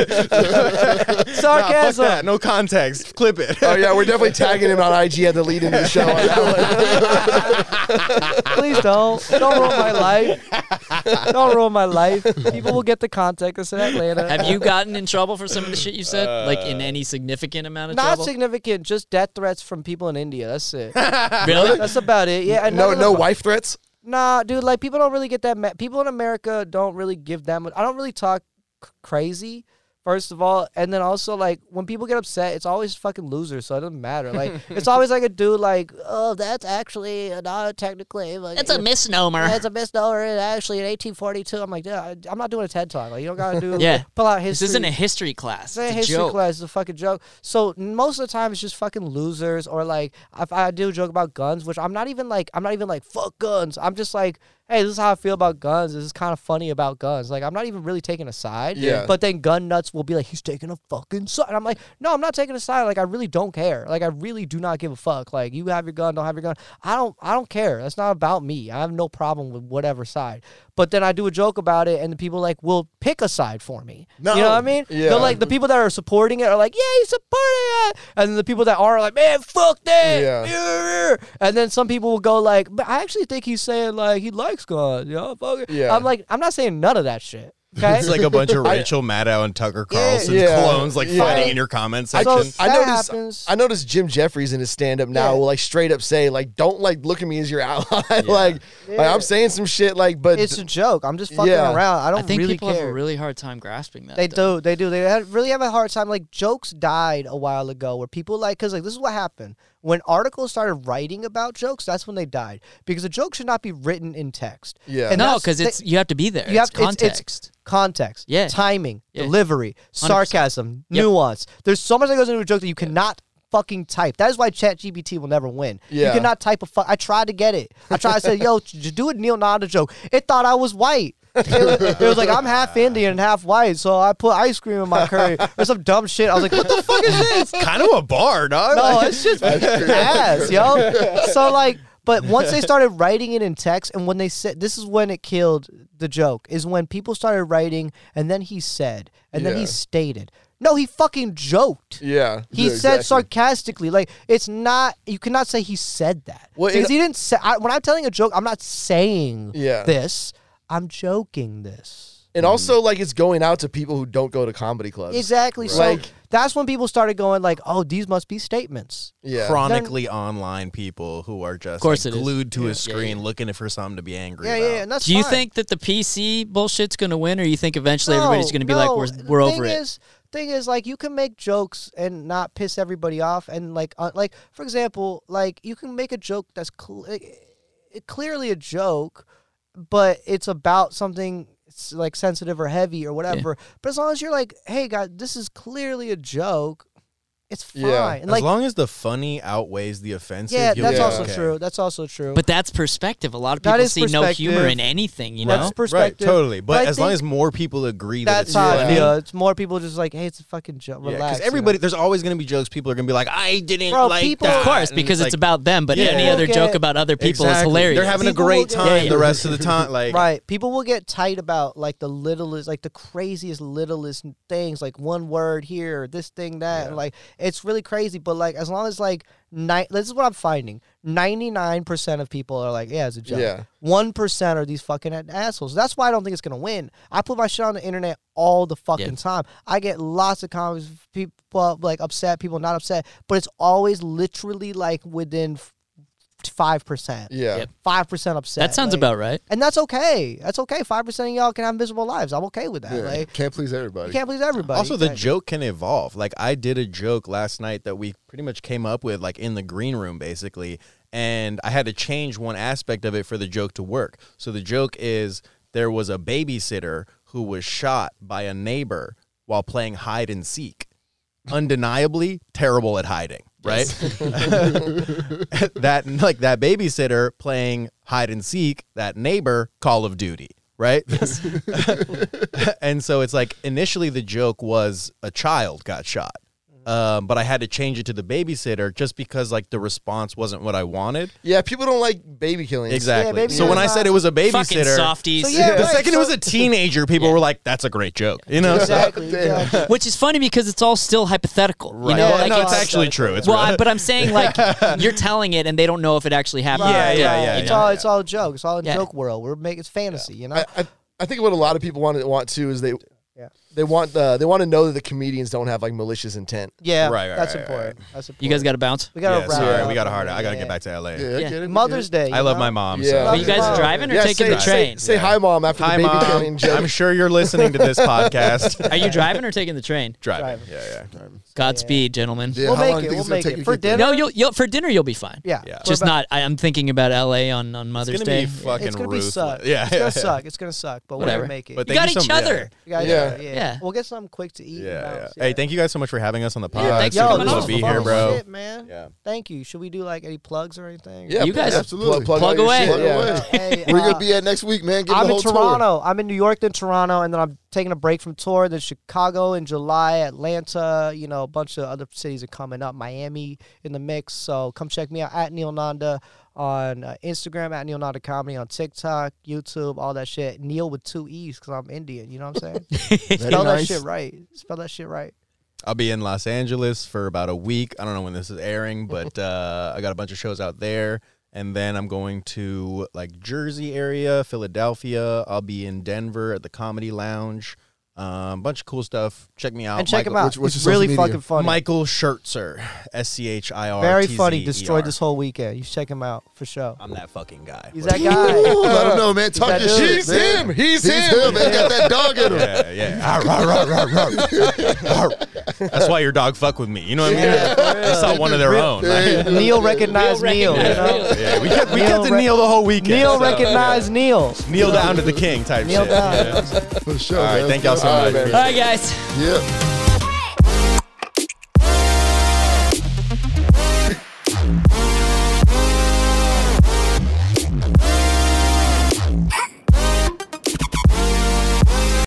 Speaker 5: Nah, fuck
Speaker 1: Sarcasm.
Speaker 5: that. No context. Clip it.
Speaker 4: oh yeah, we're definitely tagging him on IG at the lead into the show. On that one.
Speaker 1: Please don't. Don't ruin my life. Don't ruin my life. People will get the contact. It's in Atlanta.
Speaker 3: Have you gotten in trouble for some of the shit you said? like in any significant amount of
Speaker 1: Uh, Not
Speaker 3: trouble?
Speaker 1: significant, just death threats from people in India. That's it.
Speaker 3: really?
Speaker 1: That's about it. Yeah, and
Speaker 4: No,
Speaker 1: none of
Speaker 4: no
Speaker 1: the-
Speaker 4: wife threats.
Speaker 1: Nah, dude. Like people don't really get that. Ma- people in America don't really give that much. I don't really talk c- crazy. First of all, and then also like when people get upset, it's always fucking losers. So it doesn't matter. Like it's always like a dude like, oh, that's actually not technically. Like,
Speaker 3: It's a misnomer.
Speaker 1: That's a misnomer. It's Actually, in 1842, I'm like, yeah, I, I'm not doing a TED talk. Like, you don't gotta do.
Speaker 3: Yeah.
Speaker 1: pull out
Speaker 3: This
Speaker 1: history.
Speaker 3: isn't a history
Speaker 1: It's
Speaker 3: class.
Speaker 1: a
Speaker 3: It's a
Speaker 1: history
Speaker 3: joke.
Speaker 1: class. It's a fucking joke. So most of the time, it's just fucking losers or like if I do joke about guns, which I'm not even like I'm not even like fuck guns. I'm just like, hey, this is how I feel about guns. This is kind of funny about guns. Like I'm not even really taking a side.
Speaker 4: Yeah.
Speaker 1: But then gun nuts will be like, he's taking a fucking side. And I'm like, no, I'm not taking a side. Like I really don't care. Like I really do not give a fuck. Like you have your gun, don't have your gun. I don't. I don't care. That's not about me. I have no problem with whatever side. But then I do a joke about it, and the people like will pick a side for me. You know what I mean?
Speaker 4: Yeah.
Speaker 1: They'll, like the people that are supporting it are like, yeah, he's supporting it. And then the people that aren't are like, man, fuck that. Yeah. And then some people will go like, but I actually think he's saying like he likes God. You know, fuck it.
Speaker 4: Yeah.
Speaker 1: I'm like, I'm not saying none of that shit. Okay.
Speaker 5: It's like a bunch of Rachel Maddow and Tucker Carlson
Speaker 4: yeah,
Speaker 5: clones like
Speaker 4: yeah.
Speaker 5: fighting in your comment
Speaker 1: so
Speaker 5: section.
Speaker 1: that
Speaker 4: noticed-
Speaker 1: happens.
Speaker 4: I noticed Jim Jeffries in his stand up
Speaker 1: Yeah.
Speaker 4: now will like straight up say like don't like look at me as your ally like like
Speaker 1: Yeah.
Speaker 4: I'm saying some shit like but
Speaker 1: it's a joke. I'm just fucking
Speaker 4: Yeah.
Speaker 1: around. I
Speaker 3: I
Speaker 1: don't
Speaker 3: think
Speaker 1: really
Speaker 3: people
Speaker 1: care.
Speaker 3: have a really hard time grasping that.
Speaker 1: They
Speaker 3: though.
Speaker 1: do. They do. They had, really have a hard time. Like jokes died a while ago, where people like, cause like this is what happened when articles started writing about jokes, that's when they died because a joke should not be written in text.
Speaker 4: Yeah.
Speaker 1: And
Speaker 3: no,
Speaker 1: that's-
Speaker 3: because
Speaker 1: they-
Speaker 3: it's you have to be there.
Speaker 1: you
Speaker 3: it's
Speaker 1: have- it's-
Speaker 3: context.
Speaker 1: it's- context,
Speaker 3: Yeah.
Speaker 1: timing,
Speaker 3: Yeah.
Speaker 1: delivery,
Speaker 3: 100%.
Speaker 1: sarcasm,
Speaker 3: Yep.
Speaker 1: nuance. There's so much that goes into a joke that you cannot fucking type. That is why ChatGPT will never win.
Speaker 4: Yeah.
Speaker 1: You cannot type a fuck. I tried to get it. I tried to say, yo, j- j- do a Neil Nanda joke. It thought I was white. It was, it was like I'm half Indian and half white, so I put ice cream in my curry or some dumb shit. I was like, what the fuck is this?
Speaker 5: kind of a bar, dog.
Speaker 1: No, it's just ass, yo. So like, but once they started writing it in text, and when they said, this is when it killed the joke. Is when people started writing, and then he said, and then he
Speaker 4: Yeah.
Speaker 1: stated. No, he fucking joked.
Speaker 4: Yeah.
Speaker 1: He
Speaker 2: Yeah,
Speaker 1: said
Speaker 2: exactly.
Speaker 1: sarcastically, like it's not. You cannot say he said that
Speaker 4: Well,
Speaker 1: because
Speaker 4: and-
Speaker 1: he didn't say. I, when I'm telling a joke, I'm not saying
Speaker 4: Yeah.
Speaker 1: this. I'm joking this.
Speaker 4: And also, like, it's going out to people who don't go to comedy clubs.
Speaker 1: Exactly.
Speaker 4: Like-
Speaker 1: So that's when people started going like, "Oh, these must be statements."
Speaker 4: Yeah.
Speaker 5: Chronically online people who are just
Speaker 3: course
Speaker 5: like,
Speaker 3: it is.
Speaker 5: glued to
Speaker 3: Yeah.
Speaker 5: a
Speaker 3: Yeah,
Speaker 5: screen looking for something to be angry
Speaker 1: Yeah,
Speaker 5: about.
Speaker 1: yeah, and that's
Speaker 3: Do you
Speaker 1: fine.
Speaker 3: think that the PC bullshit's going to win, or you think eventually everybody's going to be like,
Speaker 1: no.
Speaker 3: we're, we're
Speaker 1: The
Speaker 3: over
Speaker 1: thing
Speaker 3: it?
Speaker 1: is- thing is, like, you can make jokes and not piss everybody off, and like, uh, like for example, like you can make a joke that's cl- like, it- clearly a joke, but it's about something s- like sensitive or heavy or whatever. But as long as you're like, hey, guys, this is clearly a joke, it's fine.
Speaker 4: Yeah.
Speaker 1: And,
Speaker 5: As
Speaker 1: like,
Speaker 5: long as the funny outweighs the offensive,
Speaker 1: yeah,
Speaker 5: you'll
Speaker 1: that's
Speaker 5: be
Speaker 1: also
Speaker 5: okay.
Speaker 1: true. That's also true.
Speaker 3: But that's perspective. A lot of
Speaker 1: That
Speaker 3: people
Speaker 1: is
Speaker 3: see no humor
Speaker 1: perspective.
Speaker 3: in anything, you
Speaker 1: that's
Speaker 3: know?
Speaker 1: perspective.
Speaker 5: Right, totally.
Speaker 1: I
Speaker 5: But as long
Speaker 1: think
Speaker 5: as more people agree that
Speaker 1: that's
Speaker 5: it's
Speaker 1: how I
Speaker 5: funny,
Speaker 1: feel. It's more people just like, hey, it's a fucking joke.
Speaker 5: Yeah,
Speaker 1: Relax. you know?
Speaker 5: everybody, there's always going to be jokes. People are going to be like, "I didn't
Speaker 1: Bro,
Speaker 5: like
Speaker 1: people-
Speaker 5: that,"
Speaker 3: Of course,
Speaker 5: and
Speaker 3: because it's
Speaker 5: like,
Speaker 3: about them, but
Speaker 5: Yeah.
Speaker 3: any other
Speaker 1: People
Speaker 3: joke
Speaker 1: get-
Speaker 3: about other people is
Speaker 5: Exactly.
Speaker 3: hilarious.
Speaker 5: They're having
Speaker 1: People
Speaker 5: a
Speaker 1: will
Speaker 5: great
Speaker 1: get-
Speaker 5: time
Speaker 1: Yeah.
Speaker 5: the rest of the time. Like,
Speaker 1: right. People will get tight about like the littlest, like the craziest, littlest things, like one word here, this thing, that. and, like it's really crazy, but like as long as like ni- this is what I'm finding: ninety nine percent of people are like, yeah, it's a joke.
Speaker 4: Yeah.
Speaker 1: One are these fucking a- assholes. That's why I don't think it's gonna win. I put my shit on the internet all the fucking
Speaker 3: Yeah.
Speaker 1: time. I get lots of comments, people like upset, people not upset, but it's always literally like within five percent.
Speaker 4: Yeah.
Speaker 3: Yep.
Speaker 1: Five percent upset.
Speaker 3: that sounds
Speaker 1: like-
Speaker 3: about right.
Speaker 1: and that's okay. That's okay. Five percent of y'all can have miserable lives. I'm okay with that.
Speaker 2: Yeah,
Speaker 1: Like
Speaker 2: can't please everybody.
Speaker 1: you can't please everybody.
Speaker 5: Also, the
Speaker 1: Like,
Speaker 5: joke can evolve. Like I did a joke last night that we pretty much came up with, like in the green room, basically. And I had to change one aspect of it for the joke to work. So the joke is there was a babysitter who was shot by a neighbor while playing hide and seek. Undeniably terrible at hiding, right? that like that babysitter playing hide and seek, that neighbor Call of Duty, right? and so it's like initially the joke was a child got shot.
Speaker 1: Mm-hmm.
Speaker 5: Um, but I had to change it to the babysitter just because like the response wasn't what I wanted.
Speaker 4: Yeah, people don't like baby killing.
Speaker 5: Exactly.
Speaker 1: baby
Speaker 5: so when I
Speaker 1: killer's
Speaker 5: said it was a
Speaker 3: Fucking
Speaker 5: babysitter,
Speaker 3: softies.
Speaker 1: So, yeah.
Speaker 5: the
Speaker 1: Right,
Speaker 5: second
Speaker 1: so-
Speaker 5: it was a teenager, people were like, "That's a great joke," you know.
Speaker 1: exactly.
Speaker 2: Damn.
Speaker 1: exactly.
Speaker 3: Which is funny because it's all still hypothetical. You know,
Speaker 5: Well,
Speaker 3: like
Speaker 5: no, it's
Speaker 3: it's-
Speaker 5: actually true. It's
Speaker 3: well,
Speaker 5: real.
Speaker 3: I, but I'm saying like you're telling it, and they don't know if it actually happened.
Speaker 5: Yeah, yeah,
Speaker 1: Right,
Speaker 5: yeah,
Speaker 1: It's
Speaker 5: yeah,
Speaker 1: all
Speaker 5: yeah.
Speaker 1: it's all joke. It's all a
Speaker 3: Yeah.
Speaker 1: joke world. We're making it's fantasy, you know?
Speaker 4: I, I, I think what a lot of people want to want to is they
Speaker 1: Yeah.
Speaker 4: they want uh, they want to know that the comedians don't have like malicious intent.
Speaker 1: yeah.
Speaker 5: Right, right,
Speaker 1: that's
Speaker 5: right, right,
Speaker 1: important. That's important.
Speaker 3: You guys got to bounce.
Speaker 1: we gotta
Speaker 5: yeah,
Speaker 1: wrap
Speaker 5: sorry,
Speaker 1: it
Speaker 5: we
Speaker 1: up.
Speaker 5: got a hard out. I got to
Speaker 1: Yeah.
Speaker 5: get back to LA.
Speaker 2: Yeah, I
Speaker 3: Yeah.
Speaker 2: get it, I
Speaker 1: Mother's
Speaker 2: get
Speaker 1: Day.
Speaker 5: I love
Speaker 1: you
Speaker 5: my
Speaker 1: know?
Speaker 5: mom.
Speaker 4: Yeah.
Speaker 3: Are
Speaker 5: So.
Speaker 3: you guys
Speaker 1: Wow.
Speaker 3: driving or
Speaker 4: Yeah,
Speaker 3: taking
Speaker 4: say,
Speaker 3: the train?
Speaker 4: Say, say hi, mom. After
Speaker 5: Hi,
Speaker 4: the baby
Speaker 5: mom.
Speaker 4: killing joke.
Speaker 5: I'm sure you're listening to this podcast.
Speaker 3: Are you driving or taking the train?
Speaker 5: Driving. Yeah, yeah.
Speaker 3: Godspeed, gentlemen.
Speaker 2: it. Yeah,
Speaker 1: We'll
Speaker 2: how
Speaker 1: make
Speaker 2: long
Speaker 1: it,
Speaker 2: do you think
Speaker 1: we'll
Speaker 2: it's
Speaker 1: make
Speaker 2: gonna take
Speaker 1: it.
Speaker 2: you to
Speaker 1: For
Speaker 2: get there?
Speaker 1: dinner-
Speaker 3: No, you'll, you'll for dinner you'll be fine.
Speaker 1: Yeah.
Speaker 5: Yeah.
Speaker 1: We're
Speaker 3: Just
Speaker 1: about-
Speaker 3: not. I, I'm thinking about L.A. on on Mother's
Speaker 5: It's
Speaker 3: Day.
Speaker 5: gonna be fucking
Speaker 1: it's gonna be
Speaker 5: ruthless.
Speaker 1: suck.
Speaker 5: Yeah,
Speaker 1: It's gonna
Speaker 5: yeah.
Speaker 1: suck. It's gonna suck, but we're
Speaker 3: Whatever.
Speaker 1: gonna make it. But
Speaker 5: But they-
Speaker 3: You got
Speaker 5: Thank you
Speaker 3: each
Speaker 5: so much.
Speaker 3: other.
Speaker 1: guys,
Speaker 4: Yeah.
Speaker 1: yeah. yeah.
Speaker 3: Yeah.
Speaker 1: We'll get something quick to eat. and
Speaker 5: Yeah, yeah.
Speaker 1: bounce,
Speaker 5: Hey, thank you guys so much for having us on the pod.
Speaker 4: Yeah, thanks
Speaker 5: It's
Speaker 4: for
Speaker 5: a
Speaker 1: Yo,
Speaker 4: coming
Speaker 1: this
Speaker 5: pleasure
Speaker 1: was
Speaker 5: to
Speaker 3: on.
Speaker 5: be
Speaker 1: fun
Speaker 5: here,
Speaker 1: as
Speaker 5: bro.
Speaker 1: Shit, man.
Speaker 5: Yeah.
Speaker 1: Thank you. Should we do like any plugs or anything?
Speaker 4: Yeah,
Speaker 3: You guys-
Speaker 4: absolutely
Speaker 2: Absolutely.
Speaker 4: plug,
Speaker 3: Plug
Speaker 4: all your
Speaker 3: away.
Speaker 4: shit,
Speaker 1: Yeah.
Speaker 4: yeah.
Speaker 1: Hey,
Speaker 2: We're
Speaker 1: uh,
Speaker 2: gonna be at next week, man. Give
Speaker 1: I'm
Speaker 2: the
Speaker 1: in
Speaker 2: whole
Speaker 1: Toronto. I'm in New York, then Toronto, and then I'm taking a break from tour, then Chicago in July, Atlanta, you know, a bunch of other cities are coming up, Miami in the mix. So come check me out at Neil Nanda on uh, Instagram, at Neil Nanda Comedy on TikTok, YouTube, all that shit. Neil with two E's because I'm Indian, you know what I'm saying?
Speaker 2: tour.
Speaker 1: Spell that shit right. Spell that shit right.
Speaker 5: I'll be in Los Angeles for about a week. I don't know when this is airing, but uh, I got a bunch of shows out there. And then I'm going to like Jersey area, Philadelphia. I'll be in Denver at the Comedy Lounge. Um, bunch of cool stuff. Check me
Speaker 2: Oh,
Speaker 5: out.
Speaker 1: and check
Speaker 5: Michael-
Speaker 1: him out.
Speaker 2: what's- what's
Speaker 1: it's
Speaker 2: your social
Speaker 1: really
Speaker 2: media?
Speaker 1: fucking funny.
Speaker 5: Michael Schertzer, S C H I E R.
Speaker 1: Very funny. Destroyed this whole weekend. You should check him out for sure.
Speaker 5: I'm that fucking guy.
Speaker 1: He's that guy.
Speaker 2: Ooh, let him know, man. Talk
Speaker 1: that
Speaker 2: your
Speaker 1: dude.
Speaker 2: shit.
Speaker 1: He's
Speaker 2: man.
Speaker 4: him. He's
Speaker 2: him.
Speaker 4: him.
Speaker 2: Man, got that dog in him.
Speaker 5: yeah, yeah. Ah, Arr, arr, arr, arr, arr. Arr. That's why your dog fuck with me. You know what I mean? They saw one of their own.
Speaker 2: Yeah.
Speaker 5: Like,
Speaker 1: Neil recognized Neil.
Speaker 3: Neil
Speaker 1: You
Speaker 3: recognized
Speaker 1: know?
Speaker 5: yeah, we kept, we
Speaker 1: Neil
Speaker 5: kept to
Speaker 1: rec-
Speaker 5: kneel the whole weekend.
Speaker 1: Neil
Speaker 5: so,
Speaker 1: recognized Neil.
Speaker 5: yeah. Kneel down to the king type
Speaker 1: Neil
Speaker 5: shit.
Speaker 1: down.
Speaker 5: Yeah.
Speaker 2: For sure.
Speaker 5: All right,
Speaker 2: man.
Speaker 5: thank y'all so
Speaker 2: All right,
Speaker 5: much.
Speaker 2: man.
Speaker 3: All right, guys.
Speaker 2: Yeah.